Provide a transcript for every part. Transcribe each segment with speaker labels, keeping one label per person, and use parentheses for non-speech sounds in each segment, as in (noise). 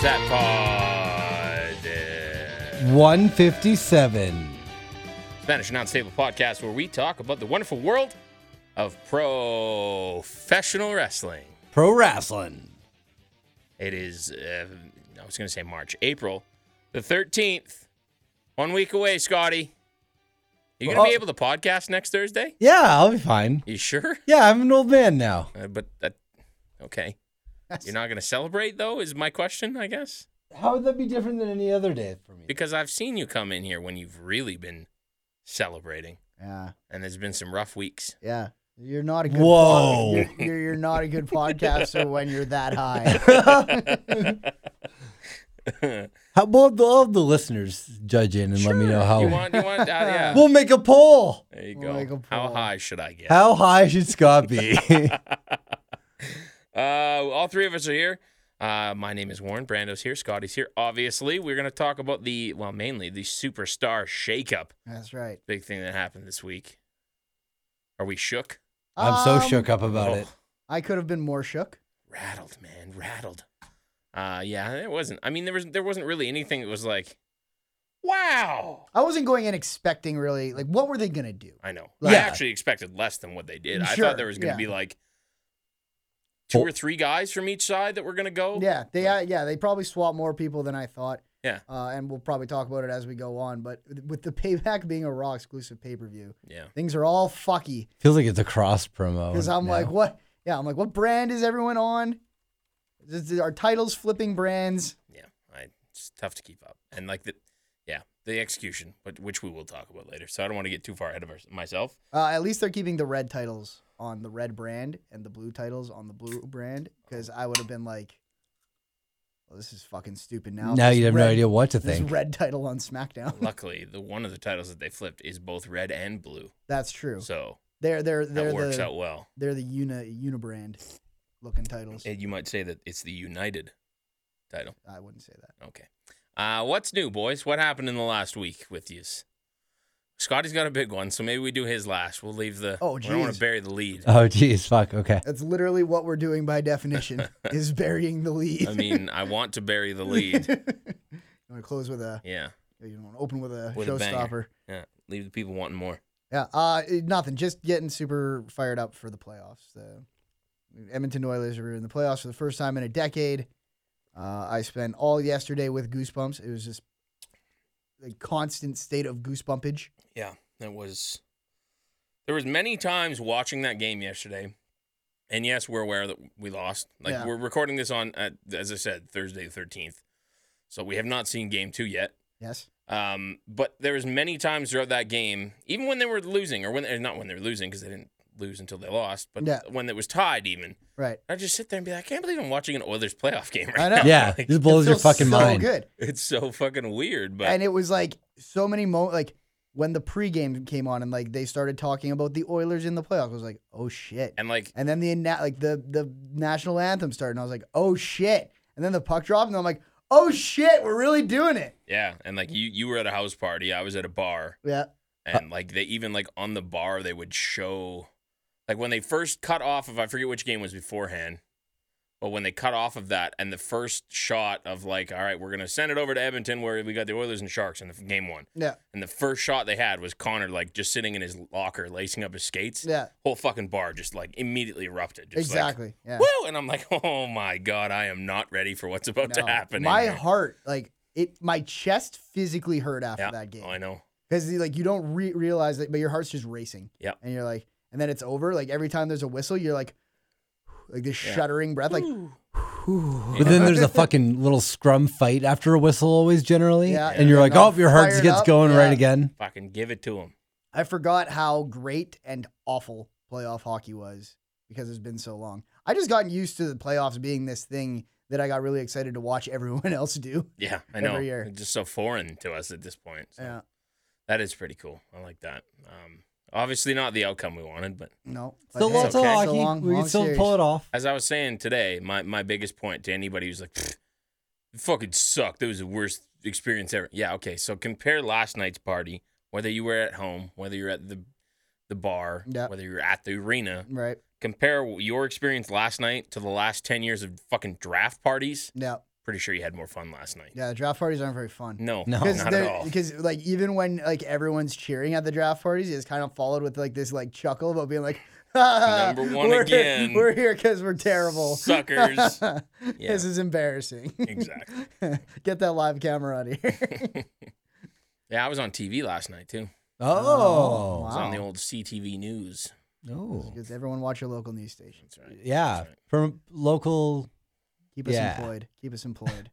Speaker 1: Sat Pod.
Speaker 2: 157.
Speaker 1: Spanish Non-Stable Podcast, where we talk about the wonderful world of professional wrestling.
Speaker 2: Pro wrestling.
Speaker 1: It is, uh, I was going to say March, April the 13th. One week away, Scotty. You going to
Speaker 2: Well-
Speaker 1: be able to podcast next Thursday?
Speaker 2: Yeah, I'll be fine.
Speaker 1: You sure?
Speaker 2: Yeah, I'm an old man now.
Speaker 1: Uh, but that, okay. You're not going to celebrate, though, is my question, I guess?
Speaker 2: How would that be different than any other day for me?
Speaker 1: Because I've seen you come in here when you've really been celebrating,
Speaker 3: Yeah,
Speaker 1: and there's been some rough weeks.
Speaker 3: yeah. You're not a good.
Speaker 2: Whoa.
Speaker 3: pod- you're, you're, you're
Speaker 2: (laughs)
Speaker 3: not a good podcaster when you're that high.
Speaker 2: How about the, all the listeners judge in and let me know how.
Speaker 1: You want, you want, uh,
Speaker 2: (laughs)
Speaker 1: yeah.
Speaker 2: We'll make a poll.
Speaker 1: There you
Speaker 3: We'll make
Speaker 1: go.
Speaker 3: a
Speaker 1: How
Speaker 3: poll.
Speaker 1: high should I get?
Speaker 2: How high should Scott (laughs) be?
Speaker 1: Uh, all three of us are here. Uh, my name is Warren. Brando's here. Scotty's here. Obviously, we're going to talk about the, well, mainly the superstar shakeup.
Speaker 3: That's right.
Speaker 1: Big thing that happened this week. Are we shook?
Speaker 2: (laughs) I'm so
Speaker 3: Um,
Speaker 2: shook up about
Speaker 1: Oh,
Speaker 2: it.
Speaker 3: I could have been more shook.
Speaker 1: Rattled, man. Rattled. Uh, yeah, it wasn't. I mean, there was there wasn't really anything that was like, wow.
Speaker 3: I wasn't going in expecting really like what were they gonna do?
Speaker 1: I know. I
Speaker 3: Like-
Speaker 1: actually expected less than what they did. I
Speaker 3: Sure,
Speaker 1: thought there was going
Speaker 3: yeah.
Speaker 1: to be like two
Speaker 2: Oh.
Speaker 1: or three guys from each side that were going to go.
Speaker 3: Yeah, they uh, yeah they probably swapped more people than I thought.
Speaker 1: Yeah.
Speaker 3: uh, and we'll probably talk about it as we go on. But with the payback being a Raw exclusive pay per view,
Speaker 1: Yeah.
Speaker 3: things are all fucky.
Speaker 2: Feels like it's a cross promo.
Speaker 3: Because I'm
Speaker 2: now.
Speaker 3: like, what? Yeah, I'm like, what brand is everyone on? Is this- Are titles flipping brands?
Speaker 1: yeah, I, it's tough to keep up. And like the, yeah, the execution, but which we will talk about later. So I don't want to get too far ahead of our, myself.
Speaker 3: (laughs) Uh, at least they're keeping the red titles on the red brand and the blue titles on the blue brand. Because I would have been like, well, this is fucking stupid now.
Speaker 2: now
Speaker 3: This
Speaker 2: you have no
Speaker 3: red-
Speaker 2: idea what to
Speaker 3: This
Speaker 2: think.
Speaker 3: red title on
Speaker 1: (laughs)
Speaker 3: SmackDown.
Speaker 1: Luckily, the one of the titles that they flipped is both red and blue,
Speaker 3: That's true.
Speaker 1: so
Speaker 3: They're they're
Speaker 1: that
Speaker 3: they're
Speaker 1: works
Speaker 3: the
Speaker 1: out well.
Speaker 3: they're the uni unibrand looking titles.
Speaker 1: And you might say that it's the United title.
Speaker 3: I wouldn't say that.
Speaker 1: Okay. Uh, what's new, boys? What happened in the last week with yous? Scotty's got a big one, so maybe we do his last. We'll leave the.
Speaker 3: Oh,
Speaker 1: we don't want
Speaker 3: jeez.
Speaker 1: to bury the lead.
Speaker 2: (laughs) Oh, geez. Fuck.
Speaker 3: (laughs)
Speaker 2: Okay.
Speaker 3: That's literally what we're doing by definition
Speaker 1: (laughs)
Speaker 3: is burying the lead.
Speaker 1: I mean, I want to bury the lead.
Speaker 3: (laughs) you want to close with a
Speaker 1: Yeah,
Speaker 3: you want to open with a
Speaker 1: With a
Speaker 3: showstopper.
Speaker 1: banger. yeah. Leave the people wanting more.
Speaker 3: yeah, uh, eh, nothing. Just getting super fired up for the playoffs. The Edmonton Oilers are in the playoffs for the first time in a decade. Uh, I spent all yesterday with goosebumps. It was just a constant state of goosebumpage.
Speaker 1: Yeah, that was. There was many times watching that game yesterday, and yes, we're aware that we lost. Like
Speaker 3: Yeah.
Speaker 1: we're recording this on, uh as I said, Thursday the thirteenth, so we have not seen game two yet.
Speaker 3: Yes.
Speaker 1: Um, but there was many times throughout that game, even when they were losing, or when or not when they were losing because they didn't lose until they lost, but
Speaker 3: Yeah.
Speaker 1: when it was tied, even
Speaker 3: Right.
Speaker 1: I just sit there and be like, I can't believe I'm watching an Oilers playoff (laughs) game right
Speaker 3: I know.
Speaker 1: now.
Speaker 2: Yeah.
Speaker 1: Like,
Speaker 2: This blows
Speaker 3: It
Speaker 2: your
Speaker 3: feels
Speaker 2: fucking
Speaker 3: so
Speaker 2: mind.
Speaker 3: good.
Speaker 1: it's so fucking weird, but
Speaker 3: And it was like so many mo like when the pregame came on and like they started talking about the Oilers in the playoffs. I was like, oh shit.
Speaker 1: and like
Speaker 3: And then the anna- like the the national anthem started, and I was like, "Oh shit!" And then the puck dropped, and I'm like, "Oh shit, we're really doing it!"
Speaker 1: yeah, and like you you were at a house party, I was at a bar.
Speaker 3: Yeah,
Speaker 1: and like they even like on the bar they would show like when they first cut off of I forget which game was beforehand, but when they cut off of that and the first shot of like all right we're gonna send it over to Edmonton where we got the Oilers and Sharks in the f- game one
Speaker 3: yeah,
Speaker 1: and the first shot they had was Connor like just sitting in his locker lacing up his skates
Speaker 3: yeah,
Speaker 1: whole fucking bar just like immediately erupted just
Speaker 3: exactly. yeah,
Speaker 1: like, woo and I'm like oh my god I am not ready for what's about to
Speaker 3: No.
Speaker 1: happen in
Speaker 3: My
Speaker 1: here."
Speaker 3: heart, like it, my chest physically hurt after
Speaker 1: yeah
Speaker 3: that game
Speaker 1: Oh, I know
Speaker 3: because like you don't re- realize that, but your heart's just racing.
Speaker 1: Yeah.
Speaker 3: and you're like, and then it's over. Like every time there's a whistle, you're like, (sighs) like this
Speaker 1: Yeah.
Speaker 3: shuddering breath, like, (sighs)
Speaker 2: But then there's
Speaker 3: (laughs)
Speaker 2: a fucking little scrum fight after a whistle, always generally.
Speaker 3: Yeah,
Speaker 2: and you're
Speaker 3: yeah,
Speaker 2: like,
Speaker 3: no,
Speaker 2: oh, your heart
Speaker 3: fired
Speaker 2: gets
Speaker 3: up,
Speaker 2: going
Speaker 3: yeah.
Speaker 2: right again.
Speaker 1: fucking give it to him
Speaker 3: I forgot how great and awful playoff hockey was because it's been so long. I just gotten used to the playoffs being this thing that I got really excited to watch (laughs) everyone else do.
Speaker 1: yeah I know
Speaker 3: Every year.
Speaker 1: it's just so foreign to us at this point so.
Speaker 3: Yeah.
Speaker 1: That is pretty cool. I like that. Um, obviously, not the outcome we wanted, but
Speaker 3: No. but
Speaker 2: Still
Speaker 3: hey,
Speaker 2: lots
Speaker 1: okay.
Speaker 2: of
Speaker 3: it's a
Speaker 2: hockey.
Speaker 3: long,
Speaker 2: we
Speaker 3: long
Speaker 2: can still
Speaker 3: series.
Speaker 2: pull it off.
Speaker 1: as I was saying today, my, my biggest point to anybody who's like, "Pfft, it fucking sucked. That was the worst experience ever. Yeah, okay. So compare last night's party, whether you were at home, whether you're at the the bar,
Speaker 3: Yeah.
Speaker 1: whether you're at the arena.
Speaker 3: Right.
Speaker 1: Compare your experience last night to the last 10 years of fucking draft parties.
Speaker 3: Yeah.
Speaker 1: Pretty sure you had more fun last night.
Speaker 3: Yeah, draft parties aren't very fun.
Speaker 1: No,
Speaker 2: No.
Speaker 1: Oh, not at
Speaker 3: they're-
Speaker 1: all.
Speaker 3: Because like even when like everyone's cheering at the draft parties, it's kind of followed with like this like chuckle about being like, (laughs)
Speaker 1: Number one
Speaker 3: we're,
Speaker 1: again.
Speaker 3: We're here because we're terrible. (laughs)
Speaker 1: Suckers. Yeah.
Speaker 3: This is embarrassing.
Speaker 1: exactly.
Speaker 3: (laughs) Get that live camera out of
Speaker 1: (laughs)
Speaker 3: here. (laughs)
Speaker 1: Yeah, I was on TV last night too.
Speaker 2: Oh.
Speaker 1: I was on the
Speaker 3: Wow.
Speaker 1: old CTV News.
Speaker 2: No.
Speaker 3: Because everyone watch your local news station.
Speaker 1: That's right.
Speaker 2: Yeah.
Speaker 1: That's right.
Speaker 2: From local.
Speaker 3: Keep us
Speaker 2: Yeah.
Speaker 3: employed. Keep
Speaker 1: (laughs)
Speaker 3: us employed.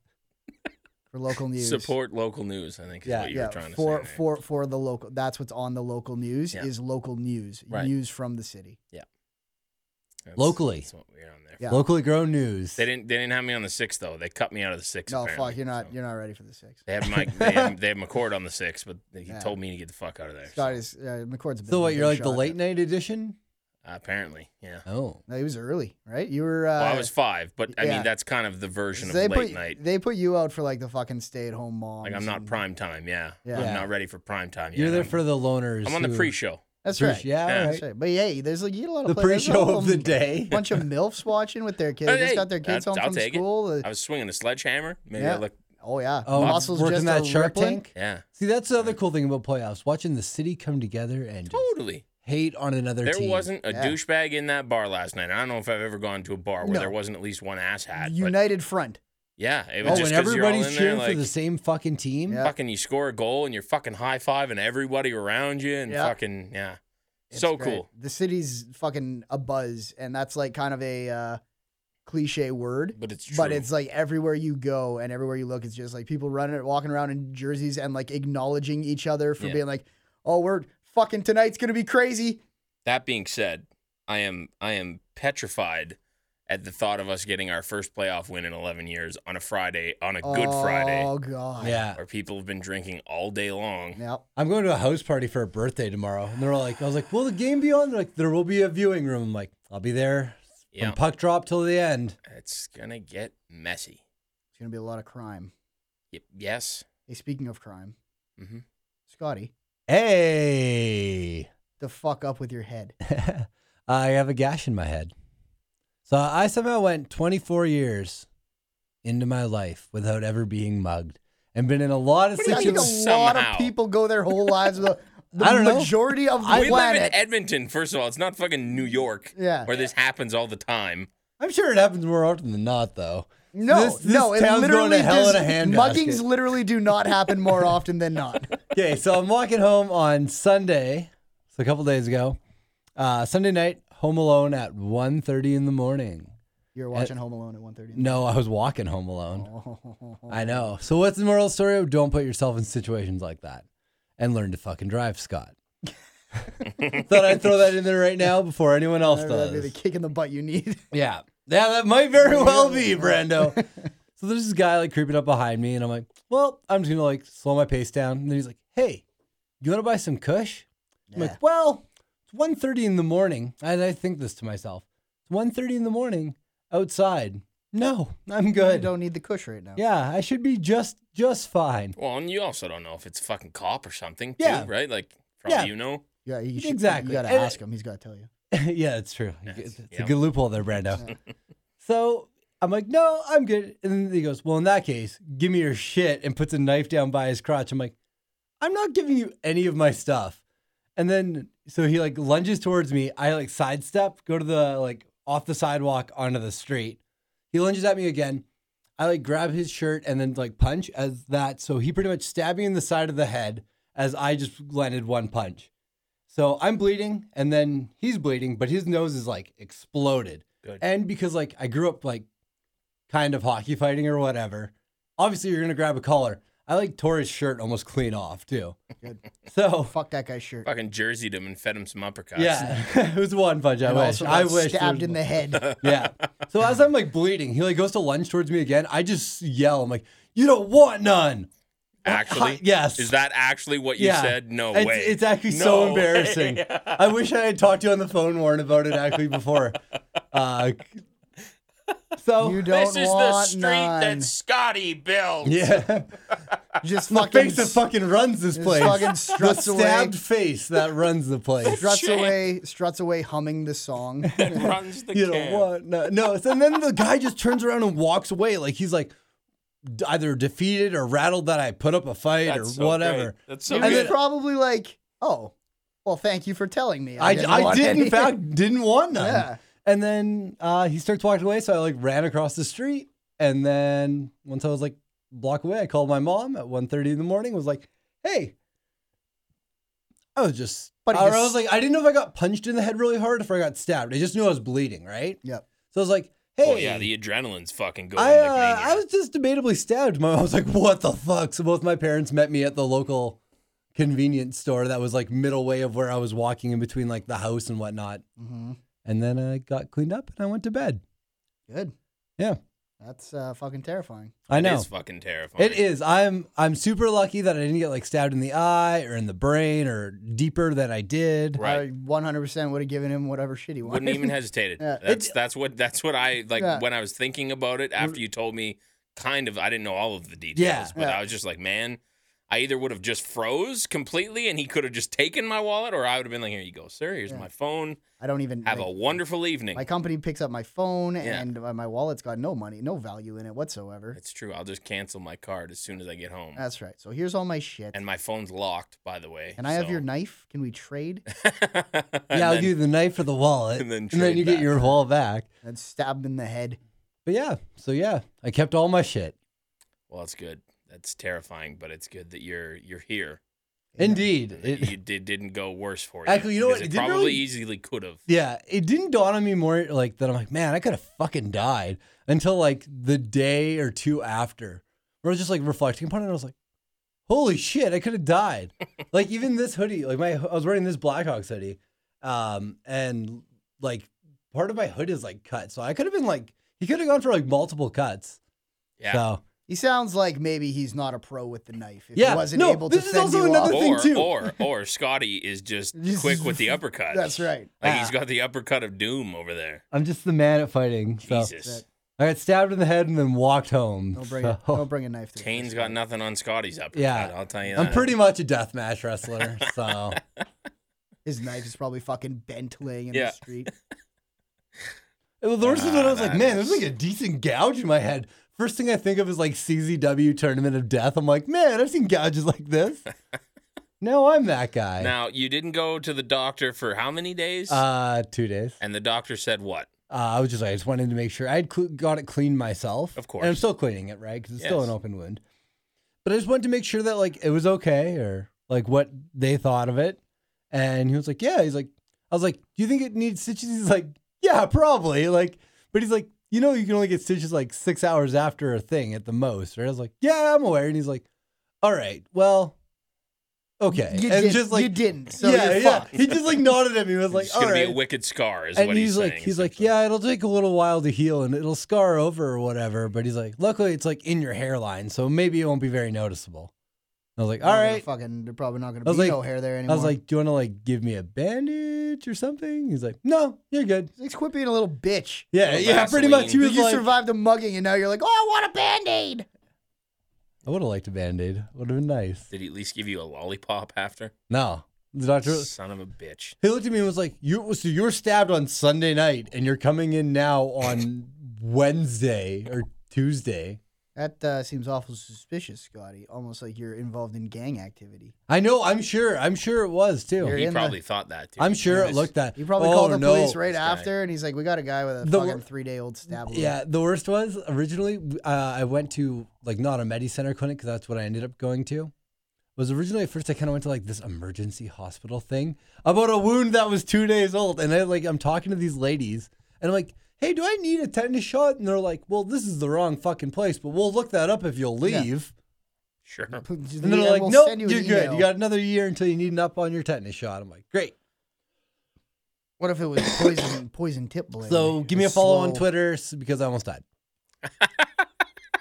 Speaker 3: for local news.
Speaker 1: Support local news. I think is
Speaker 2: Yeah.
Speaker 1: what you
Speaker 3: yeah,
Speaker 1: were trying to
Speaker 3: for
Speaker 1: say. there.
Speaker 3: for for the local. That's what's on the local news
Speaker 1: Yeah.
Speaker 3: is local news,
Speaker 1: Right.
Speaker 3: news from the city.
Speaker 1: That's-
Speaker 2: Locally.
Speaker 1: that's what we were on there.
Speaker 3: Yeah.
Speaker 2: Locally grown news.
Speaker 1: They didn't. They didn't have me on the six though. They cut me out of the six.
Speaker 3: no,
Speaker 1: apparently,
Speaker 3: fuck, you're not
Speaker 1: so.
Speaker 3: you're not ready for the six.
Speaker 1: They
Speaker 3: (laughs)
Speaker 1: had Mike. They had, they had McCord on the six, but they, he
Speaker 3: Yeah.
Speaker 1: told me to get the fuck out of there. so,
Speaker 3: Scott is uh, McCord's. a bit
Speaker 2: so
Speaker 3: of a
Speaker 2: what? You're
Speaker 3: big
Speaker 2: like the
Speaker 3: shot.
Speaker 2: late night edition.
Speaker 1: Uh, apparently, yeah.
Speaker 3: Uh,
Speaker 2: Oh.
Speaker 3: No, he was early, right? You were. Uh,
Speaker 1: Well, I was five, but I
Speaker 3: yeah.
Speaker 1: mean that's kind of the version of
Speaker 3: they
Speaker 1: late
Speaker 3: put,
Speaker 1: night.
Speaker 3: They put you out for like the fucking stay at home mom.
Speaker 1: Like I'm not prime time. Yeah.
Speaker 3: Yeah.
Speaker 1: I'm
Speaker 2: Yeah.
Speaker 1: not ready for prime time. yet.
Speaker 2: You're there
Speaker 1: I'm,
Speaker 2: for the loners.
Speaker 1: I'm on the
Speaker 2: who-
Speaker 1: pre-show.
Speaker 3: That's
Speaker 2: pre-
Speaker 3: right.
Speaker 2: Yeah.
Speaker 1: Yeah.
Speaker 2: all
Speaker 3: That's
Speaker 2: right.
Speaker 3: right. But hey, there's like you get a lot
Speaker 2: The
Speaker 3: of play- there's a
Speaker 2: pre-show
Speaker 3: whole
Speaker 2: of the day.
Speaker 3: (laughs) bunch of milfs watching with their kids.
Speaker 1: Oh, (laughs)
Speaker 3: just
Speaker 1: hey,
Speaker 3: got their
Speaker 1: that's-
Speaker 3: kids home
Speaker 1: I'll
Speaker 3: from
Speaker 1: take it.
Speaker 3: school. Uh,
Speaker 1: I was swinging a sledgehammer. Maybe
Speaker 3: Yeah.
Speaker 1: I look.
Speaker 3: Oh yeah,
Speaker 2: Oh,
Speaker 3: muscles
Speaker 2: working
Speaker 3: just
Speaker 2: that
Speaker 3: are
Speaker 2: Shark
Speaker 3: rippling.
Speaker 2: Tank.
Speaker 1: Yeah.
Speaker 2: See, that's the other cool thing about playoffs: watching the city come together and just
Speaker 1: Totally.
Speaker 2: hate on another
Speaker 1: There
Speaker 2: team.
Speaker 1: wasn't a
Speaker 3: Yeah.
Speaker 1: douchebag in that bar last night. I don't know if I've ever gone to a bar where
Speaker 3: No.
Speaker 1: there wasn't at least one asshat. But
Speaker 3: United Front.
Speaker 1: yeah, it was
Speaker 2: Oh,
Speaker 1: just
Speaker 2: and
Speaker 1: because you're all in
Speaker 2: everybody's
Speaker 1: there,
Speaker 2: cheering
Speaker 1: like
Speaker 2: for the same fucking team.
Speaker 3: Yeah.
Speaker 1: fucking, you score a goal and you're fucking high five and everybody around you and
Speaker 3: Yeah.
Speaker 1: fucking yeah,
Speaker 3: It's
Speaker 1: so
Speaker 3: great.
Speaker 1: cool.
Speaker 3: The city's fucking a buzz, and that's like kind of a uh, cliche word.
Speaker 1: But it's true.
Speaker 3: But it's like everywhere you go and everywhere you look, it's just like people running, walking around in jerseys and like acknowledging each other for
Speaker 1: Yeah.
Speaker 3: being like, "Oh, we're fucking tonight's gonna be crazy."
Speaker 1: that being said, I am I am petrified at the thought of us getting our first playoff win in 11 years on a Friday on a Good Friday
Speaker 3: Oh god.
Speaker 2: Yeah.
Speaker 1: where people have been drinking all day long.
Speaker 3: Yep.
Speaker 2: I'm going to a house party for a birthday tomorrow. And they're like, I was like, will the game be on? They're like, there will be a viewing room. I'm like, I'll be there
Speaker 1: Yeah,
Speaker 2: from puck drop till the end.
Speaker 1: it's gonna get messy.
Speaker 3: It's gonna be a lot of crime.
Speaker 1: Yep. Yes.
Speaker 3: Hey, speaking of crime,
Speaker 1: Mhm.
Speaker 3: Scotty,
Speaker 2: Hey.
Speaker 3: the fuck up with
Speaker 2: (laughs)
Speaker 3: your head.
Speaker 2: I have a gash in my head. So I somehow went 24 years into my life without ever being mugged and been in a lot of
Speaker 1: What do you
Speaker 3: I think a
Speaker 2: situations.
Speaker 3: lot
Speaker 1: Somehow.
Speaker 3: of people go their whole lives with
Speaker 2: (laughs)
Speaker 3: the
Speaker 2: I don't know.
Speaker 3: majority of the
Speaker 2: I
Speaker 1: we
Speaker 3: planet.
Speaker 1: live in Edmonton. First of all, it's not fucking New York
Speaker 3: yeah.
Speaker 1: where this happens all the time.
Speaker 2: I'm sure it happens more often than not, though.
Speaker 3: No,
Speaker 2: This- this
Speaker 3: no, it
Speaker 2: town's
Speaker 3: literally
Speaker 2: going to hell
Speaker 3: does,
Speaker 2: in a handbasket.
Speaker 3: muggings literally do not happen more
Speaker 2: (laughs)
Speaker 3: often than not.
Speaker 2: Okay, so I'm walking home on Sunday, so a couple days ago. Uh, Sunday night, home alone at 1.30 in the morning.
Speaker 3: You're watching Home Alone at 1.30.
Speaker 2: No, I was walking home alone.
Speaker 3: (laughs) No.
Speaker 2: I know. So what's the moral of the story? Don't put yourself in situations like that, and learn to fucking drive, Scott. Thought I'd throw that in there right now before anyone else
Speaker 3: That'd be
Speaker 2: does.
Speaker 3: the kick in the butt you need. (laughs)
Speaker 2: Yeah, yeah, that might very well be Brando. so there's this guy like creeping up behind me, and I'm like, well, I'm just gonna like slow my pace down. And then he's like, hey, you wanna buy some Kush? I'm
Speaker 3: Yeah.
Speaker 2: like, well, it's 1.30 in the morning. And I think this to myself. It's 1.30 in the morning outside. No, I'm
Speaker 3: You
Speaker 2: good.
Speaker 3: don't need the cush right now.
Speaker 2: Yeah, I should be just just fine. (laughs)
Speaker 1: Well, and you also don't know if it's a fucking cop or something, too,
Speaker 2: Yeah.
Speaker 1: right? Like, probably
Speaker 2: Yeah.
Speaker 1: you know.
Speaker 3: Yeah, you should,
Speaker 2: Exactly.
Speaker 3: You gotta
Speaker 2: And-
Speaker 3: ask him. He's gotta tell you.
Speaker 2: yeah, it's true. You
Speaker 1: Yes,
Speaker 2: get- It's, a
Speaker 1: yeah.
Speaker 2: good loophole there, Brando. so I'm like, no, I'm good. And then he goes, well, in that case, give me your shit, and puts a knife down by his crotch. I'm like, I'm not giving you any of my stuff. And then so he like lunges towards me. I like sidestep, go to the like off the sidewalk onto the street. He lunges at me again. I like grab his shirt and then like punch as that. So he pretty much stabbed me in the side of the head as I just landed one punch. So I'm bleeding and then he's bleeding, but his nose is like exploded.
Speaker 1: Good.
Speaker 2: And because like I grew up like kind of hockey fighting or whatever, obviously you're gonna grab a collar. I like tore his shirt almost clean off too.
Speaker 3: Good.
Speaker 2: So
Speaker 3: Fuck that guy's shirt.
Speaker 1: Fucking jerseyed him and fed him some uppercuts.
Speaker 2: (laughs) yeah, it was one punch. I
Speaker 3: And
Speaker 2: wish.
Speaker 3: also
Speaker 2: I
Speaker 3: got
Speaker 2: wish.
Speaker 3: Stabbed
Speaker 2: there
Speaker 3: in
Speaker 2: was-
Speaker 3: the
Speaker 1: (laughs)
Speaker 3: head.
Speaker 2: (laughs) yeah. So as I'm like bleeding, he like goes to lunge towards me again. I just yell. I'm like, "You don't want none."
Speaker 1: Actually,
Speaker 2: Yes.
Speaker 1: Is that actually what you
Speaker 2: Yeah.
Speaker 1: said? No
Speaker 2: it's,
Speaker 1: way.
Speaker 2: It's actually so
Speaker 1: No way.
Speaker 2: embarrassing. I wish I had talked to you on the phone, Warren, about it
Speaker 1: (laughs)
Speaker 2: actually before. Uh, so
Speaker 3: You don't
Speaker 1: this is the
Speaker 3: want
Speaker 1: street
Speaker 3: none.
Speaker 1: that Scotty built.
Speaker 2: yeah,
Speaker 1: (laughs)
Speaker 3: just
Speaker 2: the
Speaker 3: fucking
Speaker 2: face that fucking runs this
Speaker 3: just
Speaker 2: place. (laughs)
Speaker 3: fucking
Speaker 2: the
Speaker 3: struts away.
Speaker 2: stabbed face that runs the place.
Speaker 3: struts
Speaker 1: Shit.
Speaker 3: away, struts away, humming the (laughs) song.
Speaker 1: (laughs) Runs the
Speaker 2: (laughs) you know
Speaker 1: camp.
Speaker 2: what? No, no. So- And then the guy just turns around and walks away. Like he's like, d- either defeated or rattled that I put up a fight
Speaker 4: That's so
Speaker 2: or whatever.
Speaker 4: great. That's so
Speaker 3: he was
Speaker 4: good.
Speaker 3: probably like, "Oh, well, thank you for telling me."
Speaker 2: I,
Speaker 3: didn't
Speaker 2: I
Speaker 3: want
Speaker 2: did in
Speaker 3: (laughs) any."
Speaker 2: fact didn't want none.
Speaker 3: Yeah.
Speaker 2: And then uh, he starts walking away, so I like ran across the street. And then once I was like a block away, I called my mom at 1.30 in the morning. Was like, "Hey, I was just."
Speaker 3: But he
Speaker 2: or I
Speaker 3: just-
Speaker 2: was like, I didn't know if I got punched in the head really hard, or if I got stabbed. I just knew I was bleeding, right?
Speaker 3: Yep.
Speaker 2: So I was like, "Hey,
Speaker 1: Oh yeah, the adrenaline's fucking going
Speaker 2: I,
Speaker 1: like
Speaker 2: uh,
Speaker 1: maniac.
Speaker 2: I was just debatably stabbed. My mom was like, "What the fuck?" So both my parents met me at the local convenience store that was like middle way of where I was walking in between like the house and whatnot.
Speaker 3: hmm
Speaker 2: And then I got cleaned up and I went to bed.
Speaker 3: Good.
Speaker 2: Yeah,
Speaker 3: That's uh, fucking terrifying.
Speaker 2: I
Speaker 1: It
Speaker 2: know
Speaker 1: is fucking terrifying.
Speaker 2: it is. I'm I'm super lucky that I didn't get like stabbed in the eye or in the brain or deeper than I did.
Speaker 1: Right.
Speaker 3: I 100% would have given him whatever shit he wanted.
Speaker 1: (laughs) Wouldn't even hesitated.
Speaker 3: Yeah.
Speaker 1: That's that's what that's what I like
Speaker 3: Yeah.
Speaker 1: when I was thinking about it after you told me kind of I didn't know all of the details,
Speaker 2: Yeah.
Speaker 1: but
Speaker 3: Yeah.
Speaker 1: I was just like, man, I either would have just froze completely and he could have just taken my wallet or I would have been like, here you go, sir, here's
Speaker 3: Yeah.
Speaker 1: my phone.
Speaker 3: (laughs) I don't even
Speaker 1: Have
Speaker 3: like,
Speaker 1: a wonderful evening.
Speaker 3: My company picks up my phone
Speaker 1: Yeah.
Speaker 3: and uh, my wallet's got no money, no value in it whatsoever.
Speaker 1: it's true. I'll just cancel my card as soon as I get home.
Speaker 3: That's right. So here's all my shit.
Speaker 1: and my phone's locked, by the way.
Speaker 3: Can I have
Speaker 1: so- (laughs)
Speaker 3: your knife? Can we trade?
Speaker 1: yeah,
Speaker 2: yeah, I'll give you the knife for the wallet,
Speaker 1: and
Speaker 2: and
Speaker 1: then
Speaker 2: then,
Speaker 1: trade
Speaker 2: you
Speaker 1: back.
Speaker 2: get your wallet back.
Speaker 3: And stab him in the head.
Speaker 2: But yeah, so yeah, I kept all my shit.
Speaker 1: Well, it's good. That's terrifying, but it's good that you're you're here.
Speaker 2: Indeed,
Speaker 1: and that
Speaker 2: it,
Speaker 1: you did didn't go worse for you.
Speaker 2: Actually, you know
Speaker 1: because
Speaker 2: what? It
Speaker 1: It
Speaker 2: didn't
Speaker 1: probably
Speaker 2: really-
Speaker 1: easily could have.
Speaker 2: Yeah, it didn't dawn on me more like that. I'm like, man, I could have fucking died until like the day or two after, where I was just like reflecting upon it. And I was like, holy shit, I could
Speaker 1: (laughs)
Speaker 2: have died. like even this hoodie, like my I was wearing this Blackhawks hoodie, um, and like part of my hood is like cut, so I could have been like, he could have gone for like multiple cuts.
Speaker 1: Yeah.
Speaker 2: So
Speaker 3: He sounds like maybe he's not a pro with the knife. If
Speaker 2: Yeah,
Speaker 3: he wasn't
Speaker 2: no,
Speaker 3: able to
Speaker 2: this is
Speaker 3: fend
Speaker 2: also
Speaker 3: you
Speaker 2: another
Speaker 3: off.
Speaker 2: thing,
Speaker 1: or,
Speaker 2: too. (laughs)
Speaker 1: or or Scotty is just
Speaker 3: This
Speaker 1: quick
Speaker 3: is-
Speaker 1: with the uppercut.
Speaker 3: That's right.
Speaker 1: Like
Speaker 2: Ah.
Speaker 1: he's got the uppercut of doom over there.
Speaker 2: I'm just the man at fighting. So
Speaker 1: Jesus.
Speaker 2: I got stabbed in the head and then walked home.
Speaker 3: Ah, Don't
Speaker 2: (laughs)
Speaker 3: bring,
Speaker 2: so.
Speaker 3: it, don't bring a knife to the
Speaker 1: Kane's
Speaker 3: fist
Speaker 1: got
Speaker 3: fight.
Speaker 1: nothing on Scotty's uppercut.
Speaker 2: Yeah.
Speaker 1: I'll tell you that.
Speaker 2: (laughs) I'm pretty much a deathmatch wrestler, so.
Speaker 3: His knife is probably fucking bent laying in
Speaker 1: Yeah. (laughs)
Speaker 3: the street.
Speaker 2: Well, the worst is when I was like,
Speaker 1: that
Speaker 2: man, there's like a decent gouge in my head. First thing I think of is like CZW Tournament of Death. I'm like, man, I've seen gouges like this. now I'm that guy.
Speaker 1: Now you didn't go to the doctor for how many days?
Speaker 2: Uh, two days.
Speaker 1: and the doctor said what?
Speaker 2: Uh, I was just like, I just wanted to make sure I had cl- got it cleaned myself.
Speaker 1: Of
Speaker 2: And I'm
Speaker 1: course.
Speaker 2: still cleaning it, right? Because it's still an
Speaker 1: Yes.
Speaker 2: open wound. But I just wanted to make sure that like it was okay or like what they thought of it. And he was like, yeah. He's like, I was like, do you think it needs stitches? He's like, yeah, probably. Like, but he's like, you know, you can only get stitches like six hours after a thing at the most, right? I was like, yeah, I'm aware. And he's like, all right, well, okay.
Speaker 3: You,
Speaker 2: and
Speaker 3: did,
Speaker 2: just like,
Speaker 3: you didn't. So
Speaker 2: yeah,
Speaker 3: you're
Speaker 2: yeah.
Speaker 3: fucked.
Speaker 2: He just like nodded at me. He was like,
Speaker 1: it's
Speaker 2: all
Speaker 1: gonna
Speaker 2: right
Speaker 1: be a wicked scar, is
Speaker 2: and
Speaker 1: what
Speaker 2: he's,
Speaker 1: he's,
Speaker 2: like,
Speaker 1: saying.
Speaker 2: he's like,
Speaker 1: essentially.
Speaker 2: yeah, it'll take a little while to heal and it'll scar over or whatever. But he's like, luckily, it's like in your hairline, so maybe it won't be very noticeable. I was like, all
Speaker 3: They're gonna
Speaker 2: right.
Speaker 3: Fucking, they're probably not going
Speaker 2: I
Speaker 3: to
Speaker 2: was
Speaker 3: be
Speaker 2: like-
Speaker 3: no hair there
Speaker 2: I
Speaker 3: anymore.
Speaker 2: was like, do you want to like give me a bandage or something? He's like, no, you're good.
Speaker 3: He's like, quit being a little bitch.
Speaker 2: Yeah,
Speaker 1: Little
Speaker 2: yeah, pretty much. He
Speaker 1: Vaseline.
Speaker 2: was
Speaker 3: You
Speaker 2: like,
Speaker 3: survived a mugging and now you're like, oh, I want a band aid.
Speaker 2: I would have liked a band aid. Would have been nice.
Speaker 1: Did he at least give you a lollipop after?
Speaker 2: No, the doctor.
Speaker 1: Son of a bitch.
Speaker 2: He looked at me and was like, "You so you were stabbed on Sunday night, and you're coming in
Speaker 1: (laughs)
Speaker 2: now on Wednesday or Tuesday."
Speaker 3: That uh, seems awful suspicious, Scotty. Almost like you're involved in gang activity.
Speaker 2: I know. I'm sure. I'm sure it was too.
Speaker 3: You're
Speaker 1: He
Speaker 3: in the-
Speaker 1: probably thought that too.
Speaker 2: I'm sure it
Speaker 1: Yes.
Speaker 2: looked that.
Speaker 3: He probably
Speaker 2: Oh,
Speaker 3: called the
Speaker 2: no.
Speaker 3: police right
Speaker 1: guy.
Speaker 3: after and he's like, we got a guy with a
Speaker 2: The wor-
Speaker 3: fucking three day old stab wound."
Speaker 2: Yeah, the worst was originally uh, I went to like not a Medi Center clinic because that's what I ended up going to. Was originally at first I kind of went to like this emergency hospital thing about a wound that was two days old, and I like I'm talking to these ladies and I'm like, hey, do I need a tetanus shot? And they're like, well, this is the wrong fucking place, but we'll look that up if you'll
Speaker 3: Yeah.
Speaker 2: leave.
Speaker 1: (laughs) Sure.
Speaker 2: And then
Speaker 3: Yeah,
Speaker 2: they're like,
Speaker 3: (laughs) we'll
Speaker 2: nope,
Speaker 3: send you
Speaker 2: you're
Speaker 3: an
Speaker 2: good. You
Speaker 3: email."
Speaker 2: got another year until you need an up on your tetanus shot. I'm like, great.
Speaker 3: What if it was poison (coughs) poison tip blade?
Speaker 2: So
Speaker 3: It
Speaker 2: give me a
Speaker 3: was
Speaker 2: follow on
Speaker 3: slow.
Speaker 2: Twitter s- because I almost died.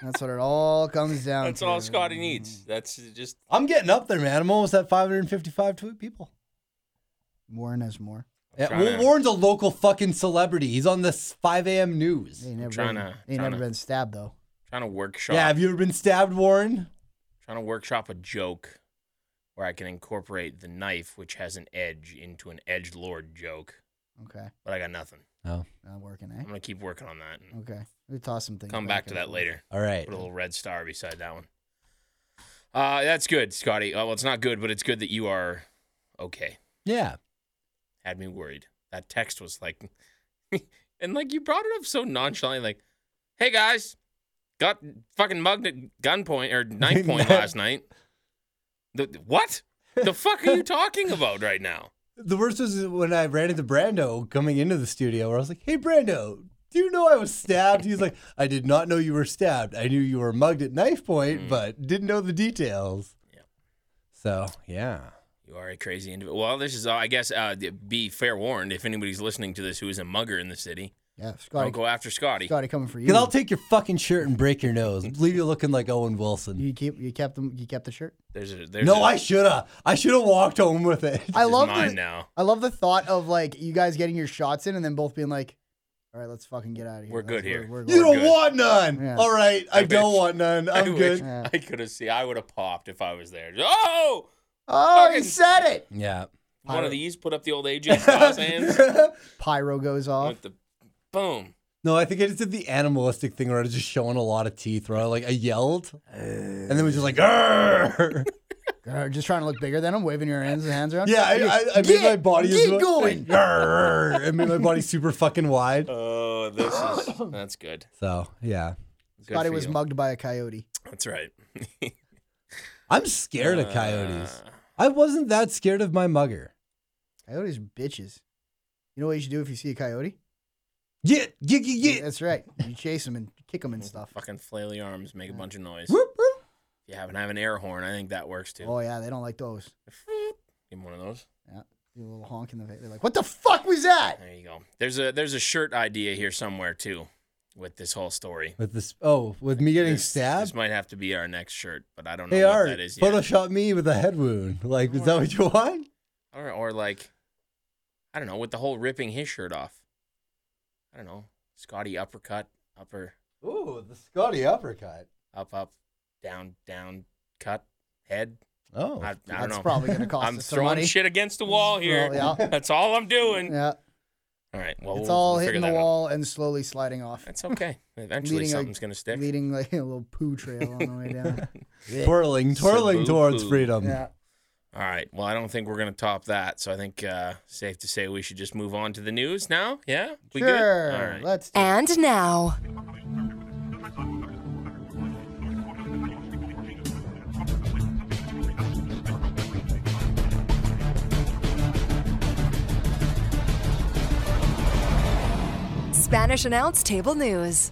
Speaker 3: That's what it all comes down
Speaker 1: That's
Speaker 3: to. Mm,
Speaker 1: all Scotty needs.
Speaker 2: Mm.
Speaker 1: That's just
Speaker 2: I'm getting up there, man. I'm almost at 555 tweet people.
Speaker 3: Warren has more.
Speaker 2: Yeah,
Speaker 1: trying
Speaker 2: Wa-
Speaker 1: to-
Speaker 2: Warren's a local fucking celebrity. He's on the s- 5 a.m.
Speaker 3: They
Speaker 1: Mm,
Speaker 2: news.
Speaker 3: ain't never, been,
Speaker 1: tryna-
Speaker 3: they ain't never
Speaker 1: tryna-
Speaker 3: been stabbed, though.
Speaker 1: trying to workshop.
Speaker 2: Yeah, have you ever been stabbed, Warren?
Speaker 1: trying to workshop a joke where I can incorporate the knife, which has an edge, into an edge lord joke.
Speaker 3: Okay.
Speaker 1: but I got nothing.
Speaker 3: Not working,
Speaker 1: I'm
Speaker 3: eh?
Speaker 1: gonna keep working on that and
Speaker 3: Okay. We toss some things.
Speaker 1: Mm. come back to
Speaker 3: and
Speaker 1: that
Speaker 3: forth.
Speaker 1: later.
Speaker 2: All right.
Speaker 1: Put a little red star beside that one. Uh, that's good, Scotty. Oh, well, it's not good, but it's good that you are okay.
Speaker 2: Yeah.
Speaker 1: Had me worried. That text was like, (laughs) and like you brought it up so nonchalantly, like, "Hey guys, got fucking mugged at gunpoint or knife point last night." The, what? The fuck are you talking about right now?
Speaker 2: The worst was when I ran into Brando coming into the studio where I was like, Hey Brando, do you know I was stabbed? He was like, I did not know you were stabbed. I knew you were mugged at knife point,
Speaker 1: Mm.
Speaker 2: but didn't know the details.
Speaker 1: Yeah.
Speaker 2: So yeah.
Speaker 1: You are a crazy individual. Well, this is, uh, I guess, uh, be fair warned if anybody's listening to this who is a mugger in the city,
Speaker 3: Yeah,
Speaker 1: don't
Speaker 3: Scotty.
Speaker 1: go after Scotty.
Speaker 3: Scotty coming for you.
Speaker 2: Because I'll take your fucking shirt and break
Speaker 1: (laughs)
Speaker 2: your nose. Leave you looking like Owen Wilson.
Speaker 3: You keep you kept them you kept the shirt.
Speaker 1: There's a there's
Speaker 2: No,
Speaker 1: a-
Speaker 2: I should have. I should have walked home
Speaker 1: (laughs)
Speaker 2: with it.
Speaker 3: I
Speaker 1: This is
Speaker 3: love
Speaker 1: mine
Speaker 3: the,
Speaker 1: now.
Speaker 3: I love the thought of like you guys getting your shots in and then both being like, "All right, let's fucking get out of here.
Speaker 1: We're
Speaker 3: Let's-
Speaker 1: good here."
Speaker 3: We're,
Speaker 2: You
Speaker 3: we're
Speaker 2: don't
Speaker 1: good.
Speaker 2: want none.
Speaker 3: Yeah.
Speaker 2: All right, I,
Speaker 1: I
Speaker 2: don't
Speaker 1: wish.
Speaker 2: want
Speaker 1: (laughs)
Speaker 2: none.
Speaker 1: I
Speaker 2: I'm
Speaker 1: wish
Speaker 2: good.
Speaker 3: Yeah.
Speaker 1: I could have seen. I would have popped if I was there. Oh,
Speaker 3: Oh, he
Speaker 1: Fucking-
Speaker 3: said it.
Speaker 2: (laughs) Yeah.
Speaker 1: one
Speaker 3: Pirate.
Speaker 1: of these. Put up the old AJ
Speaker 2: (laughs)
Speaker 1: Styles hands
Speaker 3: Pyro goes off.
Speaker 1: with the boom.
Speaker 2: no, I think I just did the animalistic thing where I was just showing a lot of teeth. Where I like I yelled, and then was just like, "Grr." (laughs)
Speaker 3: Grr, just trying to look bigger than him, waving your hands, hands around.
Speaker 2: yeah. I, I, I made
Speaker 3: Get-
Speaker 2: my body as
Speaker 3: get
Speaker 2: well-
Speaker 3: going.
Speaker 2: (laughs) Grr. I made my body super
Speaker 1: (laughs)
Speaker 2: fucking wide.
Speaker 1: Oh, this is that's good.
Speaker 2: So yeah,
Speaker 1: Good
Speaker 3: Scotty
Speaker 1: for
Speaker 3: was
Speaker 1: you.
Speaker 3: mugged by a coyote.
Speaker 1: That's (laughs) right.
Speaker 2: I'm scared of coyotes.
Speaker 1: Uh,
Speaker 2: I wasn't that scared of my mugger.
Speaker 3: Coyotes are bitches. You know what you should do if you see a coyote?
Speaker 2: Yeah, yeah, yeah, yeah.
Speaker 3: That's right. You chase them and kick them and stuff.
Speaker 1: Fucking flail your arms, make a bunch of noise.
Speaker 2: Whoop, whoop.
Speaker 1: Yeah, and I have an air horn. I think that works too.
Speaker 3: Oh yeah, they don't like those.
Speaker 1: Give him one of those.
Speaker 3: Do a little honk in the face. They're like, "What the fuck was that?"
Speaker 1: There you go. There's a there's a shirt idea here somewhere too, with this whole story.
Speaker 2: With this, oh, with me getting
Speaker 1: This,
Speaker 2: stabbed.
Speaker 1: this might have to be our next shirt, but I don't know
Speaker 2: Hey,
Speaker 1: what
Speaker 2: Art,
Speaker 1: that is yet.
Speaker 2: Photoshop me with a head wound. Like, is that what you want?
Speaker 1: Or, or like, I don't know, with the whole ripping his shirt off. I don't know. Scotty uppercut, upper,
Speaker 2: Ooh, the Scotty uppercut.
Speaker 1: up, up, down, down, cut, head.
Speaker 2: Oh,
Speaker 1: I, I don't
Speaker 3: That's
Speaker 1: know. (laughs)
Speaker 3: probably gonna cost
Speaker 1: I'm
Speaker 3: us some
Speaker 1: throwing
Speaker 3: money.
Speaker 1: shit against the wall here.
Speaker 3: Well,
Speaker 1: (laughs)
Speaker 3: yeah.
Speaker 1: That's all I'm doing.
Speaker 3: Yeah,
Speaker 1: All right. Well,
Speaker 3: it's
Speaker 1: we'll,
Speaker 3: all
Speaker 1: we'll figure
Speaker 3: hitting the
Speaker 1: that out.
Speaker 3: wall and slowly sliding off,
Speaker 1: That's
Speaker 3: (laughs)
Speaker 1: okay. Eventually,
Speaker 3: Leading a-
Speaker 1: something's gonna stick.
Speaker 3: leading like a little poo trail on the
Speaker 2: (laughs)
Speaker 3: way down.
Speaker 2: twirling, twirling
Speaker 1: Sabu
Speaker 2: towards
Speaker 1: poo.
Speaker 2: freedom.
Speaker 3: yeah,
Speaker 1: All right. Well, I don't think we're gonna top that. So I think uh, safe to say we should just move on to the news now. Yeah. We good?
Speaker 3: sure.
Speaker 1: All right.
Speaker 3: Let's. Do it.
Speaker 4: And now, Spanish announce table news.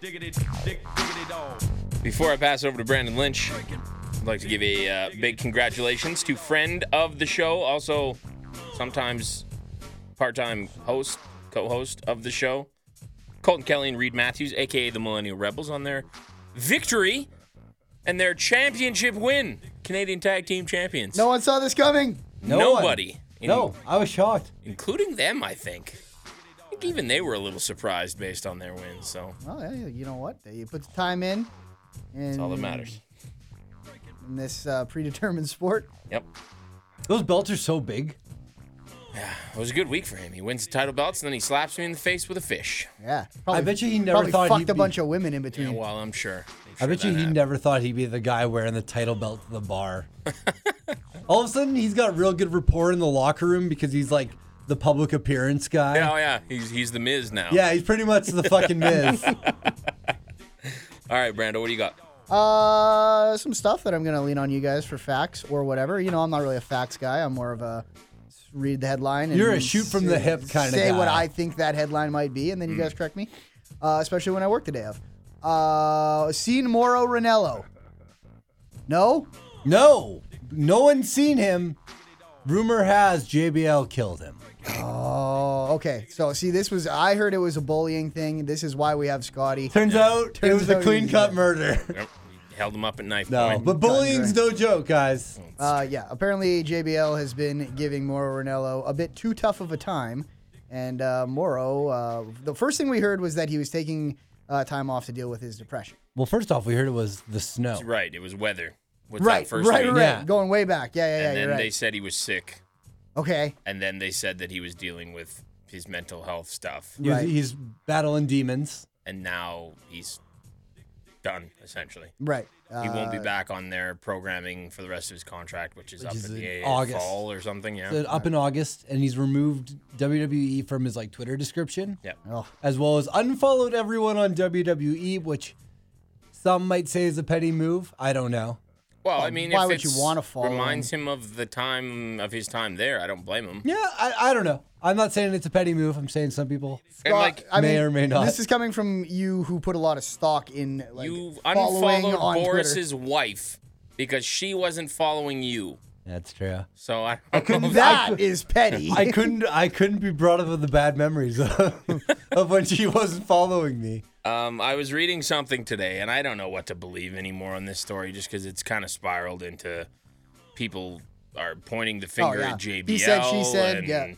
Speaker 5: diggity dick diggity dog.
Speaker 1: Before I pass over to Brandon Lynch, I'd like to give a uh, big congratulations to friend of the show, also sometimes part-time host, co-host of the show, Colton Kelly and Reed Matthews, aka the Millennial Rebels, on their victory and their championship win, Canadian Tag Team Champions.
Speaker 3: No one saw this coming.
Speaker 2: No
Speaker 1: nobody, in-
Speaker 2: One. No, I was shocked.
Speaker 1: including them, I think. I think even they were a little surprised based on their win. So
Speaker 3: Well, yeah, you know what? You put the time in. And
Speaker 1: that's all that matters.
Speaker 3: In this uh, predetermined sport,
Speaker 1: Yep.
Speaker 2: Those belts are so big.
Speaker 1: It was a good week for him. He wins the title belts, and then he slaps me in the face with a fish.
Speaker 3: yeah. Probably,
Speaker 2: bet you he never
Speaker 3: probably
Speaker 2: thought
Speaker 3: fucked
Speaker 2: he'd
Speaker 3: a
Speaker 2: be-
Speaker 3: bunch of women in between.
Speaker 1: Yeah, well, I'm sure. I'm
Speaker 2: I
Speaker 1: sure
Speaker 2: bet you
Speaker 1: that
Speaker 2: he
Speaker 1: happened.
Speaker 2: never thought he'd be the guy wearing the title belt to the bar. (laughs) All of a sudden, he's got real good rapport in the locker room because he's like the public appearance guy.
Speaker 1: Yeah, oh yeah, he's he's the Miz now.
Speaker 2: Yeah, he's pretty much the
Speaker 1: (laughs)
Speaker 2: fucking Miz.
Speaker 1: All right, Brando, what do you got?
Speaker 3: Uh, some stuff that I'm gonna lean on you guys for facts or whatever. You know, I'm not really a facts guy. I'm more of a s- read the headline. And
Speaker 2: You're a shoot from the hip kinda
Speaker 3: Say what
Speaker 2: guy. Mm.
Speaker 3: I think that headline might be, and then you guys correct me. Uh, especially when I work the day of. Uh, seen Moro Ranello. No,
Speaker 2: No, no one's seen him. Rumor has JBL killed him.
Speaker 3: Oh, okay. So see, this was I heard it was a bullying thing. This is why we have Scotty.
Speaker 2: Turns out it
Speaker 3: Turns
Speaker 2: was a
Speaker 3: out
Speaker 2: clean
Speaker 3: he's
Speaker 2: cut
Speaker 3: dead.
Speaker 2: murder.
Speaker 1: Nope, he held him up at knife
Speaker 2: (laughs) No,
Speaker 1: point.
Speaker 2: but bullying's no joke, guys.
Speaker 3: Uh, yeah. Apparently, JBL has been giving Moro Ranello a bit too tough of a time, and uh, Moro. Uh, the first thing we heard was that he was taking uh, time off to deal with his depression.
Speaker 2: Well, first off, we heard it was the snow.
Speaker 1: right, it was weather. With
Speaker 3: Right,
Speaker 1: that first
Speaker 3: right,
Speaker 1: week.
Speaker 3: right.
Speaker 2: Yeah.
Speaker 3: Going way back. Yeah, yeah, yeah.
Speaker 1: And then
Speaker 3: you're
Speaker 1: they
Speaker 3: right.
Speaker 1: said he was sick,
Speaker 3: okay.
Speaker 1: and then they said that he was dealing with his mental health stuff,
Speaker 2: He's,
Speaker 3: Right.
Speaker 2: he's battling demons.
Speaker 1: and now he's done essentially.
Speaker 3: Right. Uh,
Speaker 1: He won't be back on their programming for the rest of his contract, which is
Speaker 2: Which
Speaker 1: up
Speaker 2: is
Speaker 1: in
Speaker 2: in
Speaker 1: the
Speaker 2: August.
Speaker 1: fall or something. Yeah.
Speaker 2: So uh, up in August, and he's removed WWE from his like Twitter description,
Speaker 1: yeah.
Speaker 3: Oh,
Speaker 2: as well as unfollowed everyone on WWE, which some might say is a petty move. I don't know.
Speaker 1: Well, I mean,
Speaker 3: why
Speaker 1: if
Speaker 3: would you
Speaker 1: it's-
Speaker 3: wanna follow
Speaker 1: Reminds him of the time of his time there. I don't blame him.
Speaker 2: Yeah, I, I don't know. I'm not saying it's a petty move. I'm saying some people.
Speaker 1: And like
Speaker 2: may or may not.
Speaker 3: uh, This is coming from you who put a lot of stock in like
Speaker 1: you
Speaker 3: following
Speaker 1: unfollowed
Speaker 3: on (laughs)
Speaker 1: Boris's wife because she wasn't following you.
Speaker 2: That's true.
Speaker 1: So I don't know. (laughs)
Speaker 3: Twitter.
Speaker 1: if-
Speaker 3: That is
Speaker 2: (laughs)
Speaker 3: petty.
Speaker 2: I couldn't. I couldn't be brought up with the bad memories of, (laughs) of when she wasn't following me.
Speaker 1: Um, I was reading something today, and I don't know what to believe anymore on this story, just because it's kind of spiraled into people are pointing the finger
Speaker 3: Oh, yeah.
Speaker 1: at JBL.
Speaker 3: He said, she said,
Speaker 1: and,
Speaker 3: yeah.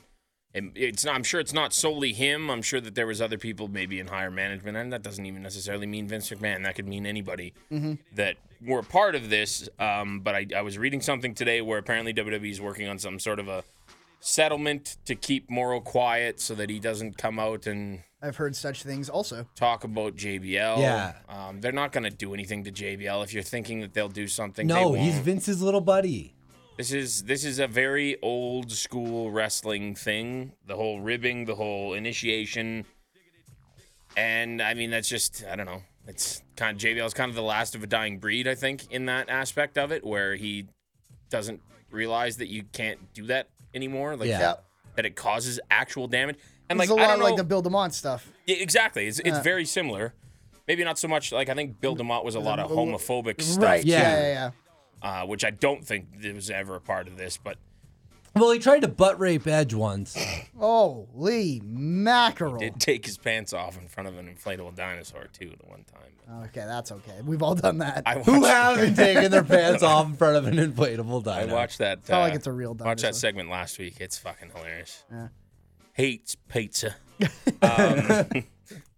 Speaker 1: and it's not. I'm sure it's not solely him. I'm sure that there was other people, maybe in higher management, and that doesn't even necessarily mean Vince McMahon. That could mean anybody
Speaker 3: Mm-hmm.
Speaker 1: that were a part of this. Um, but I, I was reading something today where apparently WWE is working on some sort of a settlement to keep Moro quiet so that he doesn't come out and
Speaker 3: I've heard such things also.
Speaker 1: talk about JBL.
Speaker 2: Yeah.
Speaker 1: Um, they're not going to do anything to JBL. If you're thinking that they'll do something, they
Speaker 2: No, he's
Speaker 1: won't.
Speaker 2: Vince's little buddy.
Speaker 1: This is this is a very old school wrestling thing. The whole ribbing, the whole initiation, and I mean that's just I don't know. It's kind of JBL's kind of the last of a dying breed, I think, in that aspect of it, where he doesn't realize that you can't do that anymore. Like
Speaker 2: Yeah.
Speaker 3: Yeah.
Speaker 1: that it causes actual damage. And
Speaker 3: It's
Speaker 1: like
Speaker 3: a
Speaker 1: I
Speaker 3: lot
Speaker 1: don't know,
Speaker 3: like the Bill DeMont stuff.
Speaker 1: yeah, exactly. It's,
Speaker 3: Uh.
Speaker 1: it's very similar. Maybe not so much. Like I think Bill Demott was a lot of homophobic stuff,
Speaker 3: Right. Yeah.
Speaker 2: Yeah.
Speaker 3: Yeah. yeah.
Speaker 1: uh, which I don't think it was ever a part of this. But
Speaker 2: Well, he tried to butt rape Edge once.
Speaker 3: Holy mackerel.
Speaker 1: did take his pants off in front of an inflatable dinosaur too the one time.
Speaker 3: Okay, that's okay. We've all done that.
Speaker 1: I
Speaker 2: Who
Speaker 1: watched,
Speaker 2: haven't taken their pants off in front of an inflatable
Speaker 1: I
Speaker 2: dino?
Speaker 1: watched that. uh,
Speaker 3: not like it's a real
Speaker 1: Watched
Speaker 3: dinosaur.
Speaker 1: that segment last week. It's fucking hilarious. Hates pizza.
Speaker 3: (laughs)
Speaker 1: um, (laughs)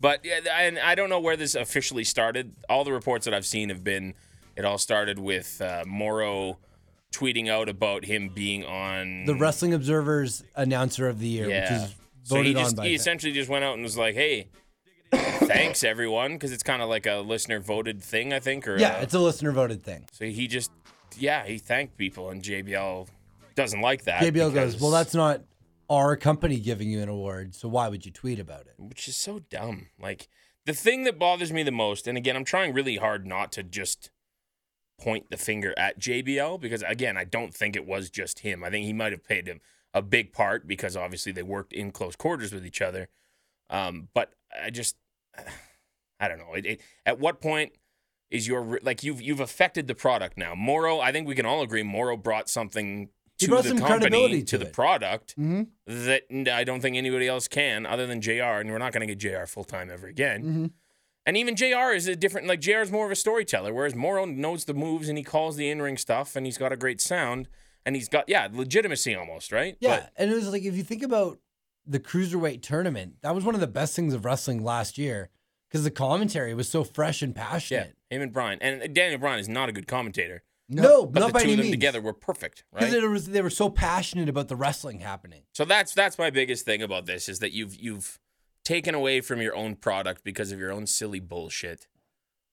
Speaker 1: but yeah, and I don't know where this officially started. All the reports that I've seen have been it all started with uh, Morrow tweeting out about him being on
Speaker 2: the Wrestling Observer's announcer of the year,
Speaker 1: Yeah.
Speaker 2: which is
Speaker 1: So he
Speaker 2: voted
Speaker 1: just
Speaker 2: on by.
Speaker 1: he
Speaker 2: fans.
Speaker 1: essentially just went out and was like, "Hey, thanks everyone," because it's kind of like a listener voted thing, I think. Or
Speaker 2: yeah,
Speaker 1: uh,
Speaker 2: it's a listener voted thing.
Speaker 1: so he just yeah he thanked people, and JBL doesn't like that.
Speaker 2: JBL goes,
Speaker 1: because-
Speaker 2: well, that's not our company giving you an award, so why would you tweet about it?
Speaker 1: which is so dumb. Like the thing that bothers me the most, and again, I'm trying really hard not to just point the finger at JBL because again, I don't think it was just him. I think he might have paid him a big part because obviously they worked in close quarters with each other. Um, but I just, (sighs) I don't know. It, it, at what point is your like you've you've affected the product now? Morrow, I think we can all agree. Morrow brought something
Speaker 2: He
Speaker 1: to
Speaker 2: brought
Speaker 1: the
Speaker 2: some credibility
Speaker 1: company
Speaker 2: to
Speaker 1: to the
Speaker 2: it. Mm-hmm.
Speaker 1: product
Speaker 3: Mhm.
Speaker 1: that n- I don't think anybody else can other than JR, and we're not going to get JR full time ever again. And even JR is a different, like, JR is more of a storyteller, whereas Morrow knows the moves and he calls the in ring stuff and he's got a great sound and he's got, yeah, legitimacy almost, right?
Speaker 2: Yeah,
Speaker 1: But
Speaker 2: and it was like if you think about the cruiserweight tournament, that was one of the best things of wrestling last year because the commentary was so fresh and
Speaker 1: yeah,
Speaker 2: passionate.
Speaker 1: him and Brian. And Daniel Bryan is not a good commentator,
Speaker 2: No,
Speaker 1: but
Speaker 2: not
Speaker 1: the
Speaker 2: by
Speaker 1: two
Speaker 2: any
Speaker 1: of them
Speaker 2: means.
Speaker 1: together were perfect,
Speaker 2: because
Speaker 1: right?
Speaker 2: it was they were so passionate about the wrestling happening.
Speaker 1: So that's that's my biggest thing about this is that you've you've taken away from your own product because of your own silly bullshit.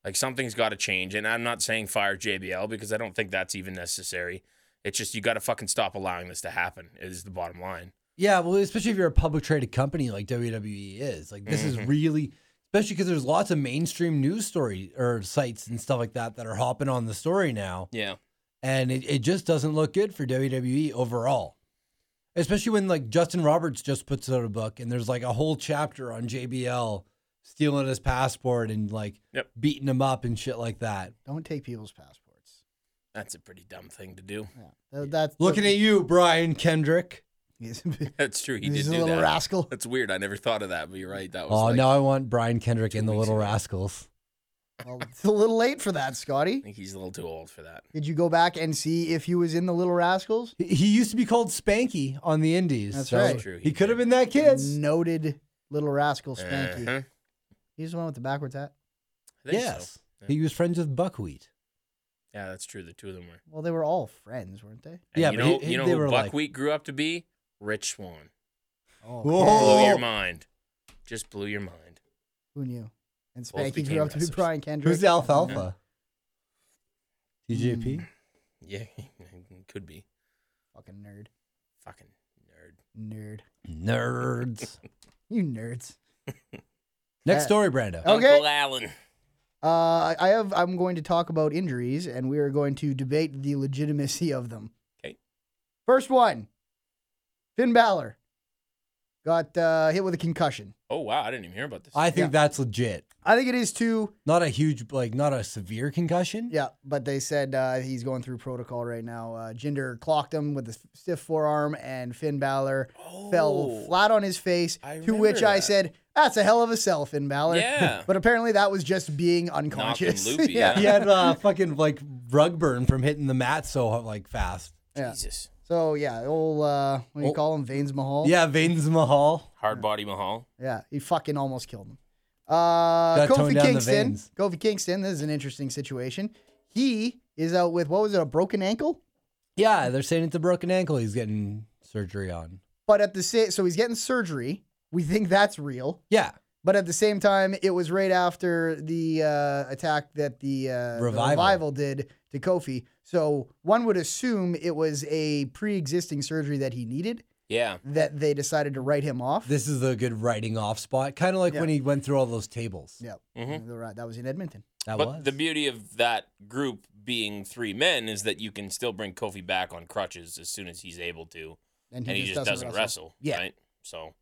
Speaker 1: Like something's got to change, and I'm not saying fire JBL because I don't think that's even necessary. It's just you got to fucking stop allowing this to happen. Is the bottom line.
Speaker 2: Yeah, well, especially if you're a public traded company like WWE is, like this
Speaker 1: Mm-hmm.
Speaker 2: is really especially because there's lots of mainstream news story or sites and stuff like that that are hopping on the story now,
Speaker 1: Yeah.
Speaker 2: and it, it just doesn't look good for WWE overall. Especially when like Justin Roberts just puts out a book and there's like a whole chapter on JBL stealing his passport and like
Speaker 1: Yep.
Speaker 2: beating him up and shit like that.
Speaker 3: Don't take people's passports.
Speaker 1: That's a pretty dumb thing to do.
Speaker 3: Yeah. That- That's
Speaker 2: Looking at you, Brian Kendrick.
Speaker 3: (laughs) He's,
Speaker 1: That's true. He
Speaker 3: he's
Speaker 1: did
Speaker 3: a
Speaker 1: do
Speaker 3: little
Speaker 1: that. (laughs)
Speaker 3: rascal.
Speaker 1: That's weird. I never thought of that, but you're right. That was
Speaker 2: Oh,
Speaker 1: like,
Speaker 2: now I want Brian Kendrick
Speaker 1: two
Speaker 2: and the
Speaker 1: weeks
Speaker 2: Little
Speaker 1: ago.
Speaker 2: Rascals.
Speaker 3: Well, it's a little late for that,
Speaker 1: I
Speaker 3: Scotty.
Speaker 1: think he's a little too old for that.
Speaker 3: Did you go back and see if he was in the Little Rascals?
Speaker 2: He- He used to be called Spanky on the Indies.
Speaker 3: That's
Speaker 2: so
Speaker 3: right.
Speaker 1: True,
Speaker 2: He
Speaker 1: he
Speaker 2: could have
Speaker 1: did.
Speaker 2: been that kid.
Speaker 3: Noted Little Rascal Spanky.
Speaker 1: Uh-huh.
Speaker 3: He's the one with the backwards hat.
Speaker 1: I think so.
Speaker 2: Yes.
Speaker 1: Yeah.
Speaker 2: He was friends with Buckwheat.
Speaker 1: yeah, that's true. The two of them were.
Speaker 3: Well, they were all friends, weren't they?
Speaker 1: And
Speaker 2: Yeah,
Speaker 1: you
Speaker 2: but
Speaker 1: know,
Speaker 2: he- he-
Speaker 1: you know
Speaker 2: they
Speaker 1: who
Speaker 2: were like-
Speaker 1: Buckwheat grew up to be? Rich Swan.
Speaker 3: Oh,
Speaker 1: Blew
Speaker 2: Whoa.
Speaker 1: your mind. Just blew your mind.
Speaker 3: Who knew? And
Speaker 1: Both
Speaker 3: Spanky
Speaker 1: became
Speaker 3: grew up to be
Speaker 1: wrestlers.
Speaker 3: Brian Kendrick.
Speaker 2: Who's the alfalfa? TJP?
Speaker 1: Yeah, (laughs) could be.
Speaker 3: Fucking nerd.
Speaker 1: Fucking nerd.
Speaker 3: Nerd.
Speaker 1: (laughs)
Speaker 2: Hmm. Nerds.
Speaker 3: You nerds.
Speaker 2: Next
Speaker 3: Uh,
Speaker 2: story, Brando.
Speaker 3: Okay.
Speaker 1: Uncle Allen.
Speaker 3: Uh, I have. I'm going to talk about injuries, and we are going to debate the legitimacy of them.
Speaker 1: 'Kay.
Speaker 3: First one. Finn Balor got uh, hit with a concussion.
Speaker 1: Oh wow, I didn't even hear about this.
Speaker 2: I think
Speaker 3: Yeah.
Speaker 2: that's legit.
Speaker 3: I think it is too.
Speaker 2: Not a huge, like, not a severe concussion.
Speaker 3: Yeah, but they said uh, he's going through protocol right now. Uh, Jinder clocked him with a s- stiff forearm, and Finn Balor fell
Speaker 1: Oh.
Speaker 3: flat on his face.
Speaker 1: I
Speaker 3: to which
Speaker 1: remember
Speaker 3: I
Speaker 1: that.
Speaker 3: said, "That's a hell of a sell, Finn Balor."
Speaker 1: Yeah.
Speaker 3: (laughs) but apparently, that was just being unconscious. (laughs)
Speaker 1: loopy,
Speaker 2: He had uh, (laughs) fucking, like, rug burn from hitting the mat so, like, fast.
Speaker 3: yeah.
Speaker 1: Jesus.
Speaker 3: So yeah, old uh, what do you
Speaker 2: Oh.
Speaker 3: call him, Veins Mahal?
Speaker 2: Yeah, Vaden's Mahal.
Speaker 1: Hard body Mahal.
Speaker 3: yeah, he fucking almost killed him. Uh,
Speaker 2: Gotta tone
Speaker 3: Kofi
Speaker 2: down the
Speaker 3: Kingston,
Speaker 2: veins.
Speaker 3: Kofi Kingston. This is an interesting situation. He is out with what was it, a broken ankle?
Speaker 2: Yeah, they're saying it's a broken ankle he's getting surgery on.
Speaker 3: But at the same, so he's getting surgery. We think that's real.
Speaker 2: Yeah.
Speaker 3: But at the same time, it was right after the uh, attack that the, uh, the
Speaker 2: Revival.
Speaker 3: revival did to Kofi. So one would assume it was a pre-existing surgery that he needed
Speaker 1: Yeah.
Speaker 3: that they decided to write him off.
Speaker 2: This is a good writing off spot. Kind of like
Speaker 3: Yeah.
Speaker 2: when he went through all those tables.
Speaker 3: yeah,
Speaker 1: Mhm.
Speaker 3: You're right. That was in Edmonton.
Speaker 2: That
Speaker 1: but
Speaker 2: was.
Speaker 1: the beauty of that group being three men is that you can still bring Kofi back on crutches as soon as he's able to, and he, just, doesn't, wrestle.
Speaker 2: Yeah.
Speaker 1: Right? So,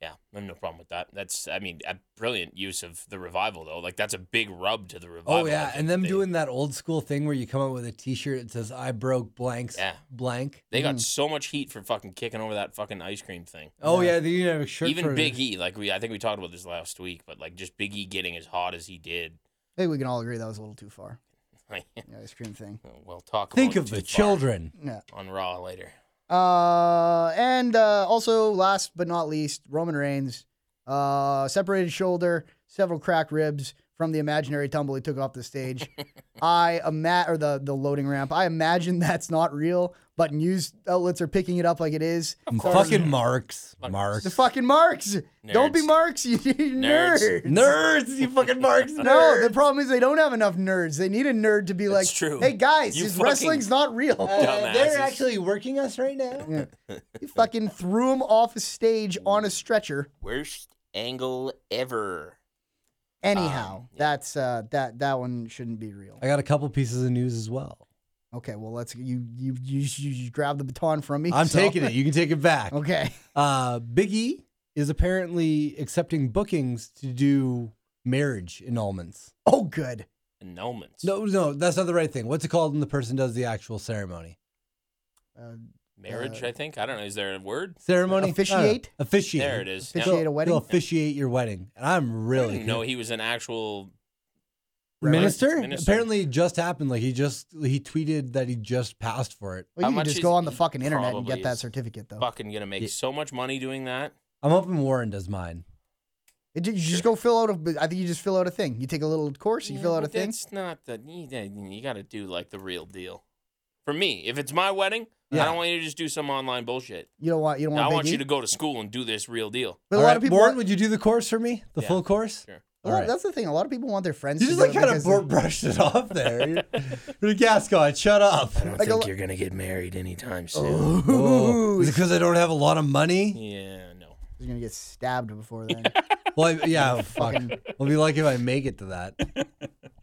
Speaker 1: yeah, I have no problem with that. That's, I mean, a brilliant use of the revival though. Like that's a big rub to the revival.
Speaker 2: Oh
Speaker 1: I
Speaker 2: yeah,
Speaker 1: think
Speaker 2: and them
Speaker 1: they-
Speaker 2: doing that old school thing where you come out with a T-shirt that says "I broke blanks
Speaker 1: Yeah.
Speaker 2: blank."
Speaker 1: They got so much heat for fucking kicking over that fucking ice cream thing.
Speaker 2: Oh yeah, they didn't have a shirt.
Speaker 1: Even
Speaker 2: for
Speaker 1: Big E, like we, I think we talked about this last week, but like just Big E getting as hot as he did. (laughs)
Speaker 3: I think we can all agree that was a little too far. The ice cream thing.
Speaker 1: we'll talk.
Speaker 2: Think
Speaker 1: about it
Speaker 2: of
Speaker 1: too
Speaker 2: the
Speaker 1: far
Speaker 2: children.
Speaker 3: Yeah.
Speaker 1: on Raw later.
Speaker 3: Uh, and uh, also, last but not least, Roman Reigns, uh, separated shoulder, several cracked ribs from the imaginary tumble he took off
Speaker 1: (laughs)
Speaker 3: the stage. I ima- or the the loading ramp. I imagine that's not real, but news outlets are picking it up like it is.
Speaker 2: Fucking marks, marks,
Speaker 3: The fucking marks. Don't be
Speaker 1: Nerds.
Speaker 3: marks, you (laughs) nerds.
Speaker 1: Nerds.
Speaker 3: nerds.
Speaker 2: nerds. You fucking marks.
Speaker 3: (laughs) No, the problem is they don't have enough nerds. They need a nerd to be like,
Speaker 1: true.
Speaker 3: "Hey guys,
Speaker 1: You
Speaker 3: this
Speaker 1: fucking-
Speaker 3: wrestling's not real." (laughs)
Speaker 1: Dumbasses.
Speaker 2: Uh, they're actually working us right now.
Speaker 3: You fucking threw him off a stage on a stretcher.
Speaker 1: Worst angle ever.
Speaker 3: Anyhow,
Speaker 2: Um,
Speaker 3: that's uh, that that one shouldn't be real.
Speaker 2: I got a couple pieces of news as well.
Speaker 3: Okay, well let's you you you, you, you grab the baton from me.
Speaker 2: I'm
Speaker 3: so-
Speaker 2: taking it. You can take it back.
Speaker 3: (laughs) Okay,
Speaker 2: Uh, Big E is apparently accepting bookings to do marriage annulments.
Speaker 3: oh good.
Speaker 1: Annulments.
Speaker 2: No, no, that's not the right thing. What's it called when the person does the actual ceremony?
Speaker 3: Uh,
Speaker 1: Marriage, I think. I don't know. Is there a word?
Speaker 2: Ceremony?
Speaker 3: Officiate?
Speaker 2: Uh, officiate.
Speaker 1: There it is.
Speaker 3: Officiate a wedding?
Speaker 2: They'll officiate your wedding. And I'm really
Speaker 1: No, he was an actual.
Speaker 2: minister?
Speaker 1: Minister.
Speaker 2: Apparently it just happened. Like he just he tweeted that he just passed for it.
Speaker 3: well,
Speaker 1: How
Speaker 3: you can
Speaker 1: much
Speaker 3: just
Speaker 1: is-
Speaker 3: go on the fucking internet and
Speaker 1: probably
Speaker 3: get that
Speaker 1: is
Speaker 3: certificate though.
Speaker 1: Fucking gonna make
Speaker 2: Yeah.
Speaker 1: so much money doing that.
Speaker 2: I'm hoping Warren does mine.
Speaker 3: It, you just go fill out a. I think you just fill out a thing. You take a little course. You
Speaker 1: Yeah,
Speaker 3: fill out
Speaker 1: but
Speaker 3: a thing.
Speaker 1: That's not the. You, you got to do like the real deal. For me, if it's my wedding, I
Speaker 2: Yeah.
Speaker 1: don't want you to just do some online bullshit.
Speaker 3: You don't want. You don't
Speaker 1: I
Speaker 3: want.
Speaker 1: want
Speaker 3: Big E.
Speaker 1: you to go to school and do this real deal.
Speaker 3: But a
Speaker 2: All
Speaker 3: lot
Speaker 2: right,
Speaker 3: of people.
Speaker 2: Warren,
Speaker 3: want-
Speaker 2: would you do the course for me? The
Speaker 1: Yeah.
Speaker 2: full course?
Speaker 1: Sure.
Speaker 3: Well,
Speaker 2: All right.
Speaker 3: That's the thing. A lot of people want their friends.
Speaker 2: You
Speaker 3: to
Speaker 2: just
Speaker 3: do
Speaker 2: like
Speaker 3: it
Speaker 2: kind of
Speaker 3: because
Speaker 2: bur-
Speaker 3: they-
Speaker 2: brushed it off
Speaker 3: (laughs)
Speaker 2: there. You're- Gascon, shut up.
Speaker 1: I
Speaker 3: Like a think lo-
Speaker 1: you're gonna get married
Speaker 3: (gasps)
Speaker 1: anytime soon.
Speaker 3: (laughs)
Speaker 2: Oh, is it because I don't have a lot of money?
Speaker 1: Yeah, no.
Speaker 3: He's gonna get stabbed
Speaker 2: (laughs)
Speaker 3: before then.
Speaker 2: Well,
Speaker 1: (laughs)
Speaker 2: I, yeah, fuck. It'll be like if I make it to that.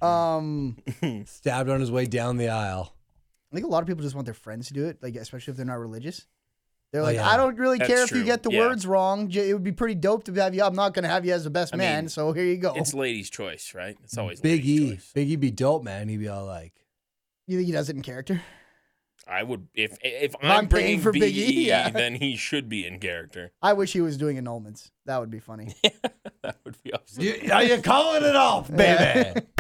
Speaker 3: um,
Speaker 2: Stabbed on his way down the aisle.
Speaker 3: I think a lot of people just want their friends to do it, like especially if they're not religious. They're like,
Speaker 2: yeah.
Speaker 3: I don't really
Speaker 1: That's
Speaker 3: care if you
Speaker 1: true.
Speaker 3: get the
Speaker 1: Yeah.
Speaker 3: words wrong. J- It would be pretty dope to have you. I'm not gonna have you as the best
Speaker 1: I
Speaker 3: man,
Speaker 1: mean,
Speaker 3: so here you go.
Speaker 1: It's ladies' choice, right? It's always
Speaker 2: Big
Speaker 1: ladies'
Speaker 2: E.
Speaker 1: choice.
Speaker 2: Big E be dope, man. He'd be all like,
Speaker 3: You think he does it in character?
Speaker 1: I would if if I'm,
Speaker 3: I'm paying
Speaker 1: bringing
Speaker 3: for
Speaker 1: Big,
Speaker 3: Big E,
Speaker 1: E, (laughs)
Speaker 3: yeah.
Speaker 1: then he should be in character. (laughs)
Speaker 3: I wish he was doing annulments. That would
Speaker 2: (laughs)
Speaker 3: be funny.
Speaker 1: That would be awesome.
Speaker 2: "You- Are you calling it off, baby? (laughs)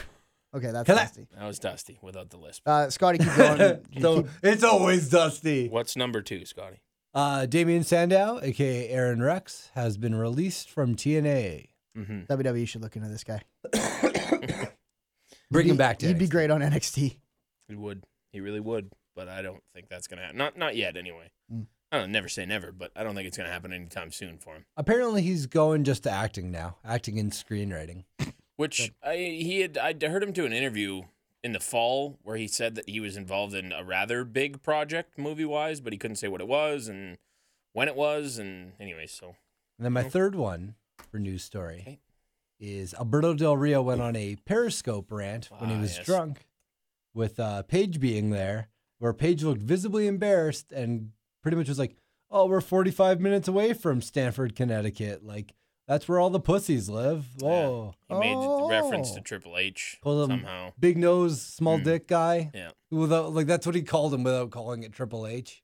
Speaker 3: Okay, that's
Speaker 2: Can I-
Speaker 3: nasty.
Speaker 1: That was Dusty without the lisp.
Speaker 3: Uh, Scotty,
Speaker 2: (laughs)
Speaker 3: keep going.
Speaker 2: so it's always dusty.
Speaker 1: What's number two, Scotty?
Speaker 2: Uh, Damien Sandow, aka Aaron Rex, has been released from TNA.
Speaker 1: Mm-hmm.
Speaker 3: WWE E, should look into this guy.
Speaker 2: Bring him
Speaker 3: He'd-
Speaker 2: back to
Speaker 3: He'd be
Speaker 2: NXT.
Speaker 3: great on NXT.
Speaker 1: He would. He really would. But I don't think that's gonna happen. Not not yet, anyway. I don't know, never say never, but I don't think it's going to happen anytime soon for him.
Speaker 2: Apparently, he's going just to acting now, acting and screenwriting.
Speaker 1: Which I, he had, I heard him do an interview in the fall where he said that he was involved in a rather big project movie wise, but he couldn't say what it was and when it was. And anyway, so
Speaker 2: And then my third one for news story
Speaker 1: Okay.
Speaker 2: is Alberto Del Rio went on a Periscope rant when he
Speaker 1: Ah,
Speaker 2: was
Speaker 1: yes.
Speaker 2: drunk, with uh, Paige being there, where Paige looked visibly embarrassed and pretty much was like, "Oh, we're 45 minutes away from Stanford, Connecticut. Like that's where all the pussies live."
Speaker 1: yeah,
Speaker 2: Whoa.
Speaker 1: he made the reference to
Speaker 3: Oh.
Speaker 1: Triple H
Speaker 2: Pull him
Speaker 1: somehow.
Speaker 2: big nose, small
Speaker 1: Mm.
Speaker 2: dick guy.
Speaker 1: Yeah.
Speaker 2: Without like that's what he called him without calling it Triple H.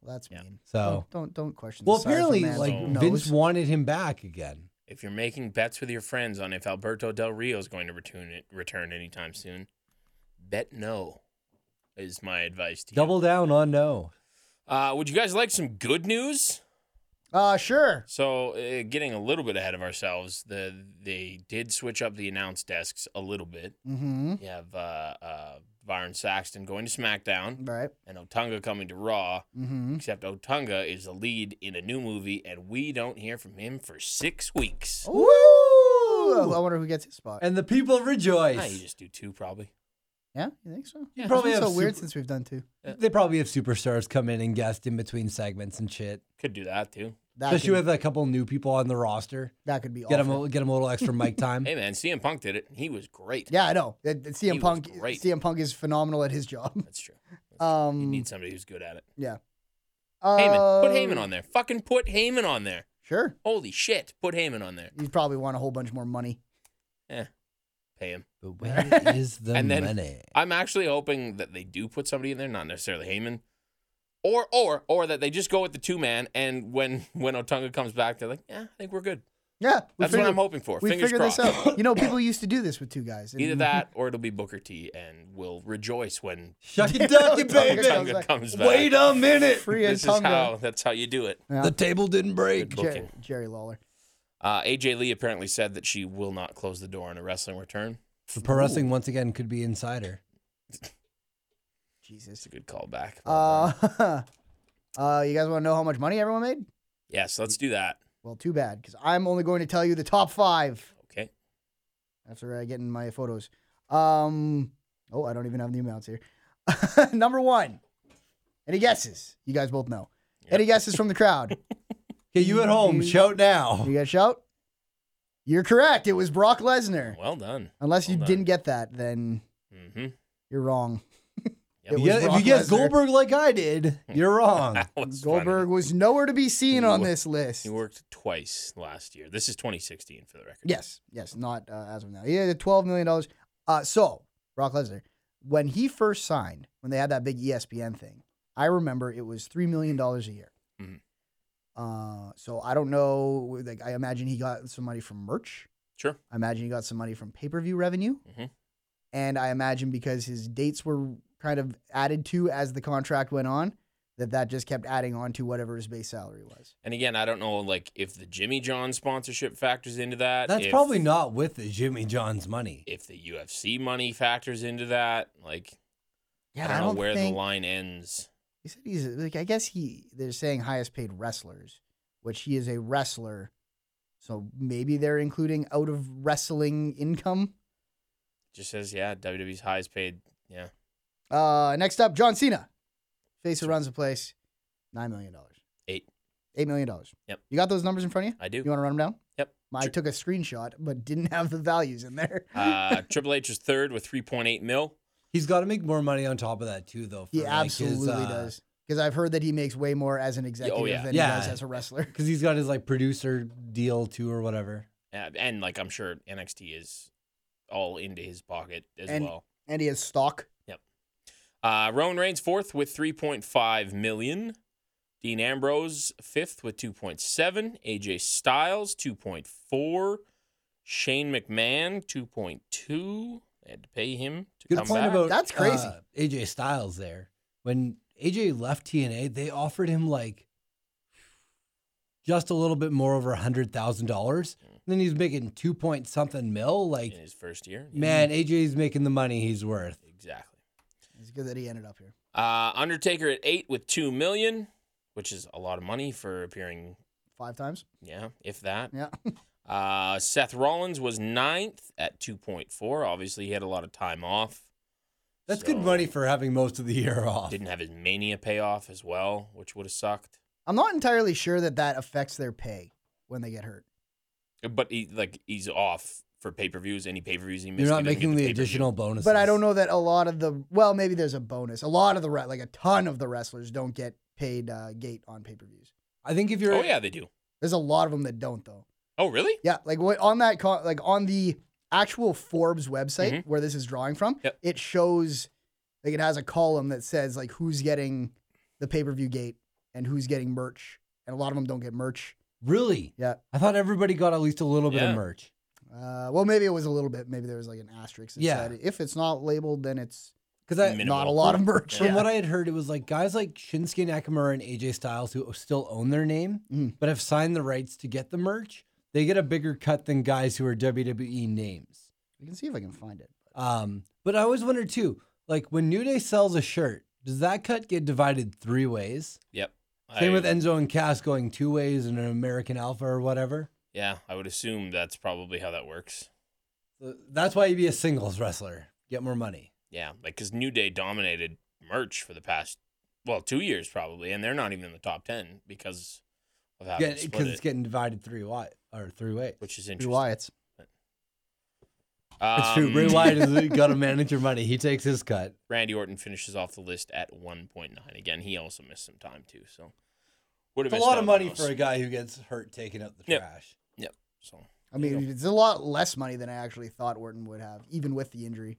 Speaker 3: Well, that's
Speaker 1: Yeah.
Speaker 3: mean.
Speaker 2: So
Speaker 3: Don't don't, don't question.
Speaker 2: well,
Speaker 3: the size of a
Speaker 2: apparently
Speaker 3: man
Speaker 2: like
Speaker 3: who
Speaker 1: knows.
Speaker 2: Vince
Speaker 3: knows.
Speaker 2: wanted him back again.
Speaker 1: If you're making bets with your friends on if Alberto Del Rio is going to return return anytime soon, bet no is my advice to you.
Speaker 2: Double down on no.
Speaker 1: Uh, would you guys like some good news?
Speaker 3: Uh, sure.
Speaker 1: So, uh, getting a little bit ahead of ourselves, the they did switch up the announce desks a little bit.
Speaker 3: Mm-hmm.
Speaker 1: You have uh, uh, Byron Saxton going to SmackDown
Speaker 3: Right.
Speaker 1: and Otunga coming to Raw.
Speaker 3: Mm-hmm.
Speaker 1: Except Otunga is the lead in a new movie, and we don't hear from him for six weeks.
Speaker 3: Woo! I wonder who gets his spot.
Speaker 2: And the people rejoice.
Speaker 1: Ah, you just do two, probably.
Speaker 3: yeah, you think so?
Speaker 1: Yeah.
Speaker 3: This
Speaker 2: Probably
Speaker 3: one's
Speaker 2: have
Speaker 3: so weird
Speaker 2: super-
Speaker 3: since we've done two.
Speaker 1: uh,
Speaker 2: They probably have superstars come in and guest in between segments and shit.
Speaker 1: Could do that too.
Speaker 3: That
Speaker 2: Especially
Speaker 3: could,
Speaker 1: uh,
Speaker 2: with a couple new people on the roster.
Speaker 3: that could be
Speaker 2: Get them,
Speaker 3: awful.
Speaker 2: a, get 'em a little extra mic time.
Speaker 1: (laughs) Hey man, CM Punk did it. He was great.
Speaker 3: Yeah, I know. That- that
Speaker 1: He was
Speaker 3: CM Punk,
Speaker 1: great.
Speaker 3: CM Punk is phenomenal at his job.
Speaker 1: that's true.
Speaker 3: Um,
Speaker 1: You need somebody who's good at it.
Speaker 3: yeah.
Speaker 1: Heyman, put
Speaker 3: Uh,
Speaker 1: Heyman on there. Fucking put Heyman on there.
Speaker 3: Sure,
Speaker 1: Holy shit, put Heyman on there.
Speaker 3: you'd probably want a whole bunch more money.
Speaker 1: Pay him.
Speaker 2: But where is the
Speaker 1: And then-
Speaker 2: money?
Speaker 1: I'm actually hoping that they do put somebody in there, not necessarily Heyman, or or or that they just go with the two man. And when (laughs) when Otunga comes back, they're like, yeah, I think we're good.
Speaker 3: Yeah, we
Speaker 1: That's
Speaker 3: figured-
Speaker 1: what I'm hoping for.
Speaker 3: We
Speaker 1: Fingers
Speaker 3: figured
Speaker 1: crossed.
Speaker 3: this out.
Speaker 1: (coughs)
Speaker 3: You know, people used to do this with two guys. and-
Speaker 1: Either that, or it'll be Booker T, and we'll rejoice
Speaker 3: (laughs)
Speaker 1: when
Speaker 2: Shuck it ducky,
Speaker 3: Otunga
Speaker 2: baby.
Speaker 3: comes
Speaker 1: Otunga comes back.
Speaker 2: Wait a minute.
Speaker 3: (laughs) free
Speaker 1: this
Speaker 3: as
Speaker 1: is
Speaker 3: tongue.
Speaker 1: how. That's how you do it.
Speaker 2: The table didn't
Speaker 1: Good
Speaker 2: break.
Speaker 1: booking.
Speaker 3: Jerry, Jerry Lawler.
Speaker 1: Uh, AJ Lee apparently said that she will not close the door on a wrestling return.
Speaker 2: The pro wrestling once again could be insider.
Speaker 1: It's
Speaker 3: Jesus.
Speaker 1: a good callback.
Speaker 3: Uh, (laughs) uh, you guys want to know how much money everyone made?
Speaker 1: yes, let's do that.
Speaker 3: Well, too bad, because I'm only going to tell you the top five
Speaker 1: Okay.
Speaker 3: after I get in my photos. Um, oh, I don't even have the amounts here. (laughs) Number one. Any guesses? You guys both know. Any guesses from
Speaker 1: (laughs)
Speaker 3: the crowd?
Speaker 2: Okay, you at home, shout now.
Speaker 3: you guys shout? You're correct. It was Brock Lesnar.
Speaker 1: Well done.
Speaker 3: Unless you
Speaker 1: Well done.
Speaker 3: didn't get that, then
Speaker 1: Mm-hmm.
Speaker 3: you're wrong.
Speaker 1: Yep.
Speaker 2: You
Speaker 3: It
Speaker 1: (laughs)
Speaker 3: was
Speaker 2: get- if you
Speaker 3: Brock
Speaker 2: guess
Speaker 3: Lesnar.
Speaker 2: Goldberg like I did, you're wrong.
Speaker 3: Goldberg was nowhere to be seen
Speaker 1: You
Speaker 3: on
Speaker 1: were-
Speaker 3: this list.
Speaker 1: He worked twice last year. This is 2016 for the record.
Speaker 3: Yes, yes, not uh, as of now. Yeah, the twelve million dollars. Uh, so Brock Lesnar, when he first signed, when they had that big E ESPN thing, I remember it was three million dollars a year.
Speaker 1: Mhm.
Speaker 3: Uh, so I don't know. Like, I imagine he got some money from merch.
Speaker 1: Sure.
Speaker 3: I imagine he got some money from pay per view revenue,
Speaker 1: Mhm.
Speaker 3: and I imagine because his dates were kind of added to as the contract went on, that that just kept adding on to whatever his base salary was.
Speaker 1: And again, I don't know like if the Jimmy John sponsorship factors into that.
Speaker 2: That's
Speaker 1: if-
Speaker 2: probably not with the Jimmy John's money.
Speaker 1: if the UFC money factors into that. Like
Speaker 3: Yeah,
Speaker 1: I don't, know where the line ends.
Speaker 3: He said he's like I guess he they're saying highest paid wrestlers, which he is a wrestler, so maybe they're including out of wrestling income.
Speaker 1: Just says yeah, WWE's highest paid. Yeah.
Speaker 3: Uh, next up, John Cena, face who runs the place, nine million dollars,
Speaker 1: Eight.
Speaker 3: eight million dollars.
Speaker 1: Yep.
Speaker 3: You got those numbers in front of you?
Speaker 1: I do.
Speaker 3: You want to run them down?
Speaker 1: Yep.
Speaker 3: I took a screenshot but didn't have the values in there.
Speaker 2: (laughs)
Speaker 1: uh, Triple H is third with 3.8 mil.
Speaker 2: He's got to make more money on top of that too, though.
Speaker 3: (laughs) he
Speaker 2: for, like, his,
Speaker 3: absolutely
Speaker 2: uh,
Speaker 3: does because I've heard that he makes way more as an executive
Speaker 1: yeah.
Speaker 3: than
Speaker 2: Yeah.
Speaker 3: he does as a wrestler. (laughs)
Speaker 2: because he's got his like producer deal too or whatever.
Speaker 1: Uh, and like I'm sure NXT is all into his pocket as
Speaker 3: And-
Speaker 1: well.
Speaker 3: And he has stock.
Speaker 1: Uh, Rowan Reigns fourth with 3.5 million. Dean Ambrose fifth with 2.7. AJ Styles 2.4. Shane McMahon 2.2. They had to pay him to
Speaker 2: Good
Speaker 1: come
Speaker 2: point
Speaker 1: back.
Speaker 2: about
Speaker 3: That's crazy.
Speaker 2: uh, AJ Styles there. When AJ left TNA, they offered him like just a little bit more over a hundred thousand dollars. Then he's making two point something mil. Like
Speaker 1: in his first year. Yeah,
Speaker 2: man, AJ's making the money he's worth.
Speaker 1: exactly.
Speaker 3: It's good that he ended up here.
Speaker 1: Uh, Undertaker at eight with two million. which is a lot of money for appearing,
Speaker 3: Five times.
Speaker 1: yeah, if that.
Speaker 3: Yeah.
Speaker 1: Uh, Seth Rollins was ninth at 2.4. Obviously, he had a lot of time off.
Speaker 2: That's good
Speaker 1: So,
Speaker 2: money for having most of the year off.
Speaker 1: Didn't have his mania payoff as well, which would have sucked.
Speaker 3: I'm not entirely sure that that affects their pay when they get hurt.
Speaker 1: But he like he's off for pay per views. Any pay per views he missed.
Speaker 2: You're not
Speaker 1: he doesn't get
Speaker 2: making the
Speaker 1: pay-per-view.
Speaker 2: additional bonuses.
Speaker 3: But I don't know that a lot of the well, maybe there's a bonus. A lot of the re- like a ton of the wrestlers don't get paid uh, gate on pay per views.
Speaker 2: I think if you're
Speaker 1: Oh yeah, they do.
Speaker 3: There's a lot of them that don't though.
Speaker 1: Oh really?
Speaker 3: Yeah, like what on that co- like on the actual Forbes website where this is drawing from,
Speaker 1: Yep.
Speaker 3: it shows like it has a column that says like who's getting the pay per view gate and who's getting merch, and a lot of them don't get merch.
Speaker 2: really.
Speaker 3: Yeah.
Speaker 2: I thought everybody got at least a little bit
Speaker 1: Yeah.
Speaker 2: of merch.
Speaker 3: Uh, well, maybe it was a little bit. Maybe there was like an asterisk. That
Speaker 2: Yeah.
Speaker 3: Said, if it's not labeled, then it's
Speaker 2: Because I,
Speaker 1: Minimal.
Speaker 3: not a lot of merch.
Speaker 2: From
Speaker 3: Yeah.
Speaker 2: what I had heard, it was like guys like Shinsuke Nakamura and AJ Styles who still own their name
Speaker 3: Mm.
Speaker 2: but have signed the rights to get the merch. They get a bigger cut than guys who are WWE names.
Speaker 3: I can see if I can find it.
Speaker 2: Um, but I always wonder too, like when New Day sells a shirt, does that cut get divided three ways?
Speaker 1: Yep.
Speaker 2: Same
Speaker 1: I-
Speaker 2: with Enzo and Cass going two ways in an American Alpha or whatever.
Speaker 1: Yeah, I would assume that's probably how that works.
Speaker 2: So That's why you'd be a singles wrestler, get more money.
Speaker 1: Yeah, like because New Day dominated merch for the past well two years probably, and they're not even in the top ten because of how they
Speaker 2: Because
Speaker 1: split
Speaker 2: it's
Speaker 1: it,
Speaker 2: getting divided three wi- or three ways.
Speaker 1: which is
Speaker 3: Bray
Speaker 1: interesting.
Speaker 3: Wyatt's.
Speaker 2: It's true. Ray
Speaker 1: Um,
Speaker 2: Wyatt
Speaker 1: (laughs)
Speaker 2: has got to manage your money. He takes his cut.
Speaker 1: Randy Orton finishes off the list at 1.9. Again, he also missed some time too, so would have
Speaker 2: It's a
Speaker 1: missed
Speaker 2: lot
Speaker 1: out
Speaker 2: of
Speaker 1: on
Speaker 2: money
Speaker 1: those.
Speaker 2: for a guy who gets hurt taking up the
Speaker 1: Yep.
Speaker 2: trash.
Speaker 1: Yep. So
Speaker 3: I mean, it's a lot less money than I actually thought Orton would have, even with the injury.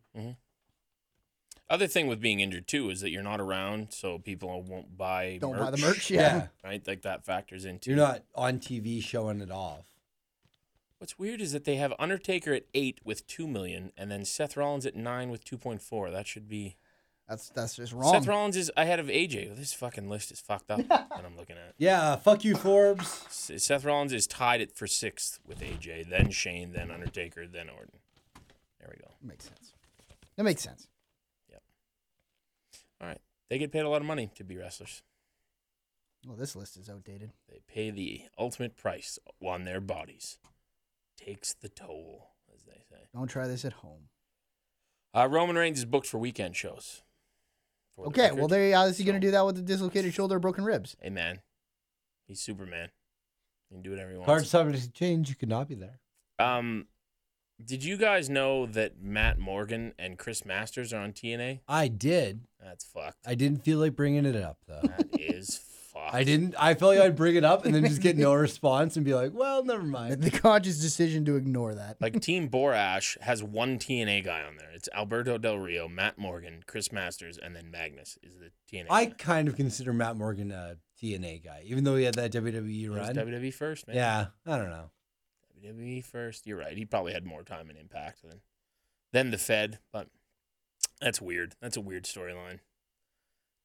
Speaker 1: other thing with being injured too is that you're not around, so people won't buy.
Speaker 3: Don't
Speaker 1: merch,
Speaker 3: buy the merch.
Speaker 2: Yeah.
Speaker 3: Yeah.
Speaker 1: Right, like that factors into.
Speaker 2: You're not on TV showing it off.
Speaker 1: What's weird is that they have Undertaker at eight with two million, and then Seth Rollins at nine with two point four. That should be.
Speaker 3: (laughs) That's that's just wrong.
Speaker 1: Seth Rollins is ahead of AJ. This fucking list is fucked
Speaker 3: (laughs)
Speaker 1: up. and I'm looking at.
Speaker 2: Yeah, uh, fuck you, Forbes.
Speaker 1: S- Seth Rollins is tied at for sixth with AJ, then Shane, then Undertaker, then Orton. There we go.
Speaker 3: Makes sense. That makes sense.
Speaker 1: All right. They get paid a lot of money to be wrestlers.
Speaker 3: Well, this list is outdated.
Speaker 1: They pay the ultimate price on their bodies. Takes the toll, as they say.
Speaker 3: Don't try this at home.
Speaker 1: Uh, Roman Reigns is booked for weekend shows. For the
Speaker 3: Okay,
Speaker 1: record.
Speaker 3: well, there. How is he going to
Speaker 1: So-
Speaker 3: do that with the dislocated shoulder, or broken ribs?
Speaker 1: Hey, man. He's Superman. He can do whatever he wants.
Speaker 2: Card subject to change. You could not be there.
Speaker 1: Um, did you guys know that Matt Morgan and Chris Masters are on TNA?
Speaker 2: I did.
Speaker 1: That's fucked.
Speaker 2: I didn't feel like bringing it up though. (laughs)
Speaker 1: That is fucked.
Speaker 2: I didn't. I felt like I'd bring it up and then just get no response and be like, "Well, never
Speaker 3: The- (laughs)
Speaker 2: mind."
Speaker 3: The conscious decision to ignore that.
Speaker 1: Like Team Borash has one TNA guy on there. It's Alberto Del Rio, Matt Morgan, Chris Masters, and then Magnus is the TNA.
Speaker 2: I
Speaker 1: guy.
Speaker 2: kind of consider Matt Morgan a TNA guy, even though he had that WWE
Speaker 1: It was
Speaker 2: run.
Speaker 1: WWE E first, man.
Speaker 2: Yeah, I don't know.
Speaker 1: WWE E first. You're right. He probably had more time in Impact than than the Fed, but that's weird. That's a weird storyline.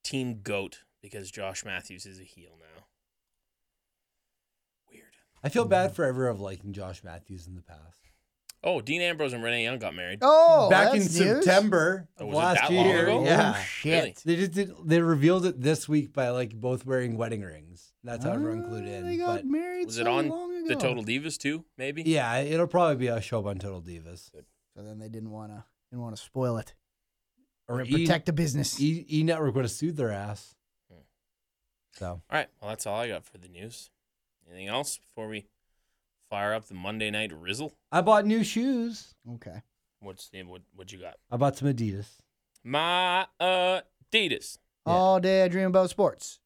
Speaker 1: Team Goat because Josh Matthews is a heel now. Weird.
Speaker 2: I feel bad forever of liking Josh Matthews in the past.
Speaker 1: Oh, Dean Ambrose and Renee Young got married.
Speaker 3: Oh,
Speaker 2: Back
Speaker 3: that's
Speaker 2: in
Speaker 3: news?
Speaker 2: September
Speaker 1: Oh,
Speaker 2: of
Speaker 1: was it
Speaker 2: last
Speaker 1: that long
Speaker 2: year,
Speaker 1: ago?
Speaker 2: yeah.
Speaker 3: Oh
Speaker 1: Really?
Speaker 3: shit.
Speaker 2: They just did, they revealed it this week by like both wearing wedding rings. That's how everyone clued
Speaker 3: Ah,
Speaker 2: in.
Speaker 3: They got
Speaker 2: but
Speaker 3: married.
Speaker 1: Was it
Speaker 3: so
Speaker 1: on
Speaker 3: long ago.
Speaker 1: the Total Divas too? Maybe.
Speaker 2: yeah, it'll probably be a show up on Total Divas
Speaker 3: So then they didn't want to didn't want to spoil it
Speaker 2: or E-
Speaker 3: protect the business.
Speaker 2: E, e Network would have sued their ass.
Speaker 1: Hmm.
Speaker 2: So
Speaker 1: All right. Well, that's all I got for the news. Anything else before we fire up the Monday night Rizzle?
Speaker 2: I bought new shoes.
Speaker 3: okay.
Speaker 1: What's the what? What you got?
Speaker 2: I bought some Adidas.
Speaker 1: My uh, Adidas.
Speaker 2: Yeah.
Speaker 3: All day I dream about sports,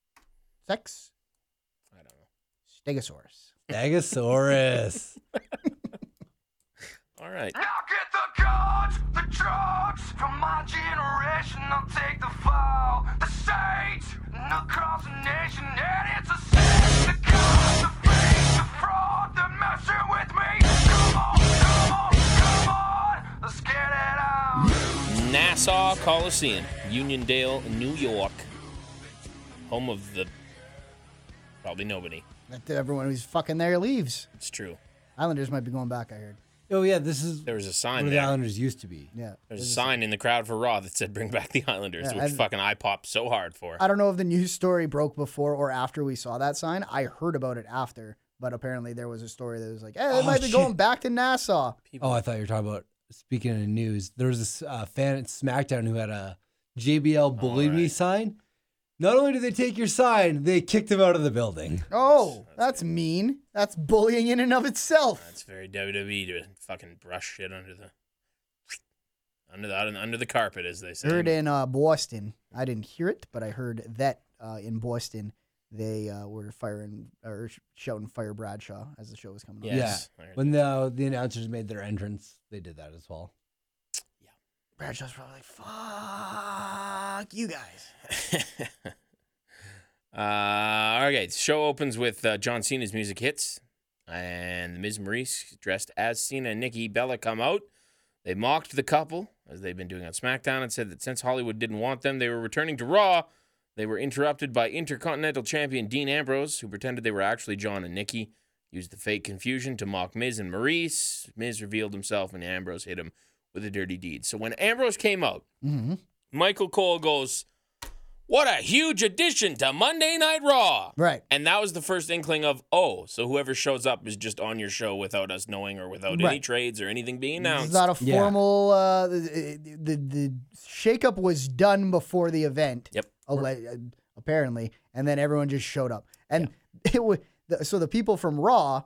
Speaker 3: sex,
Speaker 1: I don't know.
Speaker 3: stegosaurus.
Speaker 2: Stegosaurus.
Speaker 1: All right.
Speaker 5: Now get the guns, the drugs from my generation. I'll take the fall, the state, and across the nation. And it's a sin. The guns, the fake, the fraud, the messing with me. Come on, come on, come on. Let's get it on.
Speaker 1: Nassau Coliseum, Uniondale, New York. Home of the probably nobody.
Speaker 3: That everyone who's fucking there leaves.
Speaker 1: It's true.
Speaker 3: Islanders might be going back. I heard.
Speaker 2: Oh yeah, this is
Speaker 1: There was a sign
Speaker 2: where the
Speaker 1: there.
Speaker 2: Islanders used to be.
Speaker 3: Yeah.
Speaker 1: There's a sign in the crowd for Raw that said "Bring back the Islanders,"
Speaker 3: Yeah,
Speaker 1: which
Speaker 3: and-
Speaker 1: fucking I popped so hard for.
Speaker 3: I don't know if the news story broke before or after we saw that sign. I heard about it after, but apparently there was a story that was like, "Hey, they
Speaker 2: Oh,
Speaker 3: might be
Speaker 2: shit.
Speaker 3: going back to Nassau."
Speaker 2: Oh, I thought you were talking about speaking of news. There was this uh, fan at SmackDown who had a JBL bullied me
Speaker 1: right.
Speaker 2: sign. Not only did they take your sign, they kicked him out of the building.
Speaker 3: Oh, that's mean. That's bullying in and of itself.
Speaker 1: That's very WWE to fucking brush shit under the under the under the carpet, as they say.
Speaker 3: Heard in uh, Boston. I didn't hear it, but I heard that uh, in Boston they uh, were firing or sh- shouting "Fire Bradshaw" as the show was coming on.
Speaker 1: Yes.
Speaker 2: Yeah.
Speaker 1: Alright.
Speaker 2: When the the announcers made their entrance, they did that as well.
Speaker 3: Bradshaw's probably like, "Fuck you guys."
Speaker 1: (laughs) uh, okay, the show opens with uh, John Cena's music hits, and Ms. Maurice, dressed as Cena and Nikki Bella, come out. They mocked the couple, as they've been doing on SmackDown, and said that since Hollywood didn't want them, they were returning to Raw. They were interrupted by Intercontinental Champion Dean Ambrose, who pretended they were actually John and Nikki, used the fake confusion to mock Miz and Maurice. Miz revealed himself, and Ambrose hit him with a dirty deed. So when Ambrose came out,
Speaker 3: Mm-hmm.
Speaker 1: Michael Cole goes, What a huge addition to Monday Night Raw.
Speaker 3: Right.
Speaker 1: And that was the first inkling of, oh, so whoever shows up is just on your show without us knowing or without any
Speaker 3: Right.
Speaker 1: trades or anything being
Speaker 3: It's
Speaker 1: announced.
Speaker 3: not a
Speaker 2: Yeah.
Speaker 3: formal. Uh, the, the the shakeup was done before the event.
Speaker 1: Yep.
Speaker 3: alle- uh, apparently, and then everyone just showed up, and (laughs) it was so the people from Raw,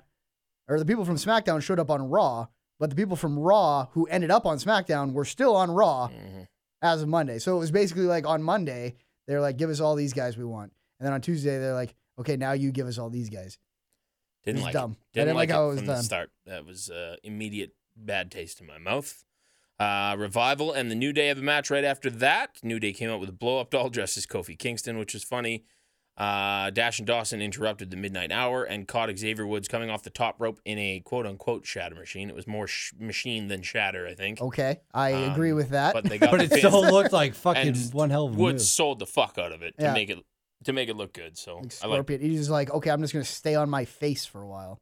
Speaker 3: or the people from SmackDown showed up on Raw, but the people from Raw who ended up on SmackDown were still on Raw
Speaker 1: Mm-hmm.
Speaker 3: as of Monday. So it was basically like on Monday they're like, "Give us all these guys we want," and then on Tuesday they're like, "Okay, now you give us all these guys."
Speaker 1: Didn't
Speaker 3: was
Speaker 1: like
Speaker 3: dumb.
Speaker 1: it. Didn't, like, it
Speaker 3: how it was
Speaker 1: from the
Speaker 3: done.
Speaker 1: start. That was uh, immediate bad taste in my mouth. Uh, Revival and the New Day have a match right after that. New Day came out with a blow up doll dressed as Kofi Kingston, which was funny. Uh, Dash and Dawson interrupted the midnight hour and caught Xavier Woods coming off the top rope in a quote unquote shatter machine. It was more sh- machine than shatter, I think.
Speaker 3: Okay, I agree
Speaker 1: Um,
Speaker 3: with that.
Speaker 1: But they got
Speaker 2: (laughs) But
Speaker 1: the
Speaker 2: it
Speaker 1: pin.
Speaker 2: still looked like fucking
Speaker 1: And
Speaker 2: one hell of a
Speaker 1: Woods
Speaker 2: move.
Speaker 1: sold the fuck out of it to
Speaker 3: Yeah.
Speaker 1: make it to make it look good. So
Speaker 3: like
Speaker 1: I like
Speaker 3: Scorpion, he's just like, "Okay, I'm just gonna stay on my face for a while."